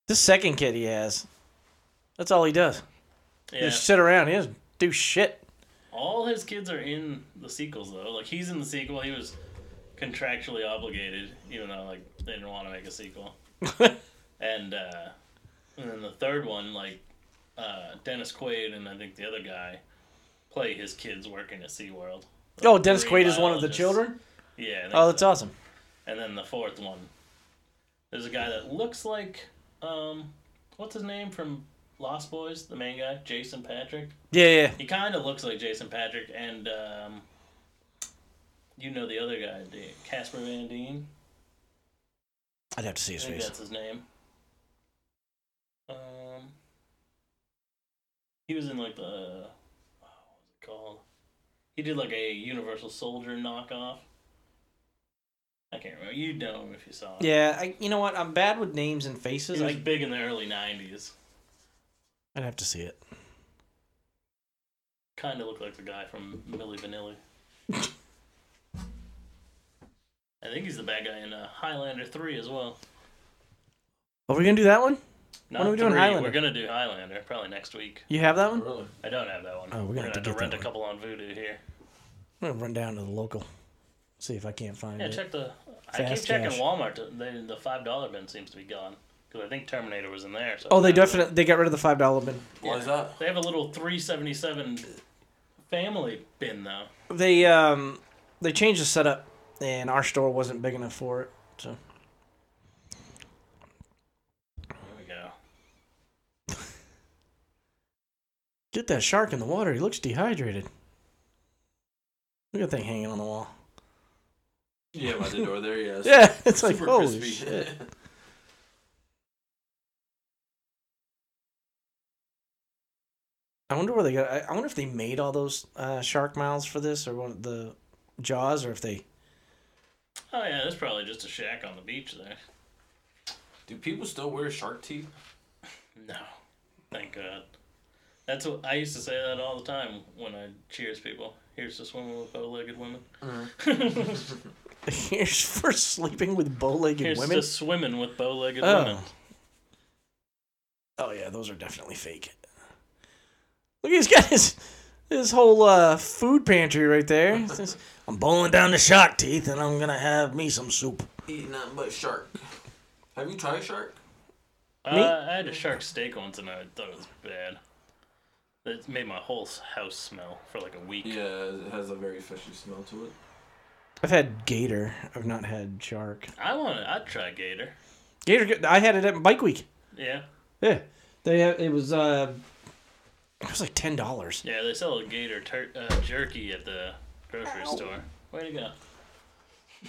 the second kid he has. That's all he does. He
Yeah.
Just sit around. He doesn't do shit. (laughs)
All his kids are in the sequels though. Like he's in the sequel. He was contractually obligated, even though like they didn't want to make a sequel. and uh, and then the third one, like uh, Dennis Quaid and I think the other guy play his kids working at SeaWorld.
Oh, Dennis
Marine
Quaid is one of the
biologist.
children?
Yeah. I think
Oh, that's
so.
awesome.
And then the fourth one, there's a guy that looks like, um, what's his name from Lost Boys? The main guy, Jason Patrick.
Yeah, yeah.
He kind of looks like Jason Patrick, and um, you know the other guy, the- Casper Van Dien.
I'd have to see
I
his
think
face.
that's his name. Um, he was in like the oh, what's it called? He did like a Universal Soldier knockoff. I can't remember. You'd know him if you saw him.
Yeah, I, you know what? I'm bad with names and faces.
He was
I,
big in the early '90s.
I'd have to see it.
Kind of looked like the guy from Milli
(laughs)
Vanilli. I think he's the bad guy in uh, Highlander Three as well.
Are we going to Oh, do that one?
Not
are we doing
three,
Highlander?
We're gonna do Highlander probably next week.
You have that one?
Really?
I don't have that one.
Oh, we're gonna have to
have to
get
rent
that
a couple on Voodoo here.
I'm going to run down to the local. See if I can't find
Yeah,
it.
check the. I keep
Fast
checking
cash.
Walmart. uh, They, the five dollar bin seems to be gone because I think Terminator was in there. So
Oh, they definitely they got rid of the five dollar bin.
Why is that?
They have a little three seventy seven family bin though.
They um they changed the setup, and our store wasn't big enough for it. So
There we go.
get that shark in the water. He looks dehydrated. Look at that thing hanging on the wall.
Yeah, by the door
(laughs)
there, yes.
Yeah, it's like
Super
holy
crispy.
shit. I wonder where they got. I, I wonder if they made all those uh, shark mouths for this, or one of the jaws, or if they. (laughs)
Oh yeah, that's probably just a shack on the beach there.
(laughs) Do people still wear shark teeth?
No, thank God. That's what I used to say that all the time when I cheers people. Here's to swimming with bow-legged women.
Here's for sleeping with bow-legged
Here's
women.
to swimming with bow-legged
Oh.
women.
Oh yeah, those are definitely fake. Look, he's (laughs) got his his whole uh, food pantry right there. He says, I'm bowling down the shark teeth, and I'm gonna have me some soup.
Eat nothing but shark. Have you tried shark?
Uh, I had a shark steak once and I thought it was bad. It made my whole s- house smell for like a week.
Yeah, it has a very fishy smell to it.
I've had gator. I've not had shark.
I want to. I'd try gator.
Gator. I had it at Bike Week.
Yeah,
Yeah, they had, it was uh, it was like ten dollars.
yeah. They sell gator tur- uh, jerky at the grocery store. Way to go!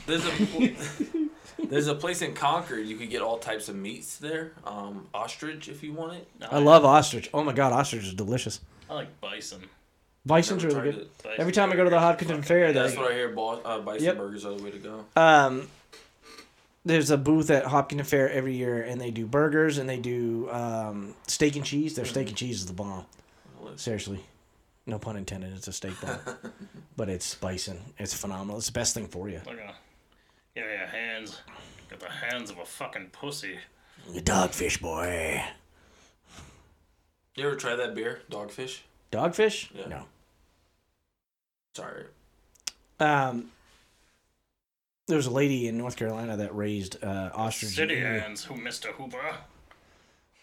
There's a (laughs) there's a place in Concord you can get all types of meats there. Um, ostrich if you want it.
No,
I love ostrich. Oh my god, ostrich is delicious.
I like bison.
Bison's
Never
really
tried
good.
it.
Bison
Every time I go to the
burgers are
Hodgkinton
fucking
Fair,
amazing.
That's what I hear. Bo- uh, bison
Yep.
burgers are the way to go.
Um, there's a booth at Hopkins Fair every year, and they do burgers and they do um, steak and cheese. Their steak and cheese is the bomb. Seriously, no pun intended. It's a steak (laughs) bomb, but it's spicing. It's phenomenal. It's the best thing for you.
Look at 'em. Give me your hands. Got the hands of a fucking pussy.
Dogfish boy.
You ever try that beer, Dogfish?
Dogfish?
Yeah.
No.
Sorry.
Um, there was a lady in North Carolina that raised uh, ostrich and
City
emu,
hands, who Mr. Hooper.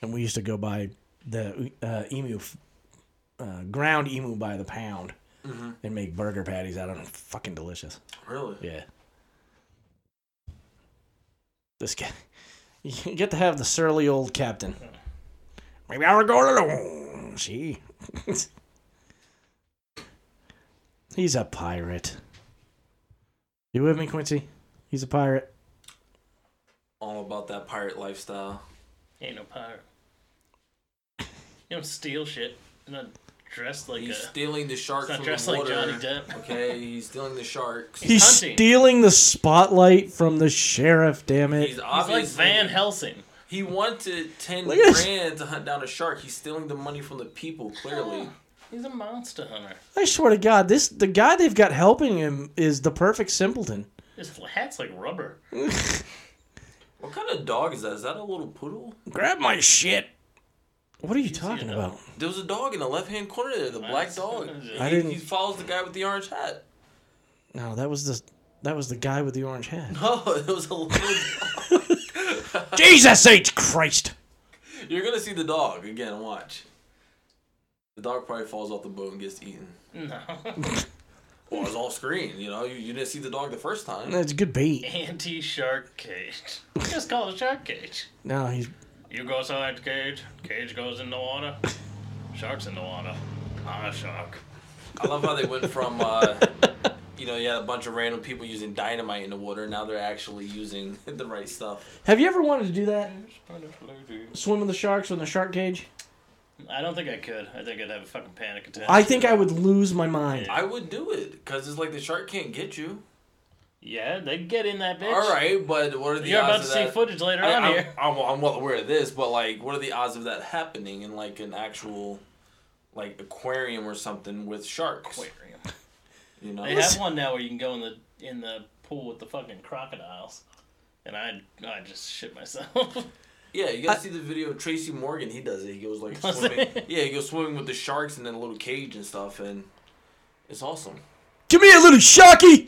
and we used to go buy the uh, emu, f- uh, ground emu by the pound, and make burger patties out of them. Fucking delicious.
Really?
Yeah. This guy, (laughs) you get to have the surly old captain. Maybe I would go alone. See, (laughs) he's a pirate. You with me, Quincy? He's a pirate.
All about that pirate lifestyle.
Ain't no pirate. You don't steal shit. You're not dressed like
He's
a.
stealing the sharks
He's not
from
dressed
the
like
water.
Johnny Depp.
Okay, he's stealing the sharks.
He's
hunting.
stealing the spotlight from the sheriff. Damn it!
He's
He's
obviously
like Van Helsing.
He wanted ten
Look at this.
grand to hunt down a shark. He's stealing the money from the people.
(gasps)
Clearly,
He's a monster hunter.
I swear to God, this the guy they've got helping him is the perfect simpleton.
His hat's like rubber.
what kind of dog is that? Is that a little poodle?
Grab my shit. What are you talking
dog?
about?
There was a dog in the left-hand corner there. The black
Nice. (laughs)
dog.
I
He-
didn't-
He follows the guy with the orange hat. (laughs)
No, that was the that was the guy with the orange hat.
Oh, it was a little.
(laughs)
(laughs)
Jesus H Christ!
You're gonna see the dog again. Watch. The dog probably falls off the boat and gets eaten.
No. (laughs)
Well, it's all screen. You know, you, you didn't see the dog the
(laughs)
first time.
That's a good bait.
Anti shark cage. Just call it shark cage.
No, he's
You go outside, cage. Cage goes in the water. Shark's in the water. I'm a shark.
I love how they went from, uh, you know, you had a bunch of random people using dynamite in the water. Now they're actually using (laughs) the right stuff.
Have you ever wanted to do that? Swim with the sharks in the shark cage?
I don't think I could. I think I'd have a fucking panic attack.
I think I would lose my mind.
I would do it because it's like the shark can't get you.
Yeah, they get in that bitch.
All right, but what are the
You're about to
odds
see
of that?
footage later
I,
on
I'm, (laughs)
here.
I'm, I'm well aware of this, but like, what are the odds of that happening in like an actual, like aquarium or something with sharks?
Aquarium.
You know,
They have one now where you can go in the in the pool with the fucking crocodiles, and I I just shit myself. (laughs)
yeah. You gotta see the video of Tracy Morgan. He does it. He goes like swimming. yeah, he goes swimming with the sharks and then a little cage and stuff, and
(laughs)
it's awesome.
Give me a little sharky!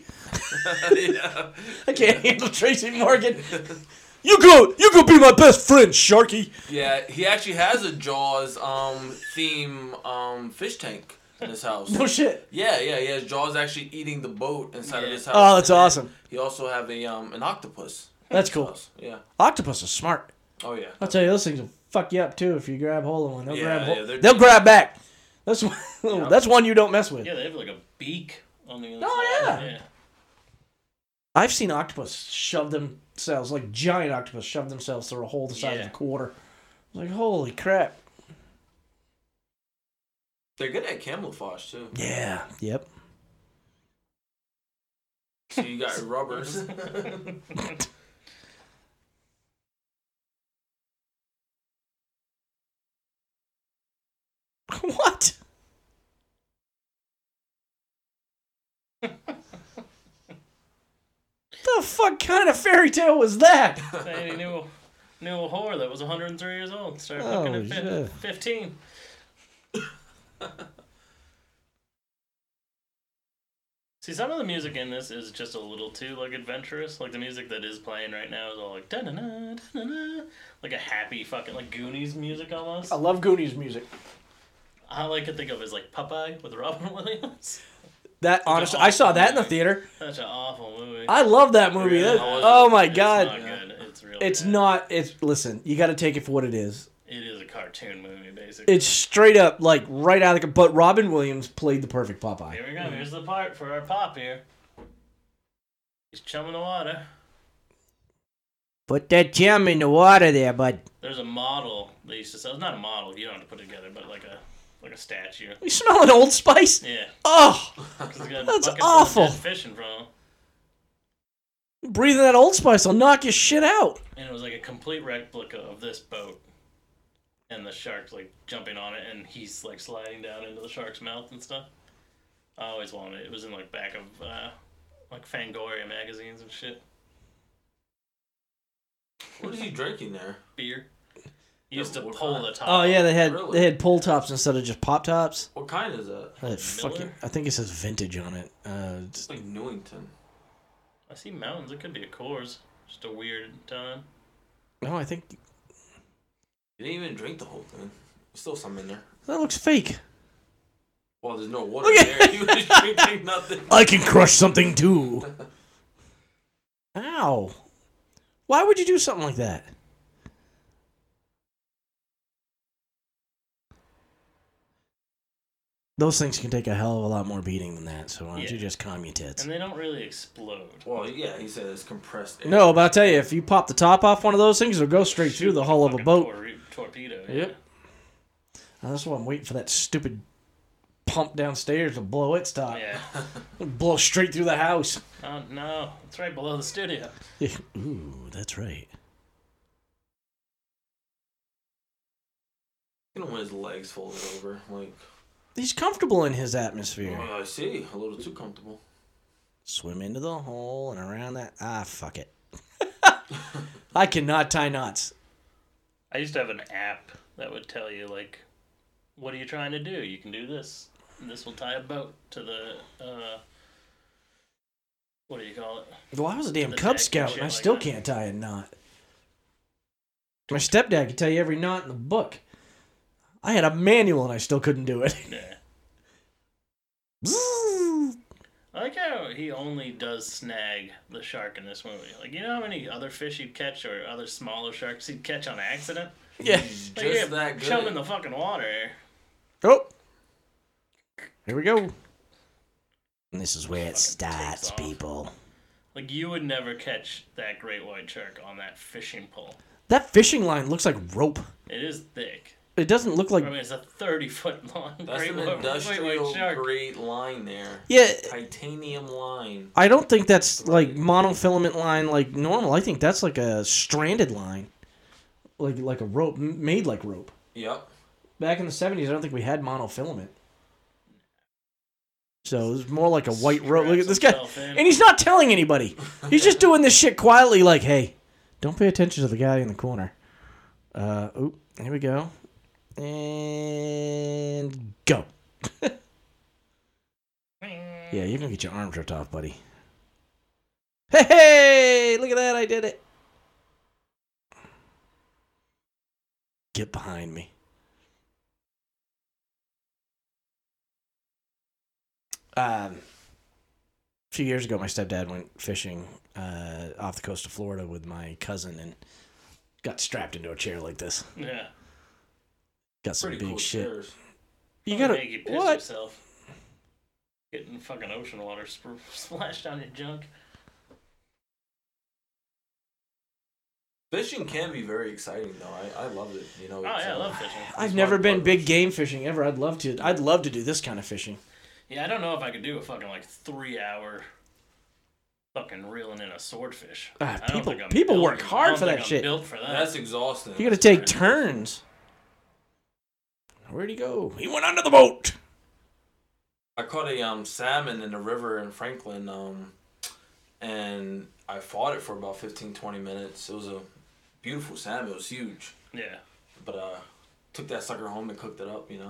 yeah.
I can't handle Tracy Morgan. (laughs) You go, you go be my best friend, Sharky.
Yeah, he actually has a Jaws um theme um fish tank in his house.
No Oh, shit.
Yeah, yeah, he has Jaws actually eating the boat inside of
Yeah.
his house.
Oh, that's
And then
awesome.
He also have a um an octopus.
That's cool.
Yeah.
Octopus is smart.
Oh yeah.
I'll tell you, those things will fuck you up too if you grab hold of one. They'll
Yeah,
grab
yeah,
hold.
they're-
they'll grab back. That's one, (laughs) that's one you don't mess with.
yeah, they have like a beak on the other
Oh,
side.
yeah. I've seen octopus shove themselves, like giant octopus, shove themselves through a hole the size
Yeah.
of a quarter. Like, holy crap.
They're good at camouflage too.
Yeah. Yep. (laughs)
So
(laughs)
you got your rubbers.
what?
(laughs)
the fuck kind of fairy tale was
(laughs)
that?
Sandy knew knew a whore that was 103 years old. Started
Oh,
fucking at fif-
yeah.
15.
(laughs)
See, some of the music in this is just a little too like adventurous. Like the music that is playing right now is all like da da da da da, like a happy fucking like Goonies music almost.
I love Goonies music.
All I could think of is like Popeye with Robin (laughs) Williams.
That honestly, I saw that in the theater.
Such an awful movie.
I love that movie.
Really?
That- oh my
It's
god,
not good. It's really
it's
bad.
not. It's listen. You got to take it for what it is.
It is a cartoon movie, basically.
It's straight up like right out of the. But Robin Williams played the perfect Popeye.
Here we go. Here's the part for our pop here. He's chumming the water.
Put that jam in the water there, bud.
There's a model they used to sell. It's not a model. You don't have to put it together, but like a like a statue.
You smelling Old Spice?
Yeah.
Oh,
'cause it's got a
That's
bucket full of
awful.
dead Fish in front of him.
breathing that Old Spice will knock your shit out.
And it was like a complete replica of this boat. And the shark's like jumping on it and he's like sliding down into the shark's mouth and stuff. I always wanted it. It was in like back of uh, like Fangoria magazines and shit.
What is he drinking there?
Beer. You used to
what
pull
kind?
the top.
Oh yeah, they had
Really?
they had pull tops instead of just pop tops.
What kind is that?
Uh, fuck it.
Miller?
I think it says vintage on it. Uh, it's-
It's like Newington.
I see mountains. It could be a Coors. Just a weird time.
no, I think
You didn't even drink the whole thing. There's still some in there.
that looks fake.
Well, there's
(laughs)
no water
Look at-
there. (laughs) You was drinking nothing.
I can crush something too. Ow! Why would you do something like that? Those things can take a hell of a lot more beating than that. So why don't you
Yeah.
just calm your tits?
And they don't really explode.
Well, yeah, he said it's compressed air.
No, but I'll tell you, if you pop the top off one of those things, it'll go straight through the hull of a
Fucking
boat.
tor- torpedo. yeah.
Yep. Now, that's why I'm waiting for that stupid pump downstairs to blow its top.
Yeah.
It'll Blow straight through the house.
Oh no, it's right below the studio.
(laughs) Ooh, that's right.
You know when his legs folded over, like
He's comfortable in his atmosphere.
oh, I see, a little too comfortable.
Swim into the hole and around that. Ah, fuck it. (laughs) I cannot tie knots.
I used to have an app that would tell you like, what are you trying to do? You can do this. And this will tie a boat to the. Uh, what do you call it?
Well, I was a damn
The
Cub
deck and
Scout and
shit
I
like
still
that.
can't tie a knot. My stepdad could tell you every knot in the book. I had a manual and I still couldn't do it. (laughs)
Yeah. I like how he only does snag the shark in this movie. Like, you know how many other fish he'd catch or other smaller sharks he'd catch on accident?
yeah.
He's
Like,
just
yeah,
that good.
Shove him in the fucking water.
Oh. Here we go. And this is where it starts,
takes off.
people.
Like, you would never catch that great white shark on that fishing pole.
That fishing line looks like rope.
It is thick.
It doesn't look like
I mean, it's a 30 foot long
That's
great
an
white- great
industrial
white shark.
grade line there.
Yeah,
Titanium line.
I don't think that's like monofilament line like normal. I think that's like a stranded line. Like like a rope m- made like rope.
Yep.
Back in the 70s, I don't think we had monofilament. So it was more like a white rope. Look at this guy.
Straps himself in.
And he's not telling anybody. He's just doing this shit quietly, like, hey, don't pay attention to the guy in the corner. Uh, oop, here we go. And go. (laughs) yeah, you're going to get your arms ripped off, buddy. Hey, hey, look at that. I did it. Get behind me. Um, a few years ago, my stepdad went fishing uh, off the coast of Florida with my cousin and got strapped into a chair like this.
Yeah.
Got some
Pretty
big
cool
shit.
chairs.
You gotta
Make you piss
what?
yourself. Getting fucking ocean water sp- (laughs) splashed on your junk.
Fishing can be very exciting though. I, I loved it. You know.
Oh,
it's,
yeah, I
uh,
love fishing.
I've
It's
never
my
been
brother's.
big game fishing ever. I'd love to. I'd love to do this kind of fishing.
Yeah, I don't know if I could do a fucking like three hour fucking reeling in a swordfish.
Ah,
I don't
people-
think I'm
people
built-
work
I don't
hard for
think
that
I'm
shit.
Built for that.
That's exhausting.
You gotta take turns. Where'd he go? He went under the boat.
I caught a um salmon in the river in Franklin, um, and I fought it for about 15, 20 minutes. It was a beautiful salmon. It was huge,
yeah.
but uh, took that sucker home and cooked it up. You know,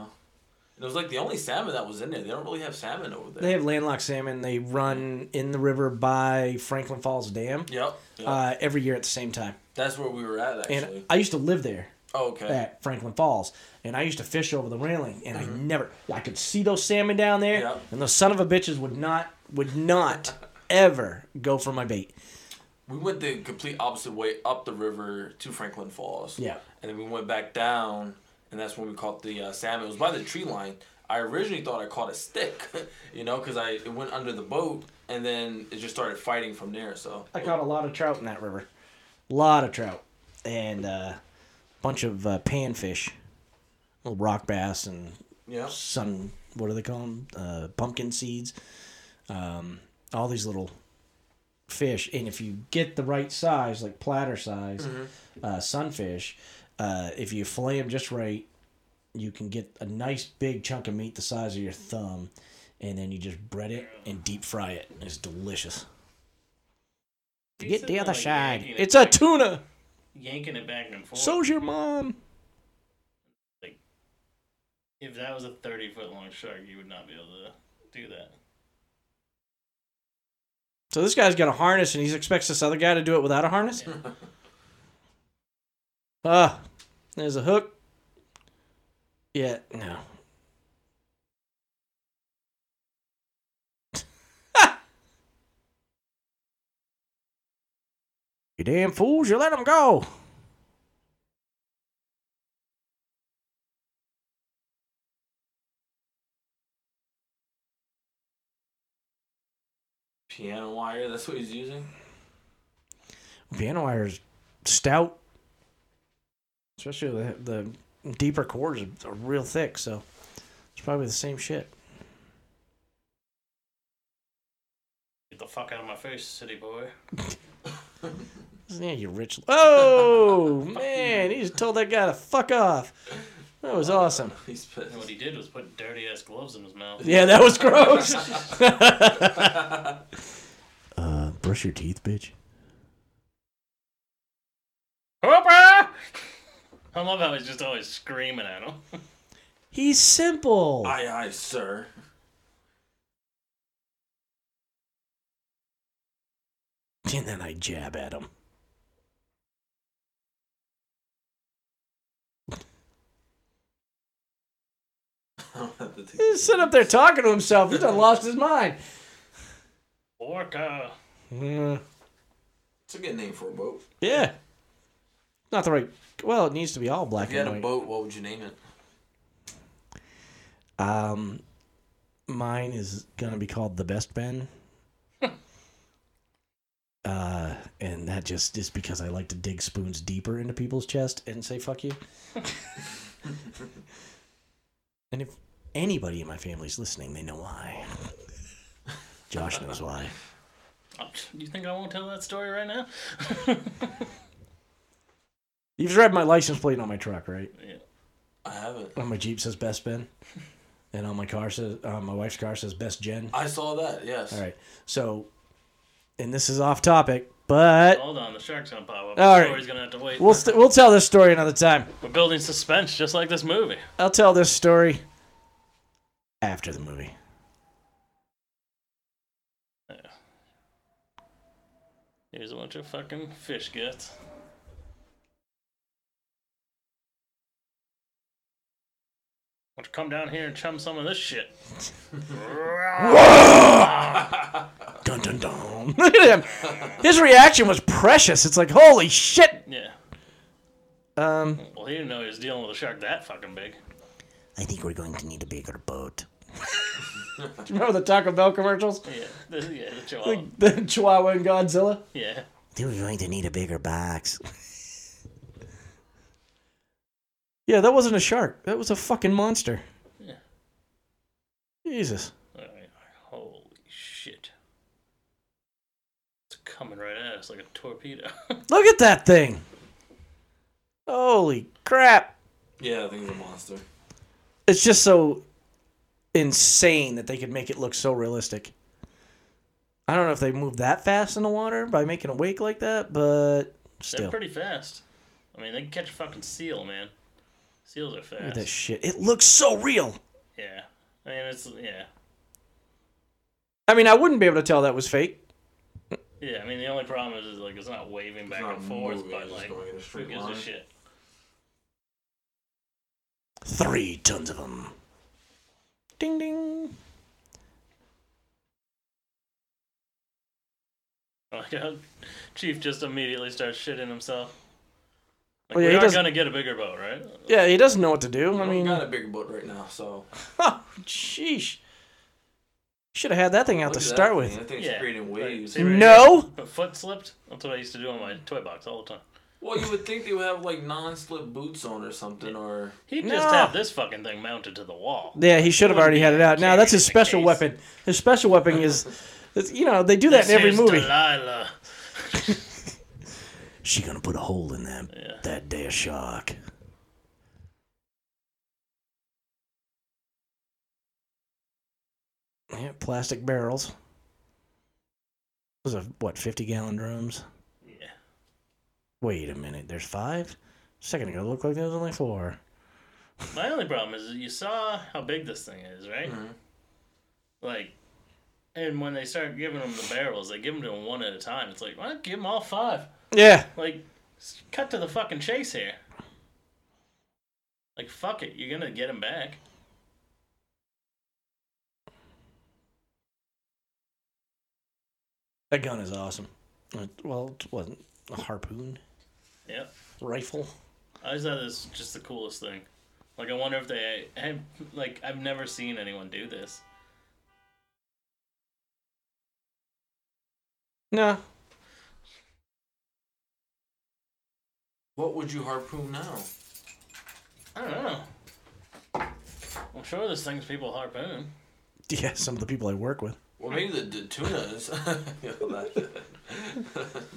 and it was like the only salmon that was in there. They don't really have salmon over there.
They have landlocked salmon. They run in the river by Franklin Falls Dam
yep, yep.
uh, every year at the same time.
that's where we were at actually.
And I used to live there.
oh, okay.
at Franklin Falls, and I used to fish over the railing, and I never, I could see those salmon down there,
Yeah.
and those son of a bitches would not, would not ever go for my bait.
We went the complete opposite way up the river to Franklin Falls.
Yeah.
And then we went back down, and that's when we caught the uh, salmon. It was by the tree line. I originally thought I caught a stick, (laughs) you know, because I it went under the boat, and then it just started fighting from there. So
I caught a lot of trout in that river, a lot of trout, and a uh, bunch of uh, panfish, little rock bass, and
yeah,
sun. What do they call them? Uh, pumpkin seeds. Um, all these little fish, and if you get the right size, like platter size, uh, sunfish, uh, if you fillet them just right, you can get a nice big chunk of meat the size of your thumb, and then you just bread it and deep fry it. It's delicious.
You
get
said
the
they're,
other
like,
side.
yanking it
It's a
back.
tuna.
yanking it back and forth.
So's your mom.
if that was a 30 foot long shark, you would not be able to do that.
So this guy's got a harness, and he expects this other guy to do it without a harness. Ah, there's a hook. Yeah, no. (laughs) you damn fools! You let him go.
Piano wire. That's what he's using.
Piano wire's stout, especially the the deeper cores are real thick, so it's probably the same shit.
Get the fuck out of my face, city boy.
Yeah, you rich. Oh man, he just told that guy to fuck off. That was awesome.
He's pissed.
And what he did was put dirty ass gloves in his mouth.
Yeah, that was gross. (laughs) uh, brush your teeth, bitch.
Hooper! I love how he's just always screaming at him.
He's simple.
Aye, aye, sir. (laughs)
And then I jab at him.
I don't have to take
He's sitting up there talking to himself. He's done lost his mind.
Orca.
Mm,
It's a good name for a boat.
yeah. Not the right. Well, it needs to be all black
If you had
and
a
white.
boat, what would you name it?
Um, mine is gonna be called the Best Ben. uh, and that just is because I like to dig spoons deeper into people's chest and say "fuck you." and if anybody in my family's listening, they know why. Josh knows why.
Oh, You think I won't tell that story right now? (laughs)
You've read my license plate on my truck, right?
I haven't.
On my Jeep says "Best Ben," and on my car says, on my wife's car says "Best Jen."
I saw that. Yes.
All right. So, and this is off topic, but
Hold on, the shark's gonna pop up.
All
the
right.
story's gonna have to wait.
we'll st- we'll tell this story another time.
We're building suspense just like this movie.
I'll tell this story after the movie.
Here's a bunch of fucking fish guts. Why don't you come down here and chum some of this shit?
Dun dun dun. (laughs) Look at him. His reaction was precious. It's like holy shit.
Yeah.
Um,
Well, he didn't know he was dealing with a shark that fucking big.
I think we're going to need a bigger boat. (laughs) Do you remember the Taco Bell commercials?
Yeah. The, yeah, the chihuahua.
Like the Chihuahua and Godzilla.
yeah.
think we're going to need a bigger box. (laughs) yeah, that wasn't a shark. That was a fucking monster.
Yeah.
Jesus.
Alright, Holy shit. It's coming right at us like a torpedo. (laughs)
Look at that thing. Holy crap.
Yeah, I think it's a monster.
It's just so insane that they could make it look so realistic. I don't know if they move that fast in the water by making a wake like that, but
They're
still.
pretty fast. I mean, they can catch a fucking seal, man. Seals are
Look at
fast.
that shit. It looks so real.
yeah. I mean, it's, yeah.
I mean, I wouldn't be able to tell that was fake.
Yeah, I mean the only problem is, is like it's not waving back
not
and forth,
moving,
but
it's
like
just going in a
who
straight
gives a
line.
shit?
Three tons of them. Ding ding.
Like how (laughs) Chief just immediately starts shitting himself. Like,
Well, yeah,
we
he
are
doesn't-
gonna get a bigger boat, right?
Yeah, he doesn't know what to do. I
I
mean,
Oh, got a bigger boat right now, so.
(laughs) oh, sheesh. Should have had that thing out
Look
to
at that
start
thing.
with.
That thing's
Yeah.
creating
Like,
waves.
see-
No.
But foot slipped. That's what I used to do on my toy box all the time.
Well, you would think they would have like non-slip boots on or something, or
He just
No.
have this fucking thing mounted to the wall.
Yeah, he should have already had it out. Now that's his
Just in
special
case.
weapon. His special weapon is, is- you know, they do that in every
This is
movie.
Delilah.
She gonna put a hole in them.
Yeah.
That day of shock. Yeah, plastic barrels. Those are what fifty gallon drums.
Yeah.
wait a minute, there's five? A second ago, it looked like there was only four.
My only problem is you saw how big this thing is, right?
Mm. hmm.
Like, and when they start giving them the barrels, they give them to them one at a time. It's like, why not give them all five?
Yeah.
Like, s- cut to the fucking chase here. Like, fuck it, you're gonna get them back.
That gun is awesome. Uh, Well, it wasn't a harpoon
Yep.
rifle.
I just thought this was just the coolest thing. Like, I wonder if they have, like, I've never seen anyone do this.
No.
What would you harpoon now?
I don't know. I'm sure there's things people harpoon.
Yeah, some of the people I work with.
Well, maybe the, the tuna (laughs) is. You know, that-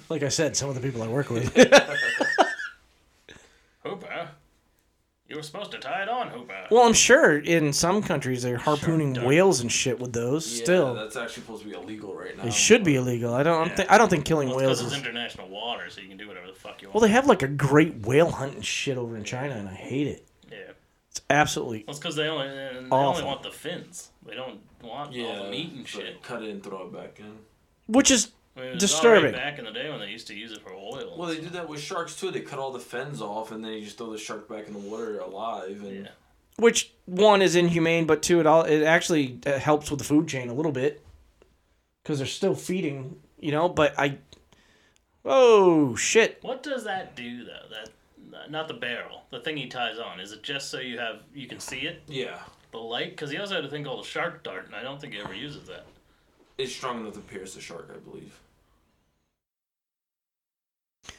Like I said, some of the people I
(laughs)
work with.
Hooper, you were supposed to tie it on, Hooper.
well, I'm sure in some countries they're harpooning
Sure, duh.
whales and shit with those. (laughs)
Yeah,
Still,
that's actually supposed to be illegal right now.
they should be illegal. I don't.
Yeah.
Think, I don't think killing
Well, it's
whales
because
is.
it's international water, so you can do whatever the fuck you want.
well, they have like a great whale hunt and shit over in China, and I hate it.
yeah.
It's absolutely
Well, it's because they only and they only
Awful.
want the fins. They don't want
Yeah,
all the meat and
it's like
shit.
Cut it and throw it back in.
which is
I mean, it was
Disturbing.
already Back in the day when they used to use it for oil.
Well, they do that with sharks too. They cut all the fins off, and then you just throw the shark back in the water alive. And
Yeah.
which one is inhumane, but two, it all it actually uh, helps with the food chain a little bit because they're still feeding, you know. But I, oh shit,
what does that do though? That not the barrel, the thing he ties on. Is it just so you have you can see it,
yeah,
the light? Because he also had a thing called a shark dart, and I don't think he ever uses that.
it's strong enough to pierce the shark, I believe.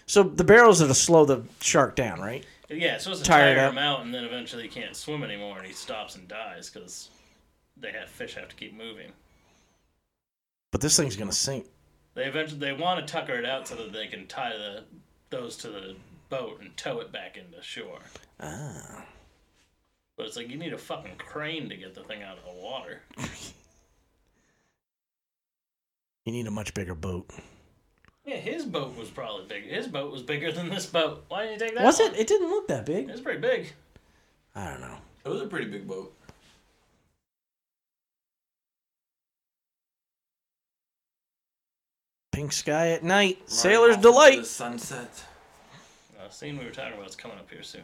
so the barrels are to slow the shark down, right?
Yeah, it's supposed to
Tire it
tire
out.
him out, and then eventually he can't swim anymore, and he stops and dies because they have fish have to keep moving.
But this thing's gonna sink.
They eventually they want to tucker it out so that they can tie the those to the boat and tow it back into shore.
Ah,
But it's like you need a fucking crane to get the thing out of the water.
you need a much bigger boat.
Yeah, his boat was probably big. His boat was bigger than this boat. Why didn't you take that?
Was
one?
it? It didn't look that big.
It's pretty big.
I don't know.
It was a pretty big boat.
Pink sky at night,
Riding off
sailor's
into
delight.
The sunset. (laughs)
Uh, the scene we were talking about is coming up here soon,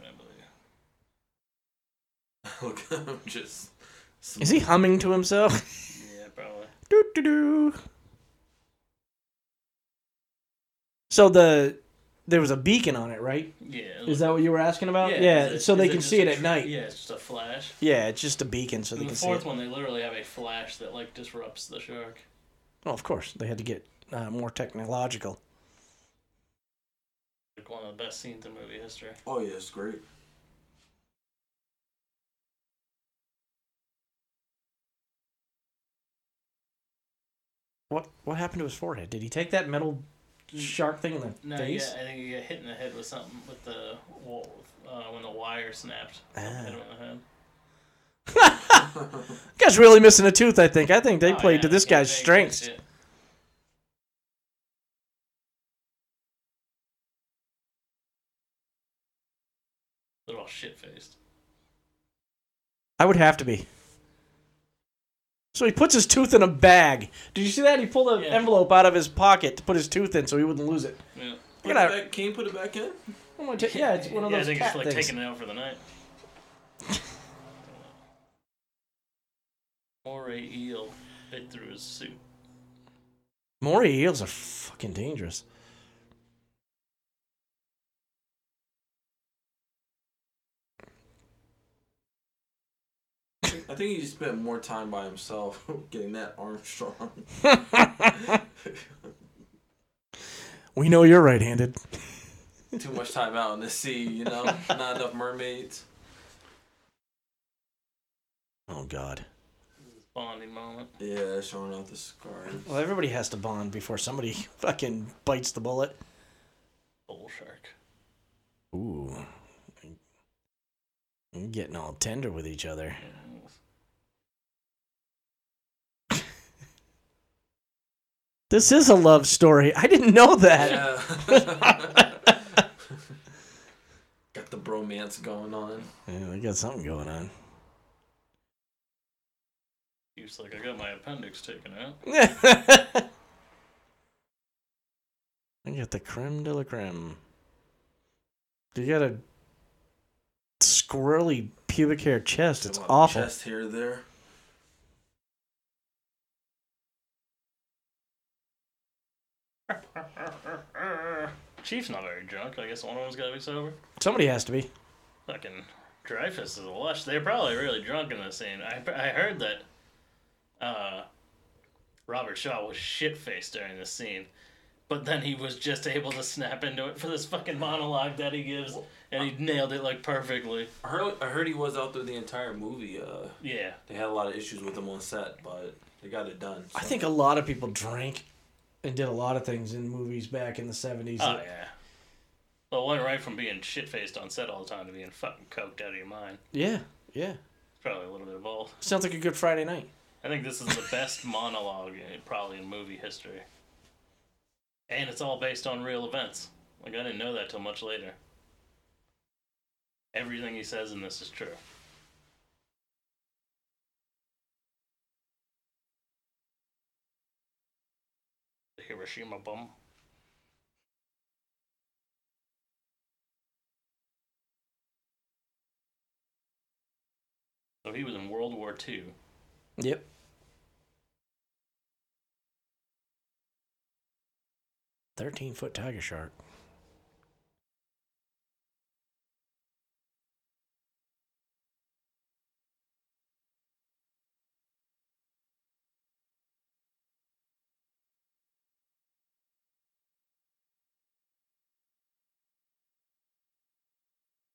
I believe.
Look, (laughs) I'm just.
Is he humming to himself? (laughs)
Yeah, probably.
Doo doo doo. So the there was a beacon on it, right?
Yeah. it
Is
was-
that what you were asking about? Yeah,
is it-
so they
is
can
just
see
a
it at
tr-
night. Yeah.
Yeah, it's just a flash.
it's just a beacon so they
In
can
the
see it.
fourth one, they literally have a flash that like disrupts the shark.
Oh, of course. They had to get uh, more technological.
Like one of the best scenes in movie history.
Oh yeah, it's great.
What what happened to his forehead? Did he take that metal shark thing in the
No,
face?
yeah, I think he got hit in the head with something with the wall uh, when the wire snapped.
Ah.
Hit him in the head.
Guy's really missing a tooth, I think. I think they
Oh,
played
yeah,
to this
yeah,
guy's
they-
strengths.
yeah. They're all shit faced.
I would have to be. So he puts his tooth in a bag. Did you see that? He pulled an
Yeah.
envelope out of his pocket to put his tooth in so he wouldn't lose it.
Yeah.
Put it
Look at
back- can you put it back in?
I'm gonna ta- yeah, it's one of
yeah,
those
I think
cat
it's like
things.
taking it out for the (laughs) night. Moray eel bit through his suit.
Moray eels are fucking dangerous. (laughs)
I think he spent more time by himself (laughs) getting that arm strong.
We know you're right-handed.
Too much time out in the sea, you (laughs) know. Not enough mermaids.
Oh God.
Bonding moment.
Yeah, showing off the scars.
Well, everybody has to bond before somebody fucking bites the bullet.
Bull shark.
Ooh. You're getting all tender with each other.
(laughs)
This is a love story. I didn't know that.
Yeah. bromance going on.
Yeah, they got something going on. (laughs)
He's like, I got my appendix taken out.
I got the creme de la creme. You got a squirrely pubic hair chest. It's
A lot of
awful.
Chest hair there.
Chief's not very drunk. I guess one of them's got to be sober.
Somebody has to be.
Fucking Dreyfus is a lush. They're probably really drunk in the scene. I, I heard that uh, Robert Shaw was shit faced during this scene, but then he was just able to snap into it for this fucking monologue that he gives, and he nailed it like perfectly.
I heard, I heard he was out there the entire movie. Uh,
Yeah.
they had a lot of issues with him on set, but they got it done.
I think a lot of people drank and did a lot of things in movies back in the 70s.
Oh yeah. Well, it went right from being shit faced on set all the time to being fucking coked out of your mind.
yeah, yeah.
It's probably a little bit of both.
Sounds like a good Friday night.
I think this is the best (laughs) monologue in, probably in movie history. And it's all based on real events. Like I didn't know that till much later. Everything he says in this is true. The Hiroshima bomb. So he was in World War II.
Yep. Thirteen foot tiger shark.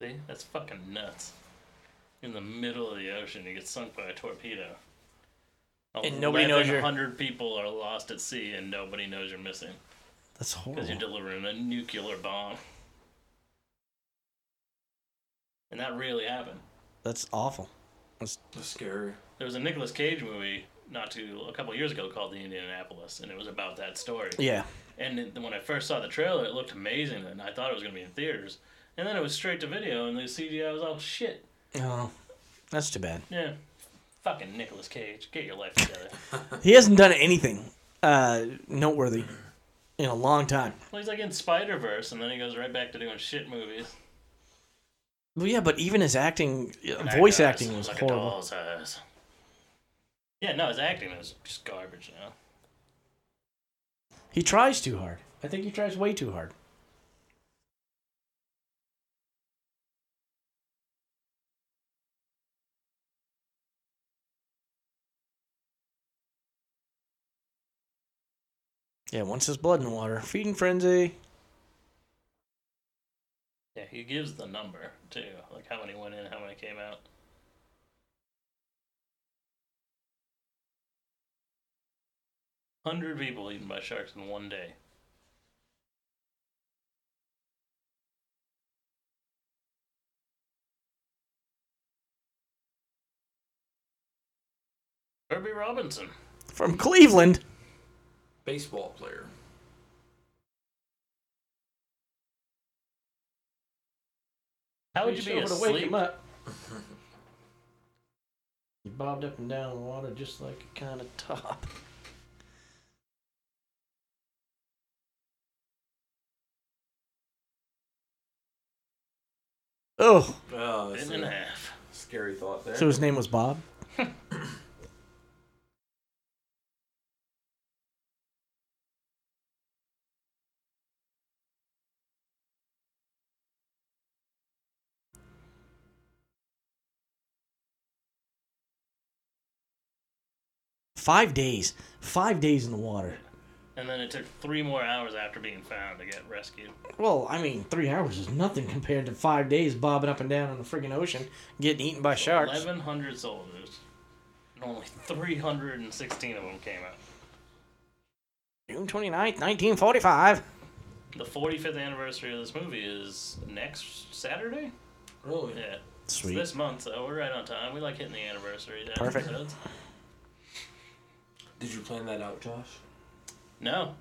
See, that's fucking nuts. In the middle of the ocean, you get sunk by a torpedo.
And nobody knows you're-
Hundred people are lost at sea, and nobody knows you're missing
That's
because
horrible.
you're delivering a nuclear bomb. And that really happened.
That's awful.
That's scary.
There was a Nicolas Cage movie not too a couple years ago called The Indianapolis, and it was about that story.
Yeah.
And it, when I first saw the trailer, it looked amazing, and I thought it was gonna be in theaters. And then it was straight to video, and the CGI was all shit.
Oh, that's too bad.
Yeah. Fucking Nicolas Cage. Get your life
(laughs)
together.
He hasn't done anything uh, noteworthy in a long time.
well, he's like in Spider Verse, and then he goes right back to doing shit movies.
Well, yeah, but even his acting,
And
yeah,
that
voice
guy's
acting was
like A
horrible.
doll's eyes. Yeah, no, his acting is just garbage now.
He tries too hard. I think he tries way too hard. Yeah, once his blood in the water, feeding frenzy.
Yeah, he gives the number too, like how many went in, how many came out. Hundred people eaten by sharks in one day. Kirby Robinson.
From Cleveland.
Baseball player.
How would you be
Reached over to
asleep?
up. (laughs) he bobbed up and down in the water just like a kind of top. (laughs) Oh,
Oh, that's
Bit and a
a
half.
scary thought there.
so his name was Bob. Five days. Five days in the water.
And then it took three more hours after being found to get rescued.
Well, I mean, three hours is nothing compared to five days bobbing up and down in the friggin' ocean, getting eaten by sharks.
Eleven hundred soldiers, and only three hundred and sixteen of them came out.
June 29th, 1945.
The forty-fifth anniversary of this movie is next Saturday.
really?
Yeah, it's
Sweet.
this month, so we're right on time. We like hitting the anniversary
Perfect.
episodes.
Did you plan that out, Josh?
No,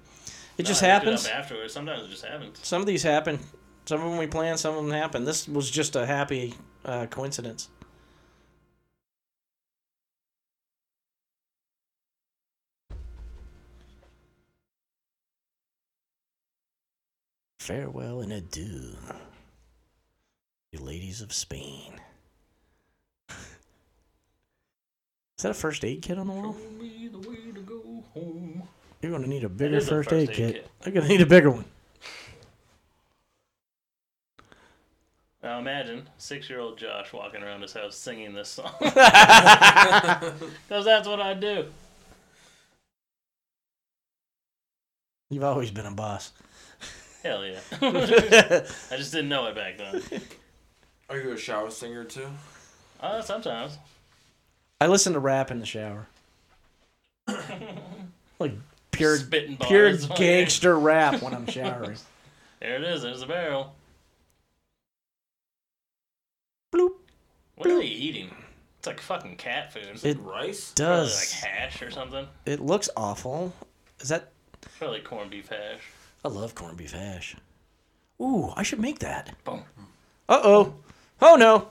It just
no, I looked
happens.
It up afterwards, sometimes it just happens.
Some of these happen. Some of them we planned, some of them happened. This was just a happy uh, coincidence. Farewell and adieu, you ladies of Spain. (laughs) Is that a first aid kit on the wall?
Show me the way to go home.
You're gonna need a bigger
is a
first,
first
aid,
aid
kit.
kit.
I'm gonna need a bigger one.
Now imagine six-year-old Josh walking around his house singing this
(laughs)
song. (laughs) Because that's what I do.
You've always been a boss.
Hell yeah. (laughs)
(laughs)
I just didn't know it back then.
Are you a shower singer too?
Uh, sometimes.
I listen to rap in the
(laughs)
shower. like pure
Spitting bars.
pure
on air.
gangster rap when I'm
(laughs)
showering.
There it is. There's the barrel.
Bloop.
What are they eating? It's like fucking cat food.
It
Rice?
Probably
does.
like hash or something.
it looks awful. Is that
Probably corned beef hash.
I love corned beef hash. Ooh, I should make that.
Boom.
Uh oh. Oh no.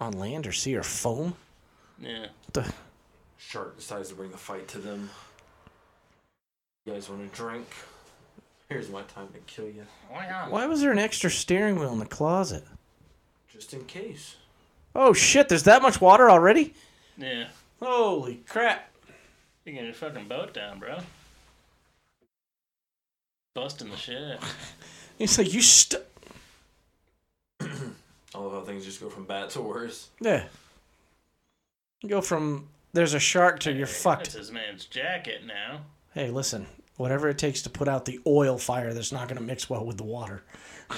On land or sea or foam?
Yeah.
What the
Shark decides to bring the fight to them. You guys want a drink? Here's my time to kill you,
Why was there an extra steering wheel in the closet?
just in case.
Oh shit, there's that much water already?
Yeah.
Holy crap.
You're getting your fucking boat down, bro. Busting the
(laughs)
shit.
It's like you st-
I love how things just go from bad to worse.
Yeah. You go from there's a shark to you're
That's
fucked.
his man's jacket now.
Hey, listen, whatever it takes to put out the oil fire that's not going to mix well with the water. (laughs)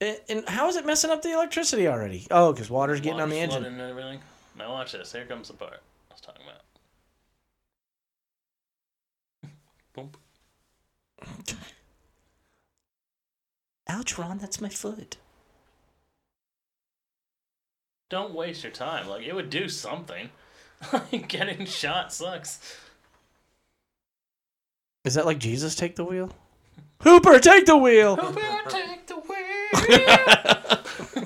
and, and how is it messing up the electricity already? Oh, because water's getting on the
Water's
engine.
flooding And everything. Now watch this. Here comes the part I was talking about. (laughs) Boom.
Ouch, Ron, that's my foot.
Don't waste your time. Like it would do something. (laughs) Like getting shot sucks.
Is that like Jesus take the wheel? (laughs) Hooper, take the wheel!
We'll take (laughs) the wheel.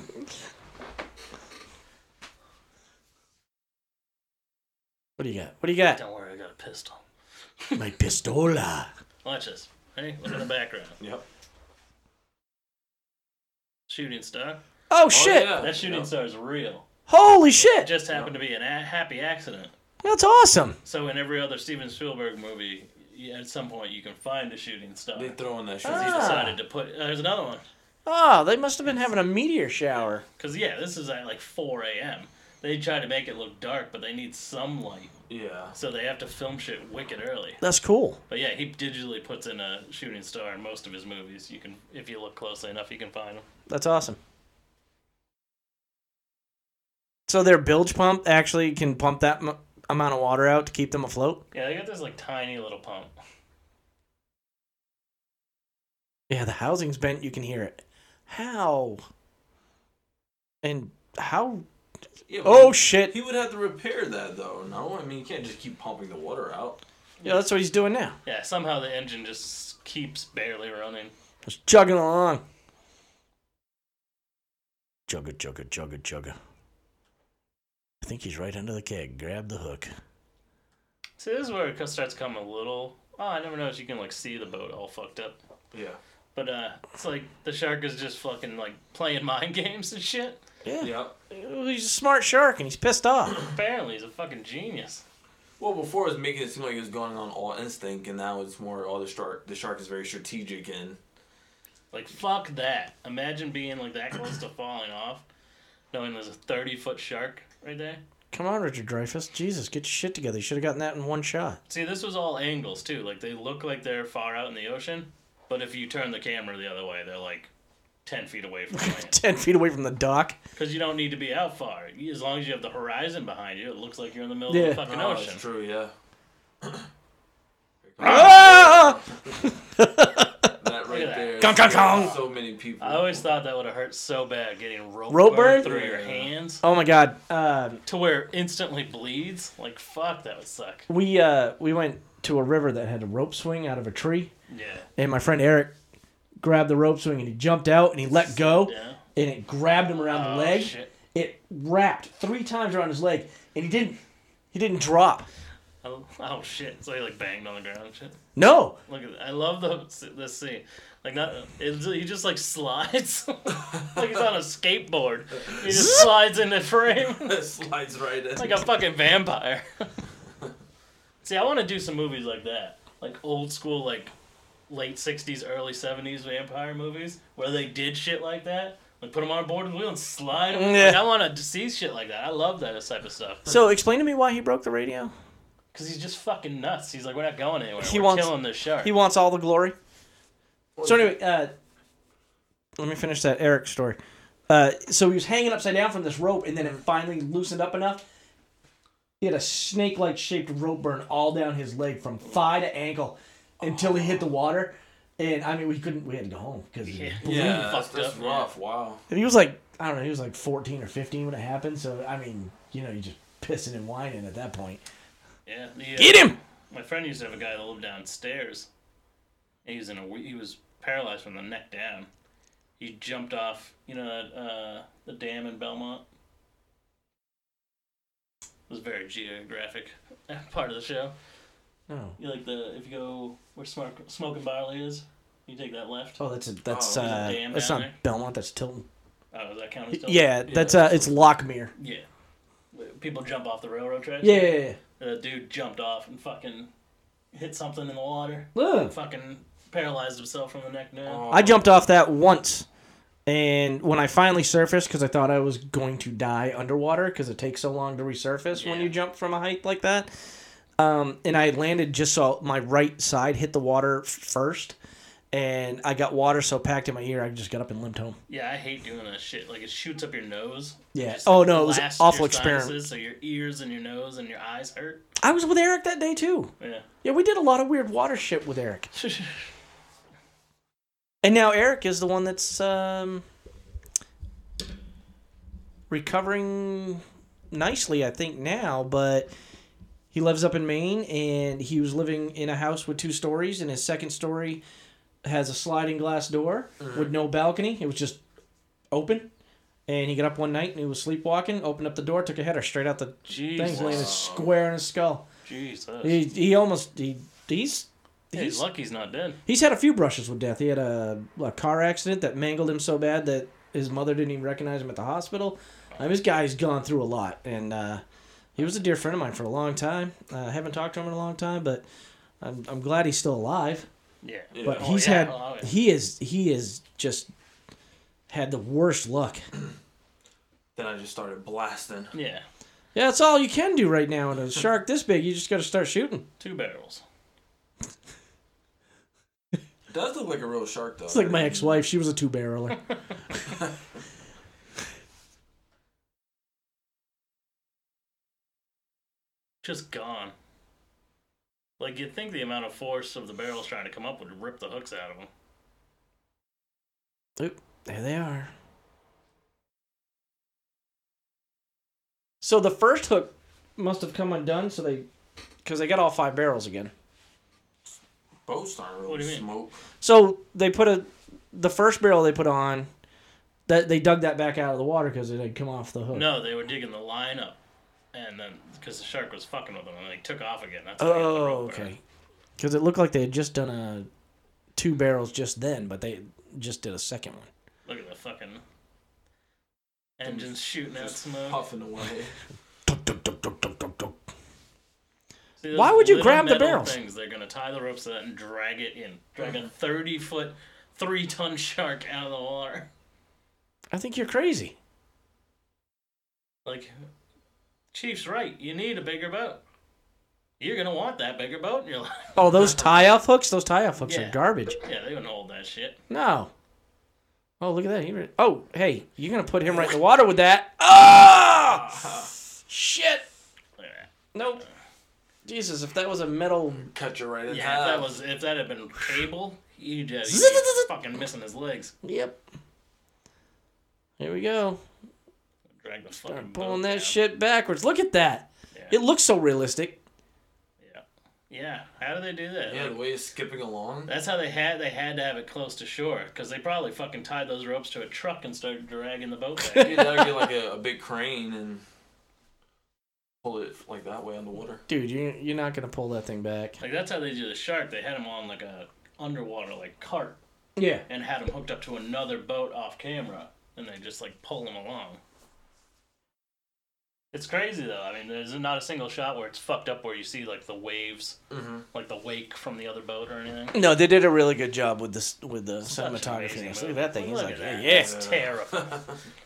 What do you got? What do you
(laughs)
got?
Don't worry, I got a pistol.
my pistola.
Watch this. Hey, look in the background.
Yep. Oh,
Shooting star.
Oh, shit!
yeah.
That shooting
Yep.
star is real.
Holy
It
shit!
just happened to be an a- happy accident.
That's awesome!
So in every other Steven Spielberg movie, you- at some point you can find a shooting star.
They throw in that shit.
He
Ah.
decided to put. Uh, there's another one.
Oh, they must have been having a meteor shower.
Cause yeah, this is at like 4 a.m. They try to make it look dark, but they need some light,
Yeah.
so they have to film shit wicked early.
That's cool.
But yeah, he digitally puts in a shooting star in most of his movies. You can, if you look closely enough, you can find him.
That's awesome. So their bilge pump actually can pump that m- amount of water out to keep them afloat.
Yeah, they got this like tiny little pump.
Yeah, the housing's bent. You can hear it. How? And how?
yeah but
Oh
he-
shit!
He would have to repair that though, no? I mean, you can't just keep pumping the water out.
Yeah, that's what he's doing now.
Yeah, somehow the engine just keeps barely running.
Just chugging along. Chugga, chugga, chugga, chugga. I think he's right under the keg. Grab the hook.
See, this is where it co- starts coming a little. Oh, I never noticed you can like see the boat all fucked up.
Yeah.
But uh, it's like the shark is just fucking like playing (laughs) mind games and shit.
Yeah.
Yep.
He's a smart shark and he's pissed off.
Apparently, he's a fucking genius.
Well, before it was making it seem like it was going on all instinct, and now it's more all the shark. The shark is very strategic and
Like fuck that. Imagine being like that close to falling off, knowing there's a thirty foot shark right there.
Come on, Richard Dreyfuss. Jesus, get your shit together. You should have gotten that in one shot. (laughs)
See, this was all angles too. Like they look like they're far out in the ocean, but if you turn the camera the other way, they're like ten feet away from
(laughs)
land.
Ten feet away from the dock.
Because you don't need to be out far. You- As long as you have the horizon behind you, it looks like you're in the middle
Yeah.
of the fucking
Oh,
ocean.
That's true. Yeah.
Ah!
That right
that.
there.
Gong, gong, gong.
So many people. (laughs)
I always thought that would have hurt so bad getting rope,
Rope burn?
burn through your
Yeah.
hands
Oh my god. Um,
to where it instantly bleeds. Like fuck, that would suck.
we uh we went to a river that had a rope swing out of a tree,
Yeah.
and my friend Eric grabbed the rope swing and he jumped out and he let go,
Yeah.
and it grabbed him around
Oh,
the leg.
shit.
It wrapped three times around his leg, and he didn't he didn't drop.
Oh, oh shit! So he like banged on the ground and shit.
No,
Look at that. I love the this scene. Like not, it's, he just like slides, (laughs) like he's on a skateboard. He just slides into frame (laughs)
slides right in.
like a fucking vampire. (laughs) See, I want to do some movies like that, like old school, like late '60s, early '70s vampire movies, where they did shit like that. Like put them on a board and wheel and slide. 'em. Like,
Yeah.
I want to see shit like that. I love that type of stuff.
so explain to me why he broke the radio.
Cause he's just fucking nuts. He's like, we're not going anywhere.
He
we're
wants-
killing this shark.
He wants all the glory. So anyway, uh, let me finish that Eric story. Uh, so he was hanging upside down from this rope, and then it finally loosened up enough. He had a snake-like shaped rope burn all down his leg from thigh to ankle until he hit the water. And I mean, we couldn't. We had to go home because
Yeah.
yeah, that's,
fucked
that's
up, yeah.
rough. Wow.
and he was like, I don't know, he was like 14 or 15 when it happened. So I mean, you know, you just pissing and whining at that point.
yeah, the, uh,
Get him!
My friend used to have a guy that lived downstairs. He was in a whe- he was paralyzed from the neck down. He jumped off, you know, uh, the dam in Belmont. It was a very geographic (laughs) part of the show.
No.
You like the if you go where smoke smoking barley is, you take that left.
Oh, that's a, that's
Oh,
there's a
uh,
dam
that's
down
not
there?
Belmont. That's Tilton.
Oh, does that count as Delaware?
Yeah, that's uh, it's Lockmere.
yeah. People jump off the railroad tracks.
Yeah, yeah, yeah.
The dude jumped off and fucking hit something in the water.
Look.
Fucking paralyzed himself from the neck down.
Oh,
I jumped off that once, and when I finally surfaced, because I thought I was going to die underwater, because it takes so long to resurface when
Yeah.
you jump from a height like that. Um, and I landed just so my right side hit the water f- first, and I got water so packed in my ear, I just got up and limped home.
Yeah, I hate doing that shit. Like it shoots up your nose.
Yeah.
Just
Oh, no, it was an
blasts
awful
your
experiment.
sinuses, so your ears and your nose and your eyes hurt.
I was with Eric that day too.
Yeah.
(laughs) Yeah, we did a lot of weird water shit with Eric. And now Eric is the one that's um, recovering nicely, I think, now. But he lives up in Maine, and he was living in a house with two stories, and his second story has a sliding glass door
Mm-hmm.
with no balcony. It was just open. And he got up one night and he was sleepwalking, opened up the door, took a header straight out the thing, landed
Jesus.
square in his skull.
Jesus.
He, he almost he, he's
Hey,
he's
lucky he's not dead.
He's had a few brushes with death. He had a, a car accident that mangled him so bad that his mother didn't even recognize him at the hospital. I mean, this guy's gone through a lot, and uh, he was a dear friend of mine for a long time. Uh, I haven't talked to him in a long time, but I'm, I'm glad he's still alive.
Yeah.
Yeah.
But
Oh,
he's
yeah.
had
Oh, yeah.
he is he is just had the worst luck.
Then I just started blasting.
Yeah.
Yeah, that's all you can do right now. And a shark this big, you just got to start shooting.
Two barrels.
Does look like a real shark though.
It's like my ex-wife; she was a two-barreler.
Just gone. Like you'd think the amount of force of the barrels trying to come up would rip the hooks out of them.
Oop, there they are. So the first hook must have come undone, so they because they got all five barrels again.
Boats aren't
What do
really
you mean?
smoke.
So they put a the first barrel they put on that they dug that back out of the water because it had come off the hook.
No, they were digging the line up, and then because the shark was fucking with them, and they took off again. That's how they got the
Oh,
rope burn.
okay. Because it looked like they had just done a two barrels just then, but they just did a second one.
Look at the fucking engines shooting out
Just
smoke.
puffing away. (laughs)
Tuk, tuk, tuk, tuk, tuk, tuk, tuk.
See, those
Why would you
little
grab the
metal
barrels?
Things they're gonna tie the ropes to that and drag it in, drag a thirty foot, three ton (laughs) shark out of the water.
I think you're crazy.
Like, Chief's right. You need a bigger boat. You're gonna want that bigger boat in your (laughs) life.
Oh, those tie-off hooks? Those tie-off hooks
Yeah.
are garbage.
Yeah, they don't hold that shit.
No. Oh, look at that. He re- oh, hey, you're going to put him right in the water
(laughs)
with that.
Ah!
Oh! Shit.
Look at that.
Nope. Jesus, if that was a metal.
Cut you right in
Yeah, if
half.
that was if that had been cable, huge
(laughs)
as he is, fucking missing his legs.
Yep. Here we go.
Drag the fucking boat
Start pulling that
down.
shit backwards. Look at that.
Yeah.
It looks so realistic.
Yeah. Yeah. How do they do that?
Yeah,
Like,
the way it's skipping along. (laughs)
that's how they had they had to have it close to shore because they probably fucking tied those ropes to a truck and started dragging the boat back.
Maybe that'd get like a, a big crane and pull it like that way on the water.
Dude, you you're not gonna pull that thing back.
like that's how they do the shark. They had him on like a underwater like cart
Yeah.
and had him hooked up to another boat off camera, and they just like pull him along. It's crazy though. I mean, there's not a single shot where it's fucked up where you see like the waves,
Mm-hmm.
like the wake from the other boat or anything.
No, they did a really good job with this with the
Such
cinematography.
amazing
Look
movie.
at that thing. He's
Look
like,
at that.
yes.
It's terrifying.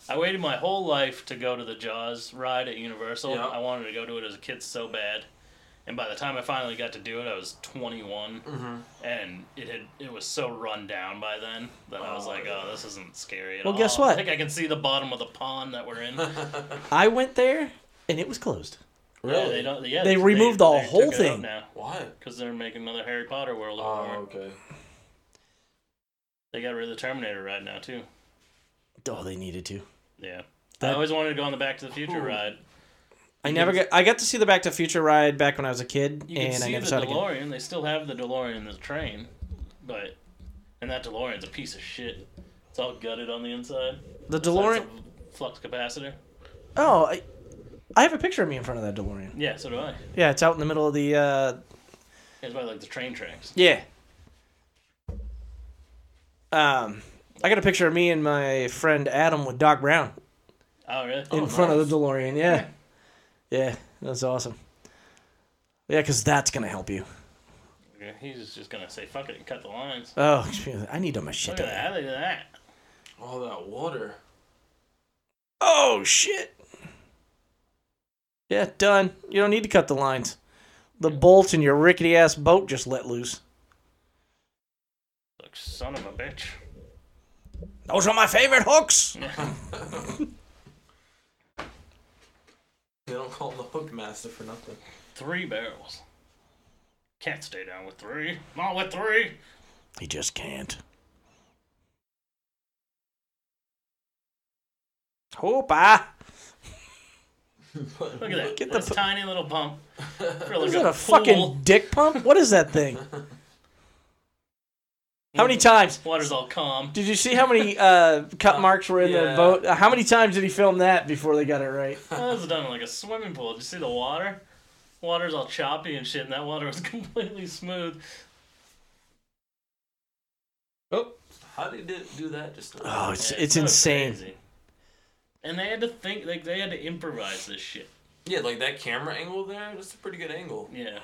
I waited my whole life to go to the Jaws ride at Universal.
Yeah.
I wanted to go to it as a kid so bad. And by the time I finally got to do it, I was 21,
(laughs) Mm-hmm. (laughs)
and it had it was so run down by then that I was
Oh,
like,
yeah.
"Oh, this isn't scary at
Well,
all."
guess
I
what?
think I can see the bottom of the pond that we're
(laughs)
in. Yeah,
I went there and it was closed.
they don't. Yeah,
They removed the
took
whole
it out
thing.
now
Why?
because they're making another Harry Potter world.
Oh,
over.
okay.
They got rid of the Terminator ride now too.
Oh, they needed to.
Yeah, I
That-
always wanted to go on the Back to the Future
Ooh.
ride.
I never got. I got to see the Back to the Future ride back when I was a kid,
You can
and
see
I never
the
saw it again.
DeLorean. They still have the DeLorean in the train, but and that DeLorean's a piece of shit. It's all gutted on the inside.
The
It's like
DeLorean.
it's a flux capacitor.
Oh, I, I have a picture of me in front of that DeLorean.
Yeah, so do I.
Yeah, it's out in the middle of the. Uh,
It's by like the train tracks.
yeah. Um, I got a picture of me and my friend Adam with Doc Brown
Oh really?
in
Oh,
front of
nice.
the DeLorean. Yeah. Yeah, that's awesome. Yeah, because that's gonna help you.
Okay, He's just gonna say fuck it and cut the lines.
Oh, (laughs) I need all my shit.
Look at
done.
that! How they did that?
All that water.
Oh shit. Yeah, done. You don't need to cut the lines. The bolts in your rickety ass boat just let loose.
Like son of a bitch.
Those are my favorite hooks.
They don't call him the hook master for nothing. (laughs)
Three barrels. Can't stay down with three. Not with three.
He just can't. Hoopa!
Look at that.
Get the
this
fu-
tiny little
(laughs)
pump. For like
Is that
pool.
a fucking dick pump? What is that (laughs) thing? How many times?
Water's all calm.
Did you see how (laughs) many uh, cut marks were in the
Yeah.
boat? How many times did he film that before they got it right?
That was done in like a swimming pool. Did you see the water? Water's all choppy and shit, and that water was (laughs) completely smooth.
Oh,
How did it do that just uh, now?
oh it's
Yeah,
it's
so
insane.
crazy. And they had to think, like they had to improvise this shit.
Yeah, like that camera angle there, that's a pretty good angle.
Yeah.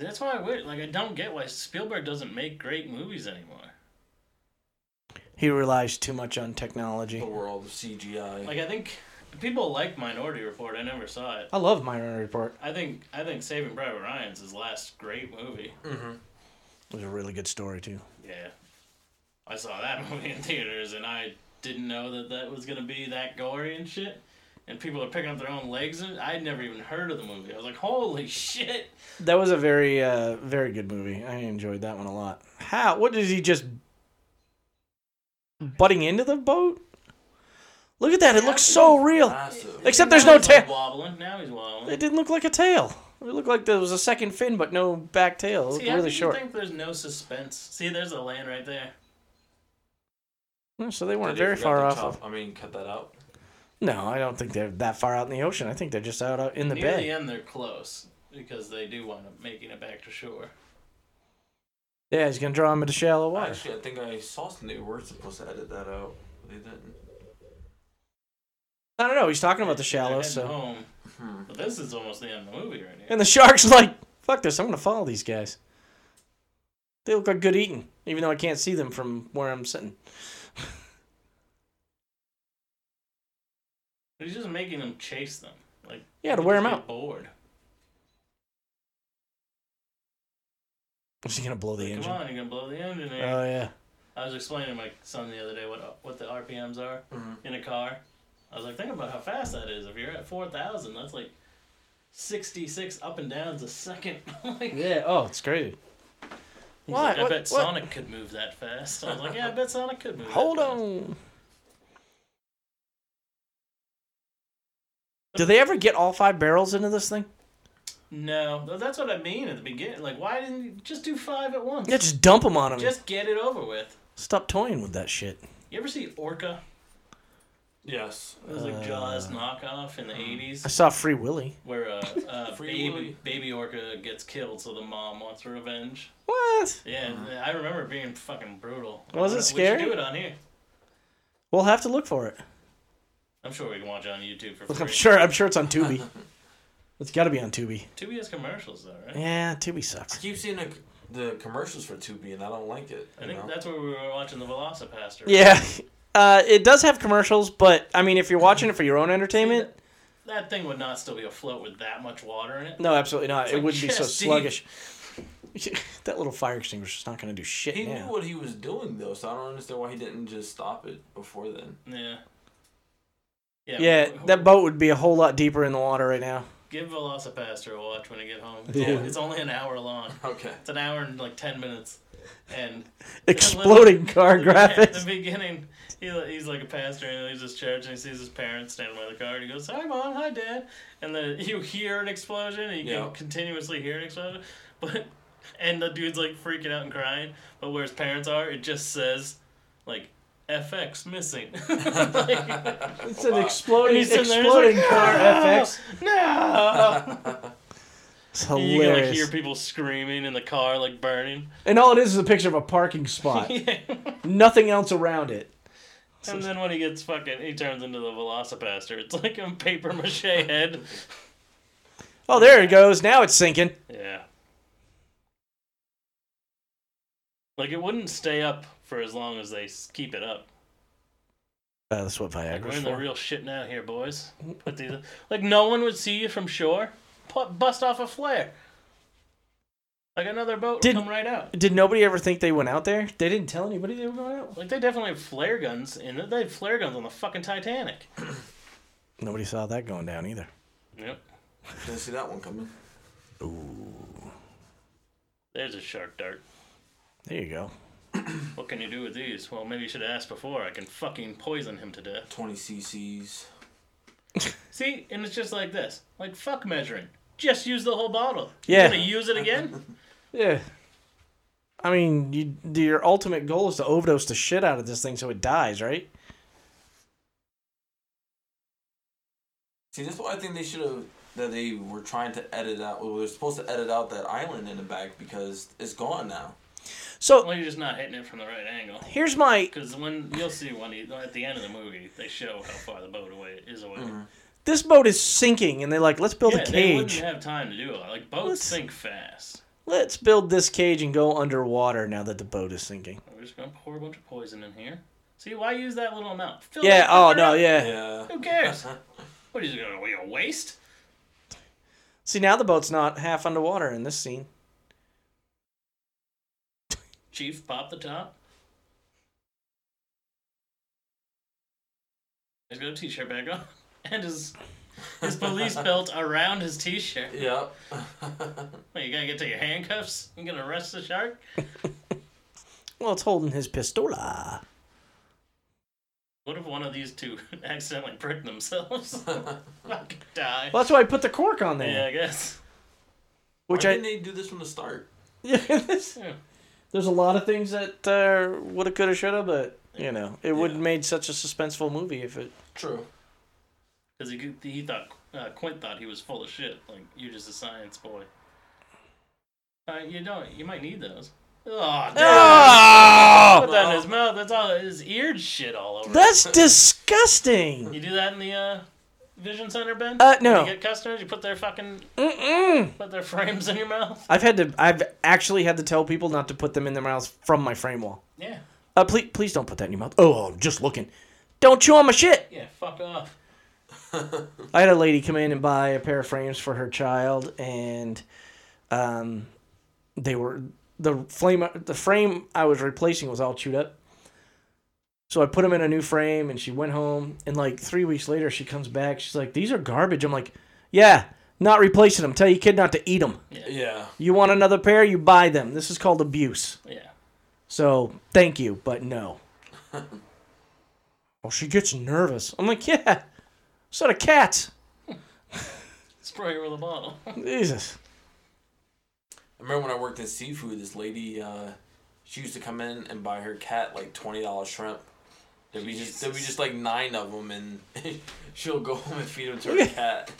That's why I wish, like I don't get why Spielberg doesn't make great movies anymore.
He relies too much on technology.
The world of CGI.
Like I think people like Minority Report. I never saw it.
I love Minority Report.
I think I think Saving Private Ryan's his last great movie.
Mm-hmm.
It was a really good story too.
Yeah. I saw that (laughs) movie in theaters and I didn't know that that was going to be that gory and shit. And people are picking up their own legs and I'd never even heard of the movie. I was like, holy shit.
That was a very, uh, very good movie. I enjoyed that one a lot. How? What did he just butting into the boat? Look at that! It looks so real.
Massive.
Except there's
Now
no
he's, like,
tail.
wobbling. Now he's wobbling.
It didn't look like a tail. It looked like there was a second fin, but no back tail. It looked
See, I
really
think you
short.
think there's no suspense. See, there's a land right there.
Yeah, So they
Did
weren't
they
very
forget
far
to
off.
chop-
Of,
I mean, cut that out.
no, I don't think they're that far out in the ocean. I think they're just out, out in the
Near the
bay.
end, they're close because they do wind up making it back to shore.
Yeah, he's gonna draw him into shallow water.
Actually, I think I saw something they were supposed to edit that out. but They didn't.
I don't know. He's talking about the
They're
shallow,
heading
so
Home.
Hmm.
But this is almost the end of the movie right here.
And the shark's like, fuck this, I'm gonna follow these guys. They look like good eating, even though I can't see them from where I'm sitting. (laughs)
He's just making them chase them. Like
Yeah, to
they
wear
just
them
get
out.
Bored.
Is he gonna blow the
Come
engine?
on, you're gonna blow the engine here.
Oh yeah.
I was explaining to my son the other day what what the RPMs are
Mhm.
Mm-hmm.
in a car. I was like, think about how fast that is. If you're at four thousand, that's like 66 up and downs a second. (laughs) Like,
Yeah. Oh, it's crazy.
He's
What?
like, I
What?
bet
What?
Sonic could move that fast. I was like, yeah, I bet Sonic could move. that
Hold
fast.
on. Do they ever get all five barrels into this thing?
No, th- that's what I mean at the beginning. Like, why didn't you just do five at once?
Yeah, just dump them on them.
Just get it over with.
Stop toying with that shit.
You ever see Orca?
Yes.
It was like Jaws knockoff in the 80s.
Uh, I saw Free Willy.
where
(laughs)
a, a
Free Willy.
baby, baby orca gets killed, so the mom wants revenge.
What?
Yeah, I remember it being fucking brutal. Uh,
Was Uh-huh. it
We should
scary?
do it on here.
We'll have to look for it. (laughs)
I'm sure we can watch it on YouTube for
Look, I'm
free.
sure. I'm sure it's on
(laughs)
Tubi. it's got to be on Tubi.
Tubi has commercials though, right?
Yeah, Tubi
I
sucks.
keep seeing the, the commercials for 2B and I don't like it.
I
you
think
know?
that's where we were watching the Velocipaster.
Yeah, uh, it does have commercials, but I mean, if you're watching it for your own entertainment,
That thing would not still be afloat with that much water in it.
no, absolutely not. it
like,
wouldn't be so
yes, Steve.
sluggish. (laughs) that little fire extinguisher's not going to do shit.
He
now.
knew what he was doing though, so I don't understand why he didn't just stop it before then.
Yeah. Yeah.
Yeah,
wh- wh-
that boat would be a whole lot deeper in the water right now.
Give Velocipaster a watch when I get home.
Yeah.
It's only an hour long.
Okay.
It's an hour and like ten minutes,
(laughs)
and
Exploding car
the begin- (laughs) the
graphics.
beginning, he, he's like a pastor and he leaves his church and he sees his parents standing by the car and he goes, "Hi, mom. Hi, dad." And then you hear an explosion and you
Yeah.
can continuously hear an explosion, but and the dude's like freaking out and crying. But where his parents are, it just says like FX missing. (laughs) Like,
It's an exploding,
He's sitting there, he's
exploding
like,
car
"Ah!"
FX.
no.
(laughs)
(laughs)
It's
You can like
hilarious.
hear people screaming in the car, like burning.
and all it is is a picture of
(laughs)
a parking spot. Nothing else around it.
And then when he gets fucking, he turns into the Velocipaster. It's like a paper mache
(laughs)
head.
Oh, there it goes. Now it's sinking.
Yeah. Like it wouldn't stay up for as long as they s- keep it up.
Uh, that's what
Like we're
Viagra's
in the
for.
real shit now here, boys.
Mm-hmm.
Put these, like no one would see you from shore. Pu- bust off a flare. Like another boat
Did-
would come right out.
Did nobody ever think they went out there? They didn't tell anybody they were going out.
Like they definitely have flare guns in it. They had flare guns on the fucking Titanic.
Nobody saw that going down either.
Yep.
Didn't see that one coming.
There's a shark dart.
There you go.
What can you do with these? Well, maybe you should have asked before. I can fucking poison him to death.
Twenty CCs.
See, and it's just like this. Like fuck measuring. Just use the whole bottle.
Yeah.
You're gonna use it again? (laughs)
Yeah. I mean, you, your ultimate goal is to overdose the shit out of this thing so it dies, right?
See, that's why I think they should have that they were trying to edit out. Well, they're supposed to edit out that island in the back because it's gone now.
So
well, you're just not hitting it from the right angle.
here's my
Because when you'll see when he, at the end of the movie, they show how far the boat away is away.
Mm-hmm. this boat is sinking and they're like let's build
Yeah,
a
they wouldn't
cage
have time to do it. Like boats
Let's-
sink fast.
let's build this cage and go underwater now that the boat is sinking
We're Oh, just gonna pour a bunch of poison in here. See, why use that little amount? Fill
yeah
that
oh
fucker
no
up.
yeah.
Yeah.
Who
(laughs)
cares? What are you gonna we gonna waste?
see now the boat's not half underwater in this scene
Chief, pop the top. He's got a t-shirt back on, (laughs) and his his (laughs) police belt around his t-shirt.
Yep.
What, you gonna get to your handcuffs? You gonna arrest the shark?
well it's holding his pistola
What if one of these two (laughs) accidentally pricked (laughs) themselves? Fuck, die.
well that's why i put the cork on
Yeah,
there
I guess.
which
why
i (laughs)
didn't they do this from the start?
Yeah.
there's a lot of things that uh, would have could have should have but you know it would have
Yeah.
made such a suspenseful movie if it
True.
Because he, he thought uh, Quint thought he was full of shit. Like you're just a science boy. Uh, you don't. You might need those. (laughs) Oh,
oh,
Put that in his mouth. That's all his ear shit all over. it.
(laughs) that's disgusting
You do that in the uh, Vision Center, Ben?
Uh,
When
no.
You get customers. You put their fucking
Mm-mm.
put their frames in your mouth.
I've had to. I've actually had to tell people not to put them in their mouths from my frame wall.
Yeah.
Uh, please, please don't put that in your mouth. Oh, I'm just looking. Don't chew on my shit.
Yeah. Fuck off.
I had a lady come in and buy a pair of frames for her child, and um, they were the flame. The frame I was replacing was all chewed up. So I put them in a new frame, and she went home. And like three weeks later, she comes back. She's like, "These are garbage." I'm like, "Yeah, Not replacing them. Tell your kid not to eat them.
Yeah.
You want another pair, you buy them. This is called abuse.
Yeah.
So thank you, but no. oh, she gets nervous. I'm like, yeah. So do cats.
Spray her with a bottle. (laughs)
Jesus.
I remember when I worked in seafood, this lady, uh, she used to come in and buy her cat like twenty dollars shrimp. There'd be just there'd be just like nine of them, and (laughs) she'll go home and feed them
(laughs)
to her cat.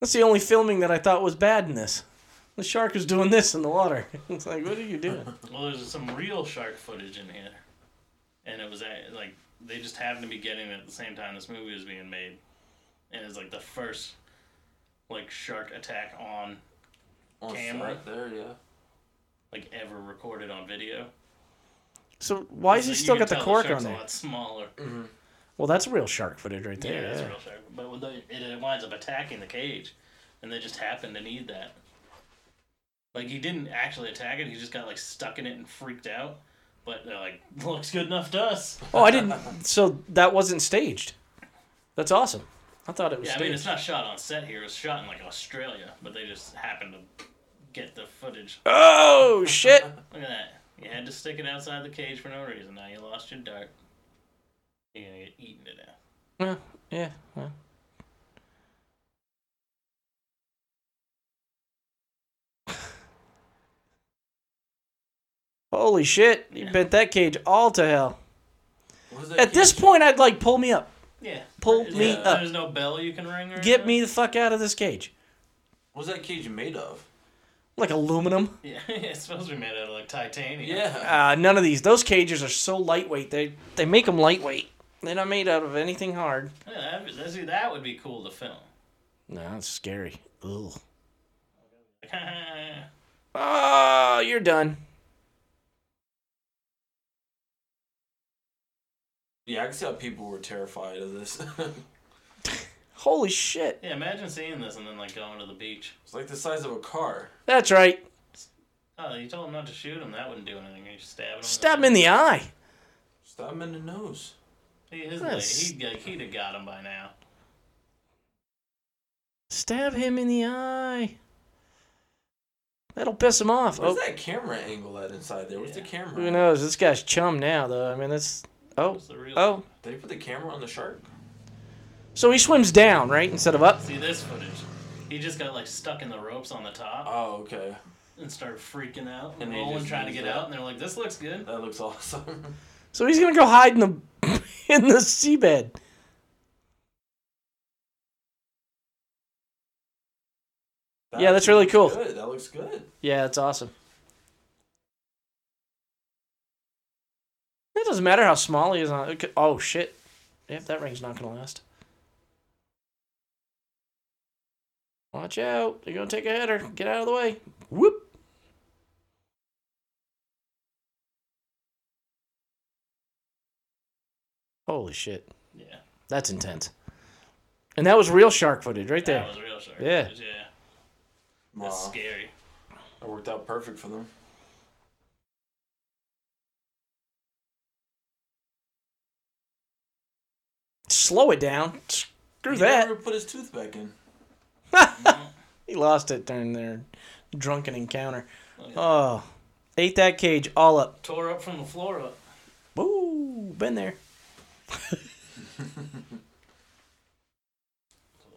That's the only filming that I thought was bad in this. The shark is doing this in the water. (laughs) It's like, what are you doing?
Well, there's some real shark footage in here, and it was at, like they just happened to be getting it at the same time this movie was being made, and it's like the first like shark attack on
On
Camera.
set there, yeah.
like ever recorded on video.
So why is
So
he
you
still
can
got the
tell
cork
shark's
on
A
there?
lot smaller.
Well, that's real shark footage right
Yeah,
there.
that's
yeah.
real shark. But when they, it, it winds up attacking the cage, and they just happen to need that. Like he didn't actually attack it; he just got like stuck in it and freaked out. But they're like, (laughs) "Looks good enough to us."
Oh, I didn't. So that wasn't staged. That's awesome. I thought it was
Yeah, I
staged.
mean it's not shot on set here; it's shot in like Australia. But they just happened to get the footage.
oh shit! (laughs)
Look at that! You had to stick it outside the cage for no reason. Now you lost your dart. You're gonna get eaten to death.
Well, yeah. well. (laughs) Holy shit! You
Yeah.
bent that cage all to hell.
What is that
At this
kid's-
point, I'd like pull me up,
Yeah.
Pull
Is
me
there-
up.
There's no bell you can ring. Or
get
anything?
me the fuck out of this cage,
What's that cage made of?
like aluminum.
(laughs) Yeah, it's supposed to be made out of like titanium.
Yeah.
Uh, none of these. Those cages are so lightweight. They they make them lightweight. They're not made out of anything hard.
Yeah, that'd be- that, see, that would be cool to film.
No, that's scary. Ugh.
(laughs) yeah,
Oh, you're done.
Yeah, I can see how people were terrified of this. (laughs)
Holy shit.
imagine seeing this and then like going to the beach.
it's like the size of a car.
That's right.
Oh, you told him not to shoot him. That wouldn't do anything. You stab him.
Stab him in the eye.
Stab him in the nose.
He, his
That's-
leg, he'd, like, he'd have got him by now.
Stab him in the eye. That'll piss him off.
What's
Oh,
that camera angle at inside there? What's the
Yeah.
camera?
who knows? This guy's chum now, though. I mean, that's. Oh.
What's the real?
Oh.
Did they put the camera on the shark?
So he swims down, right? Instead of up.
See this footage. He just got like stuck in the ropes on the top
Oh, okay.
and started freaking out and,
And he
rolling,
just
trying to
used
get
that.
out. And they're like, "This looks good."
That looks (laughs) awesome.
So he's going to go hide in the (laughs) in the seabed.
That
Yeah, that's really
looks
cool.
Good. That looks good.
Yeah, that's awesome. It doesn't matter how small he is. On, it could, oh, shit. Yep, that ring's not going to last. Watch out. They're going to take a header. Get out of the way. Whoop. Holy shit.
Yeah,
That's intense. And that was real shark footage right
that
there.
was real shark.
Yeah.
footage, yeah, that's
Wow.
scary.
That worked out perfect for them.
Slow it down. Screw
he
that.
never put his tooth back in.
He lost it during their drunken encounter. Oh, ate that cage all up.
Tore up from the floor up.
Woo, been there.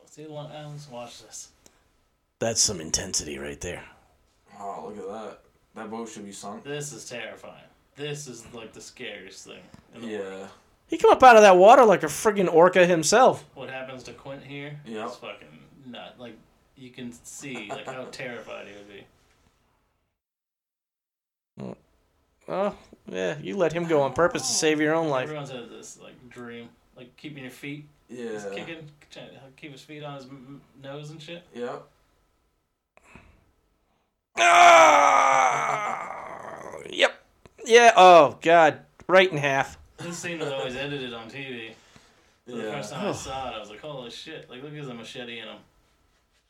See, Long Island's watch this.
That's some intensity right there.
Oh, look at that. That boat should be sunk.
This is terrifying. This is like the scariest thing. In the world.
Yeah.
He come up out of that water like a friggin' orca himself.
What happens to Quint here is
Yep.
fucking nut. Like you can see like
(laughs)
how terrified he would be.
Oh, yeah, you let him go on purpose to save your own life.
Everyone's had this like dream, like keeping your feet, just
Yeah.
kicking, trying to keep his feet on his m- m- nose and shit.
Yeah.
Ah! Yep. Yeah, oh, God. Right in half. (laughs)
This scene was
(laughs)
always edited on TV. So the
Yeah.
first time I
Oh.
saw it, I was like, holy shit! Like look at the machete in him.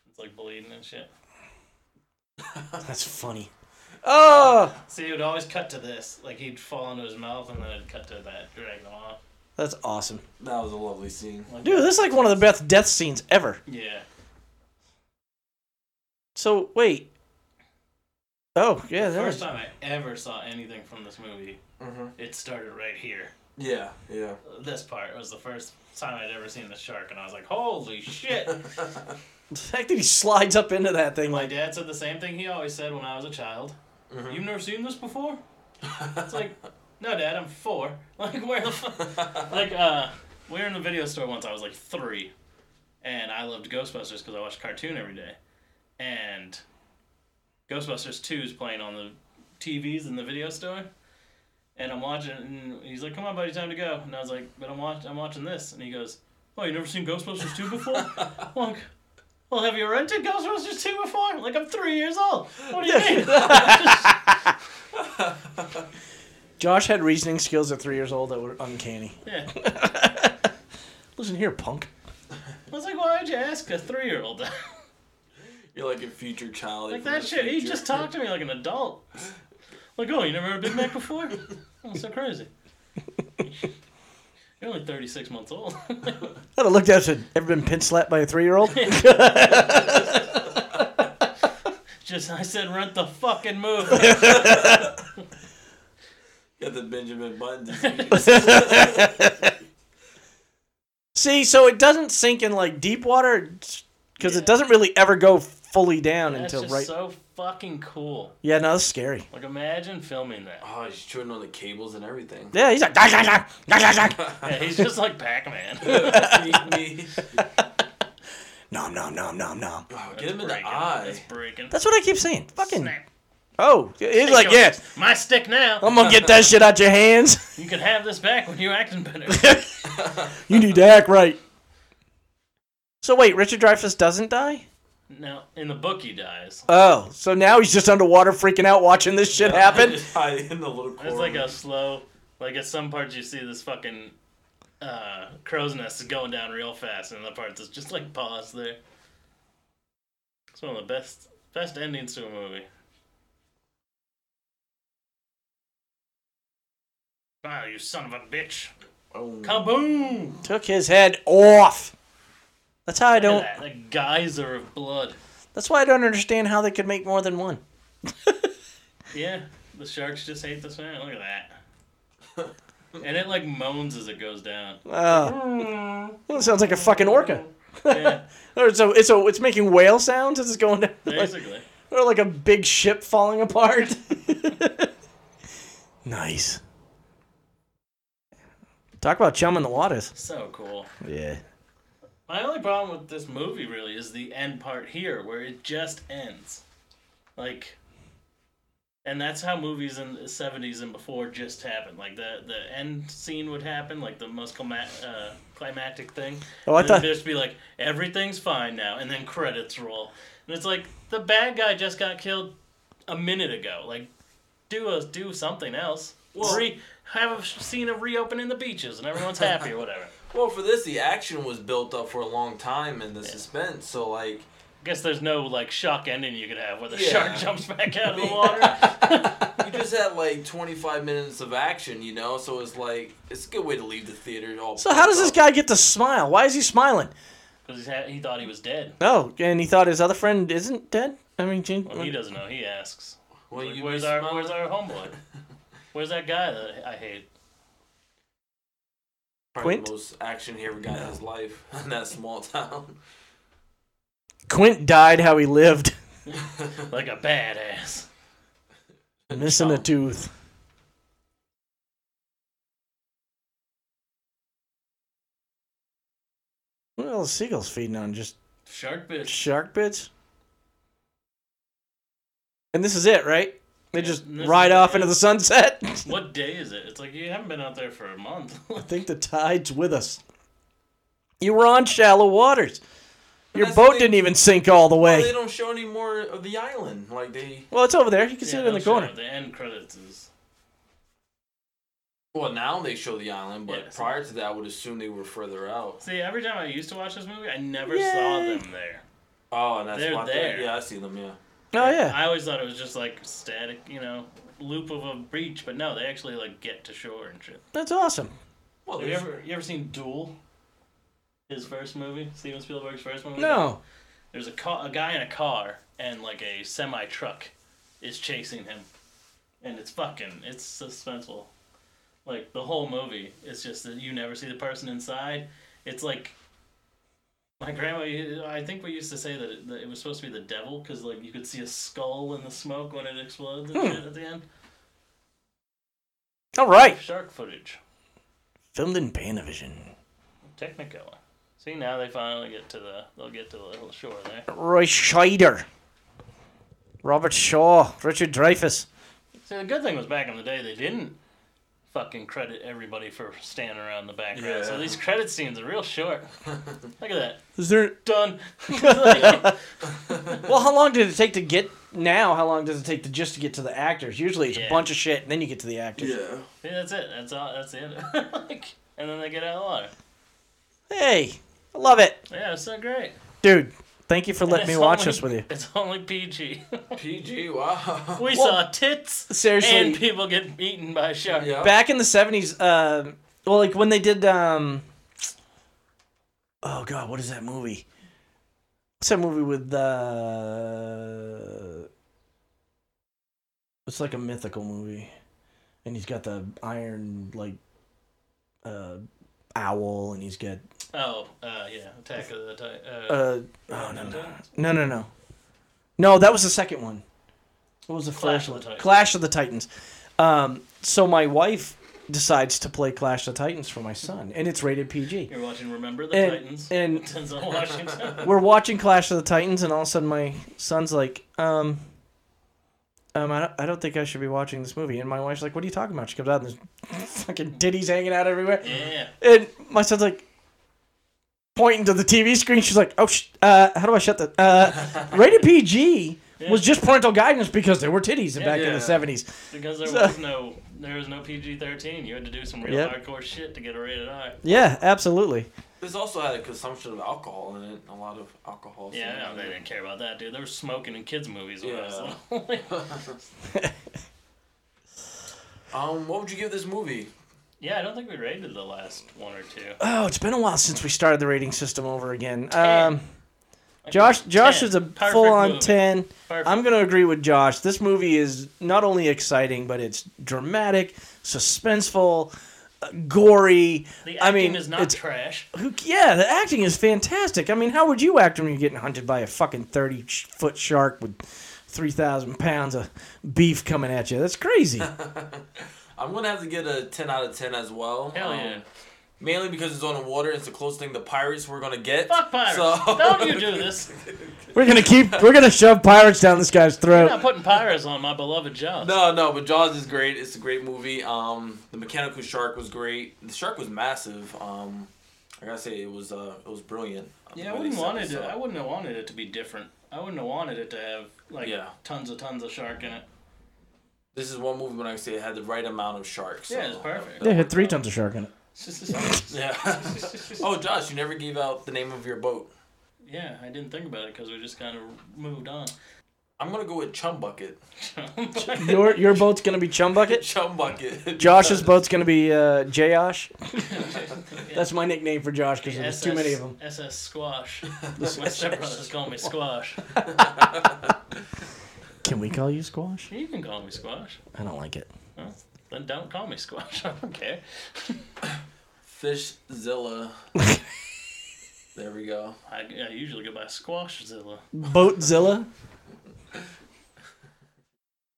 It's like bleeding and shit.
That's funny. Oh,
See, it would always cut to this. Like he'd fall into his mouth, and then it'd cut to that, dragging him off.
that's awesome.
That was a lovely scene.
Like
Dude,
that.
this is like one of the best death scenes ever.
Yeah.
So wait. Oh yeah, that
First
was,
time I ever saw anything from this movie,
Mm-hmm.
it started right here.
Yeah, yeah. (laughs)
This part was the first time I'd ever seen the shark, and I was like, "Holy shit!"
the fact that he slides up into that thing
My
like
dad said the same thing he always said when I was a child. You've never seen this before? It's like, no, Dad, I'm four. (laughs) Like, where the fuck? like, uh, we were in the video store once. I was like three, and I loved Ghostbusters because I watched cartoon every day, and Ghostbusters Two is playing on the TVs in the video store, and I'm watching. it, And he's like, "Come on, buddy, time to go." And I was like, "But I'm watch- I'm watching this," and he goes, "Oh, you never seen Ghostbusters Two before?" I'm like. Well, have you rented Ghostbusters 2 before? Like, I'm three years old. What do you mean? (laughs)
Josh had reasoning skills at three years old that were uncanny.
yeah.
Listen here, punk.
I was like, why would you ask a three year old that?
You're like a future child.
like
from
that
the
shit? He
future.
just talked to me like an adult. Like, oh, you never had a Big Mac before? That's so crazy. You're only 36 months old. (laughs)
I'd have looked at it and said, ever been pin slapped by a three year old?
just, I said, rent the fucking movie.
(laughs)
Got the Benjamin
(laughs)
Button disease.
See, so it doesn't sink in like deep water because
Yeah.
it doesn't really ever go fully down
That's
until
just
right.
so fucking cool.
yeah, no, that's scary.
Like, imagine filming (laughs) that.
oh, he's chewing on the cables and everything.
Yeah, he's like, "Gah, gah, gah, gah, gah,
(laughs)
gah."
Yeah, he's just like Pac (laughs) Man.
(laughs)
(laughs)
Me-
nom nom nom nom nom.
Oh, get him in the
breaking.
eye.
That's breaking.
That's what I keep saying. Fucking.
Snap.
Oh, he's like, Um,
Yo,
yeah,
My stick now.
I'm gonna get that shit out your hands. (laughs)
You can have this back when you're acting better.
You need to act right. So wait, Richard Dreyfuss doesn't die?
no, in the book, he dies.
Oh, so now he's just underwater freaking out watching this shit (laughs) happen?
(laughs) Just hide in the little corner.
It's like a slow, like at some parts you see this fucking uh, crow's nest is going down real fast, and other parts it's just like pause there. It's one of the best best endings to a movie. Wow, Ah, you son of a bitch!
Oh.
Kaboom!
Took his head off. That's how I
Look
don't.
at that, the geyser of blood.
That's why I don't understand how they could make more than one.
Yeah, the sharks just hate this man. Look at that. and it like moans as it goes down.
Oh, it sounds like a fucking orca.
Yeah,
Or it's a, it's a, it's making whale sounds as it's going down, like,
basically.
(laughs) or like a big ship falling apart. (laughs) nice. Talk about chumming the waters.
So cool.
Yeah.
My only problem with this movie really is the end part here where it just ends. Like and that's how movies in the 70s and before just happened. Like the the end scene would happen, like the most clima- uh, climactic thing.
Oh, I
and then
thought-
there'd just be like everything's fine now and then credits roll. And it's like the bad guy just got killed a minute ago. Like do a, do something else. Re- have a scene of reopening the beaches and everyone's happy or
(laughs)
whatever.
Well, for this, the action was built up for a long time and the suspense. So, like,
guess there's no like shock ending you could have where the
Yeah.
shark jumps back out of
(laughs)
the water. (laughs)
you just had like 25 minutes of action, you know. So it's like it's a good way to leave the theater. All
So how does this guy get to smile? Why is he smiling?
Because ha- he thought he was dead.
Oh, and he thought his other friend isn't dead. I mean, Jean-
Well, he doesn't know. He asks,
Well,
like,
you
"Where's
be
our
smiling.
Where's our homeboy?
(laughs)
Where's that guy that I hate?"
Probably
Quint?
the most action he ever got in his life (laughs) in that small town.
Quint died how he lived, (laughs)
Like a badass.
missing a tooth. What are all the seagulls feeding on? Just
Shark bitch.
shark bits? And this is it, right? They
Yeah,
just
and this
ride
is-
off into the sunset. (laughs)
What day is it? It's like you haven't been out there for a month. (laughs)
I think the tide's with us. You were on shallow waters. Your
That's the
boat
thing.
didn't even sink all the
Well, they
way.
don't show any more of the island. Like they,
Well, it's over there. You can see
Yeah,
it in
no
the
shit,
corner.
The end credits is
well, now they show the island, but
Yes.
prior to that, I would assume they were further out.
see. Every time I used to watch this movie, I never saw
Yay.
them there.
Oh, and that's
They're
why I thought-
there.
Yeah, I see them. Yeah.
Oh yeah.
I always thought it was just like static, you know, loop of a beach, but no, they actually like get to shore and shit.
That's awesome.
Well,
Have you
there's-
ever you ever seen Duel? His first movie, Steven Spielberg's first movie.
No.
There's a ca- a guy in a car, and like a semi truck is chasing him, and it's fucking it's suspenseful. Like the whole movie, it's just that you never see the person inside. It's like my grandma. I think we used to say that it, that it was supposed to be the devil because like you could see a skull in the smoke when it explodes and shit at the end.
All right.
Shark footage,
Filmed in Panavision.
Technicolor. See now they finally get to the they'll get to the little shore there.
Roy Scheider. Robert Shaw. Richard Dreyfuss.
See, the good thing was back in the day they didn't fucking credit everybody for standing around in the background. So
Yeah.
these credit scenes are real
(laughs)
short. Look at that.
Is there? (laughs)
Done. (laughs)
Well, how long did it take to get now? How long does it take to just to get to the actors? Usually it's
Yeah.
a bunch of shit, and then you get to the actors.
Yeah.
See, that's it. That's all. That's the end. (laughs) like, and then they get out of the water.
Hey, I love it,
Yeah, it's so great.
dude. Thank you for letting me
It's
watch
only-
this with you.
It's only (laughs) PG.
PG. Wow.
we saw tits
Seriously,
and people get eaten by sharks.
(laughs) yeah.
back in the seventies, uh, well, like when they did, um, oh god, what is that movie? What's that movie with Uh, it's like a mythical movie, and he's got the iron like uh, owl, and he's got
Oh, uh, yeah. Attack of the Titan. Uh,
uh, oh no, no, no, no, no, no, that was the second one. What was the
Clash
first
of the
one?
Titans.
Clash of the Titans. Um, so my wife decides to play Clash of the Titans for my son, and it's rated PG.
You're watching Remember the (laughs)
And-
Titans.
and-
Denzel
(laughs)
Washington.
We're watching Clash of the Titans, and all of a sudden my son's like, um, um, I don't, I don't think I should be watching this movie. And my wife's like, What are you talking about? She comes out and there's (laughs) fucking titties hanging out everywhere.
yeah.
And my son's like pointing to the TV screen. She's like, "Oh, sh- uh, how do I shut the
(laughs)
uh, rated PG?" Was just parental guidance because there were titties back in
Yeah.
the seventies.
Because there
So-
was no there was no PG thirteen. You had to do some real
Yep.
hardcore shit to get a rated R.
Yeah, absolutely.
This also had a consumption of alcohol in it. A lot of alcohol.
Yeah, no, they didn't care about that, dude. They were smoking in kids' movies when I was
Yeah.
little. (laughs) Like,
Um, what would you give this movie?
yeah, I don't think we rated the last one or two.
Oh, it's been a while since we started the rating system over again.
Ten.
Um, Josh, Josh
Ten.
is a
Perfect
full on
movie.
ten.
Perfect.
I'm gonna agree with Josh. This movie is not only exciting, but it's dramatic, suspenseful, uh, gory.
the
I
acting
mean,
is not
it's
trash.
Who, yeah, the acting is fantastic. I mean, how would you act when you're getting hunted by a fucking 30 sh- foot shark with 3,000 pounds of beef coming at you? That's crazy.
I'm gonna have to get a 10 out of 10 as well.
Hell
Um,
yeah.
Mainly because it's on the water. It's the closest thing to pirates we're gonna get.
Fuck pirates!
So- (laughs)
Don't you do this.
(laughs) we're gonna keep, we're gonna shove pirates down this guy's
You're
throat.
not putting pirates on my beloved Jaws.
No, no, but Jaws is great. It's a great movie. Um, the mechanical shark was great. The shark was massive. Um, I gotta say it was uh, it was brilliant.
Yeah,
The
I
way they
wouldn't
set
wanted
this
it.
up.
I wouldn't have wanted it to be different. I wouldn't have wanted it to have like
Yeah.
tons of tons of shark in it.
This is one movie when I can say it had the right amount of sharks.
Yeah,
so-
it's perfect.
They had three tons of shark in it.
(laughs)
(laughs)
Yeah. oh, Josh, you never gave out the name of your boat.
(laughs) yeah, I didn't think about it because we just kind of moved
(laughs)
on.
I'm gonna go with Chum Bucket.
Your, your boat's gonna be Chum Bucket.
(laughs) Chum
(laughs)
Bucket.
Josh's boat's gonna be uh, Josh. That's my nickname for Josh because there's
SS,
too many of them.
SS
(laughs)
Squash. My stepbrothers call me Squash.
Can we call you Squash?
You can call me Squash.
I don't like it.
Huh? Then don't call me Squash. (laughs) I don't care.
(laughs)
Fishzilla. there we go.
I, I usually go by Squashzilla.
Boatzilla.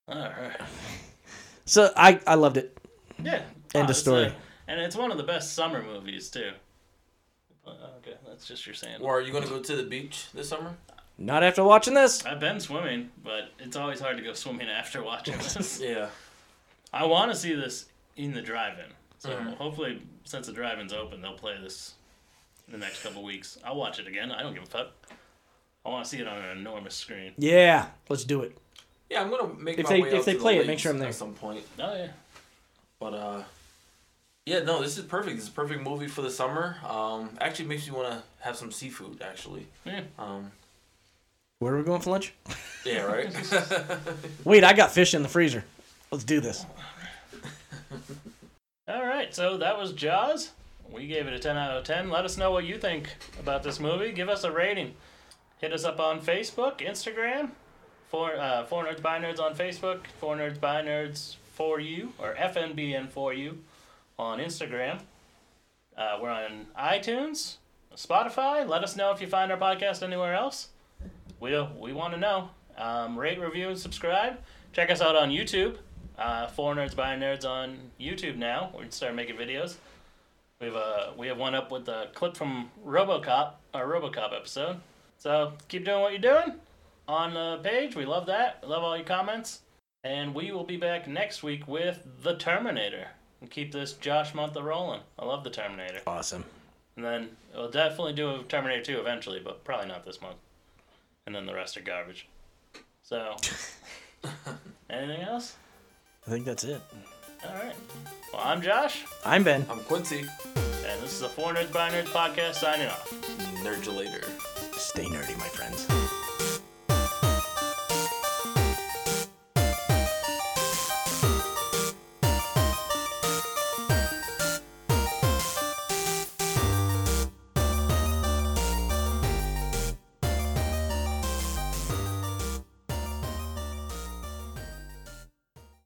All right.
So I, I loved it.
Yeah.
End of
it's
story.
a- and it's one of the best summer movies too. Uh, Okay, that's just your saying.
Or are you gonna go to the beach this summer?
Not after watching this.
I've been swimming, but it's always hard to go swimming after watching this.
Yeah.
I want to see this in the drive-in. So hopefully, since the drive-in's open, they'll play this in the next couple weeks. I'll watch it again. I don't give a fuck. I want to see it on an enormous screen.
Yeah, let's do it.
Yeah, I'm gonna make
If
my
they-
way
if
out
they
to the
play it, make
lakes
sure I'm there.
at some point.
Oh yeah.
But uh, yeah, no, this is perfect. This is a perfect movie for the summer. Um, actually, makes me want to have some seafood. Actually,
Yeah.
um,
Where are we going for lunch?
yeah, right.
Wait, I got fish in the freezer. Let's do this.
All right, so that was Jaws. We gave it a 10 out of 10. Let us know what you think about this movie. Give us a rating. Hit us up on Facebook, Instagram, Four uh, Four Nerds by Nerds on Facebook, Four Nerds by Nerds for you or FNBN for you on Instagram. Uh, we're on iTunes, Spotify. Let us know if you find our podcast anywhere else. We we want to know. Um, rate, review, and subscribe. Check us out on YouTube. Uh, Four Nerds by Nerds on YouTube now. We're gonna start making videos. We have a we have one up with a clip from RoboCop, our RoboCop episode. So keep doing what you're doing on the page. We love that. We love all your comments. And we will be back next week with The Terminator. And keep this Josh month a rolling. I love The Terminator.
Awesome.
And then we'll definitely do a Terminator 2 eventually, but probably not this month. And then the rest are garbage. So, anything else?
I think that's it.
All right. Well, I'm Josh,
I'm Ben.
I'm Quincy.
and this is the Four Nerds by Nerds podcast signing off.
Nerdulator.
Stay nerdy, my friends.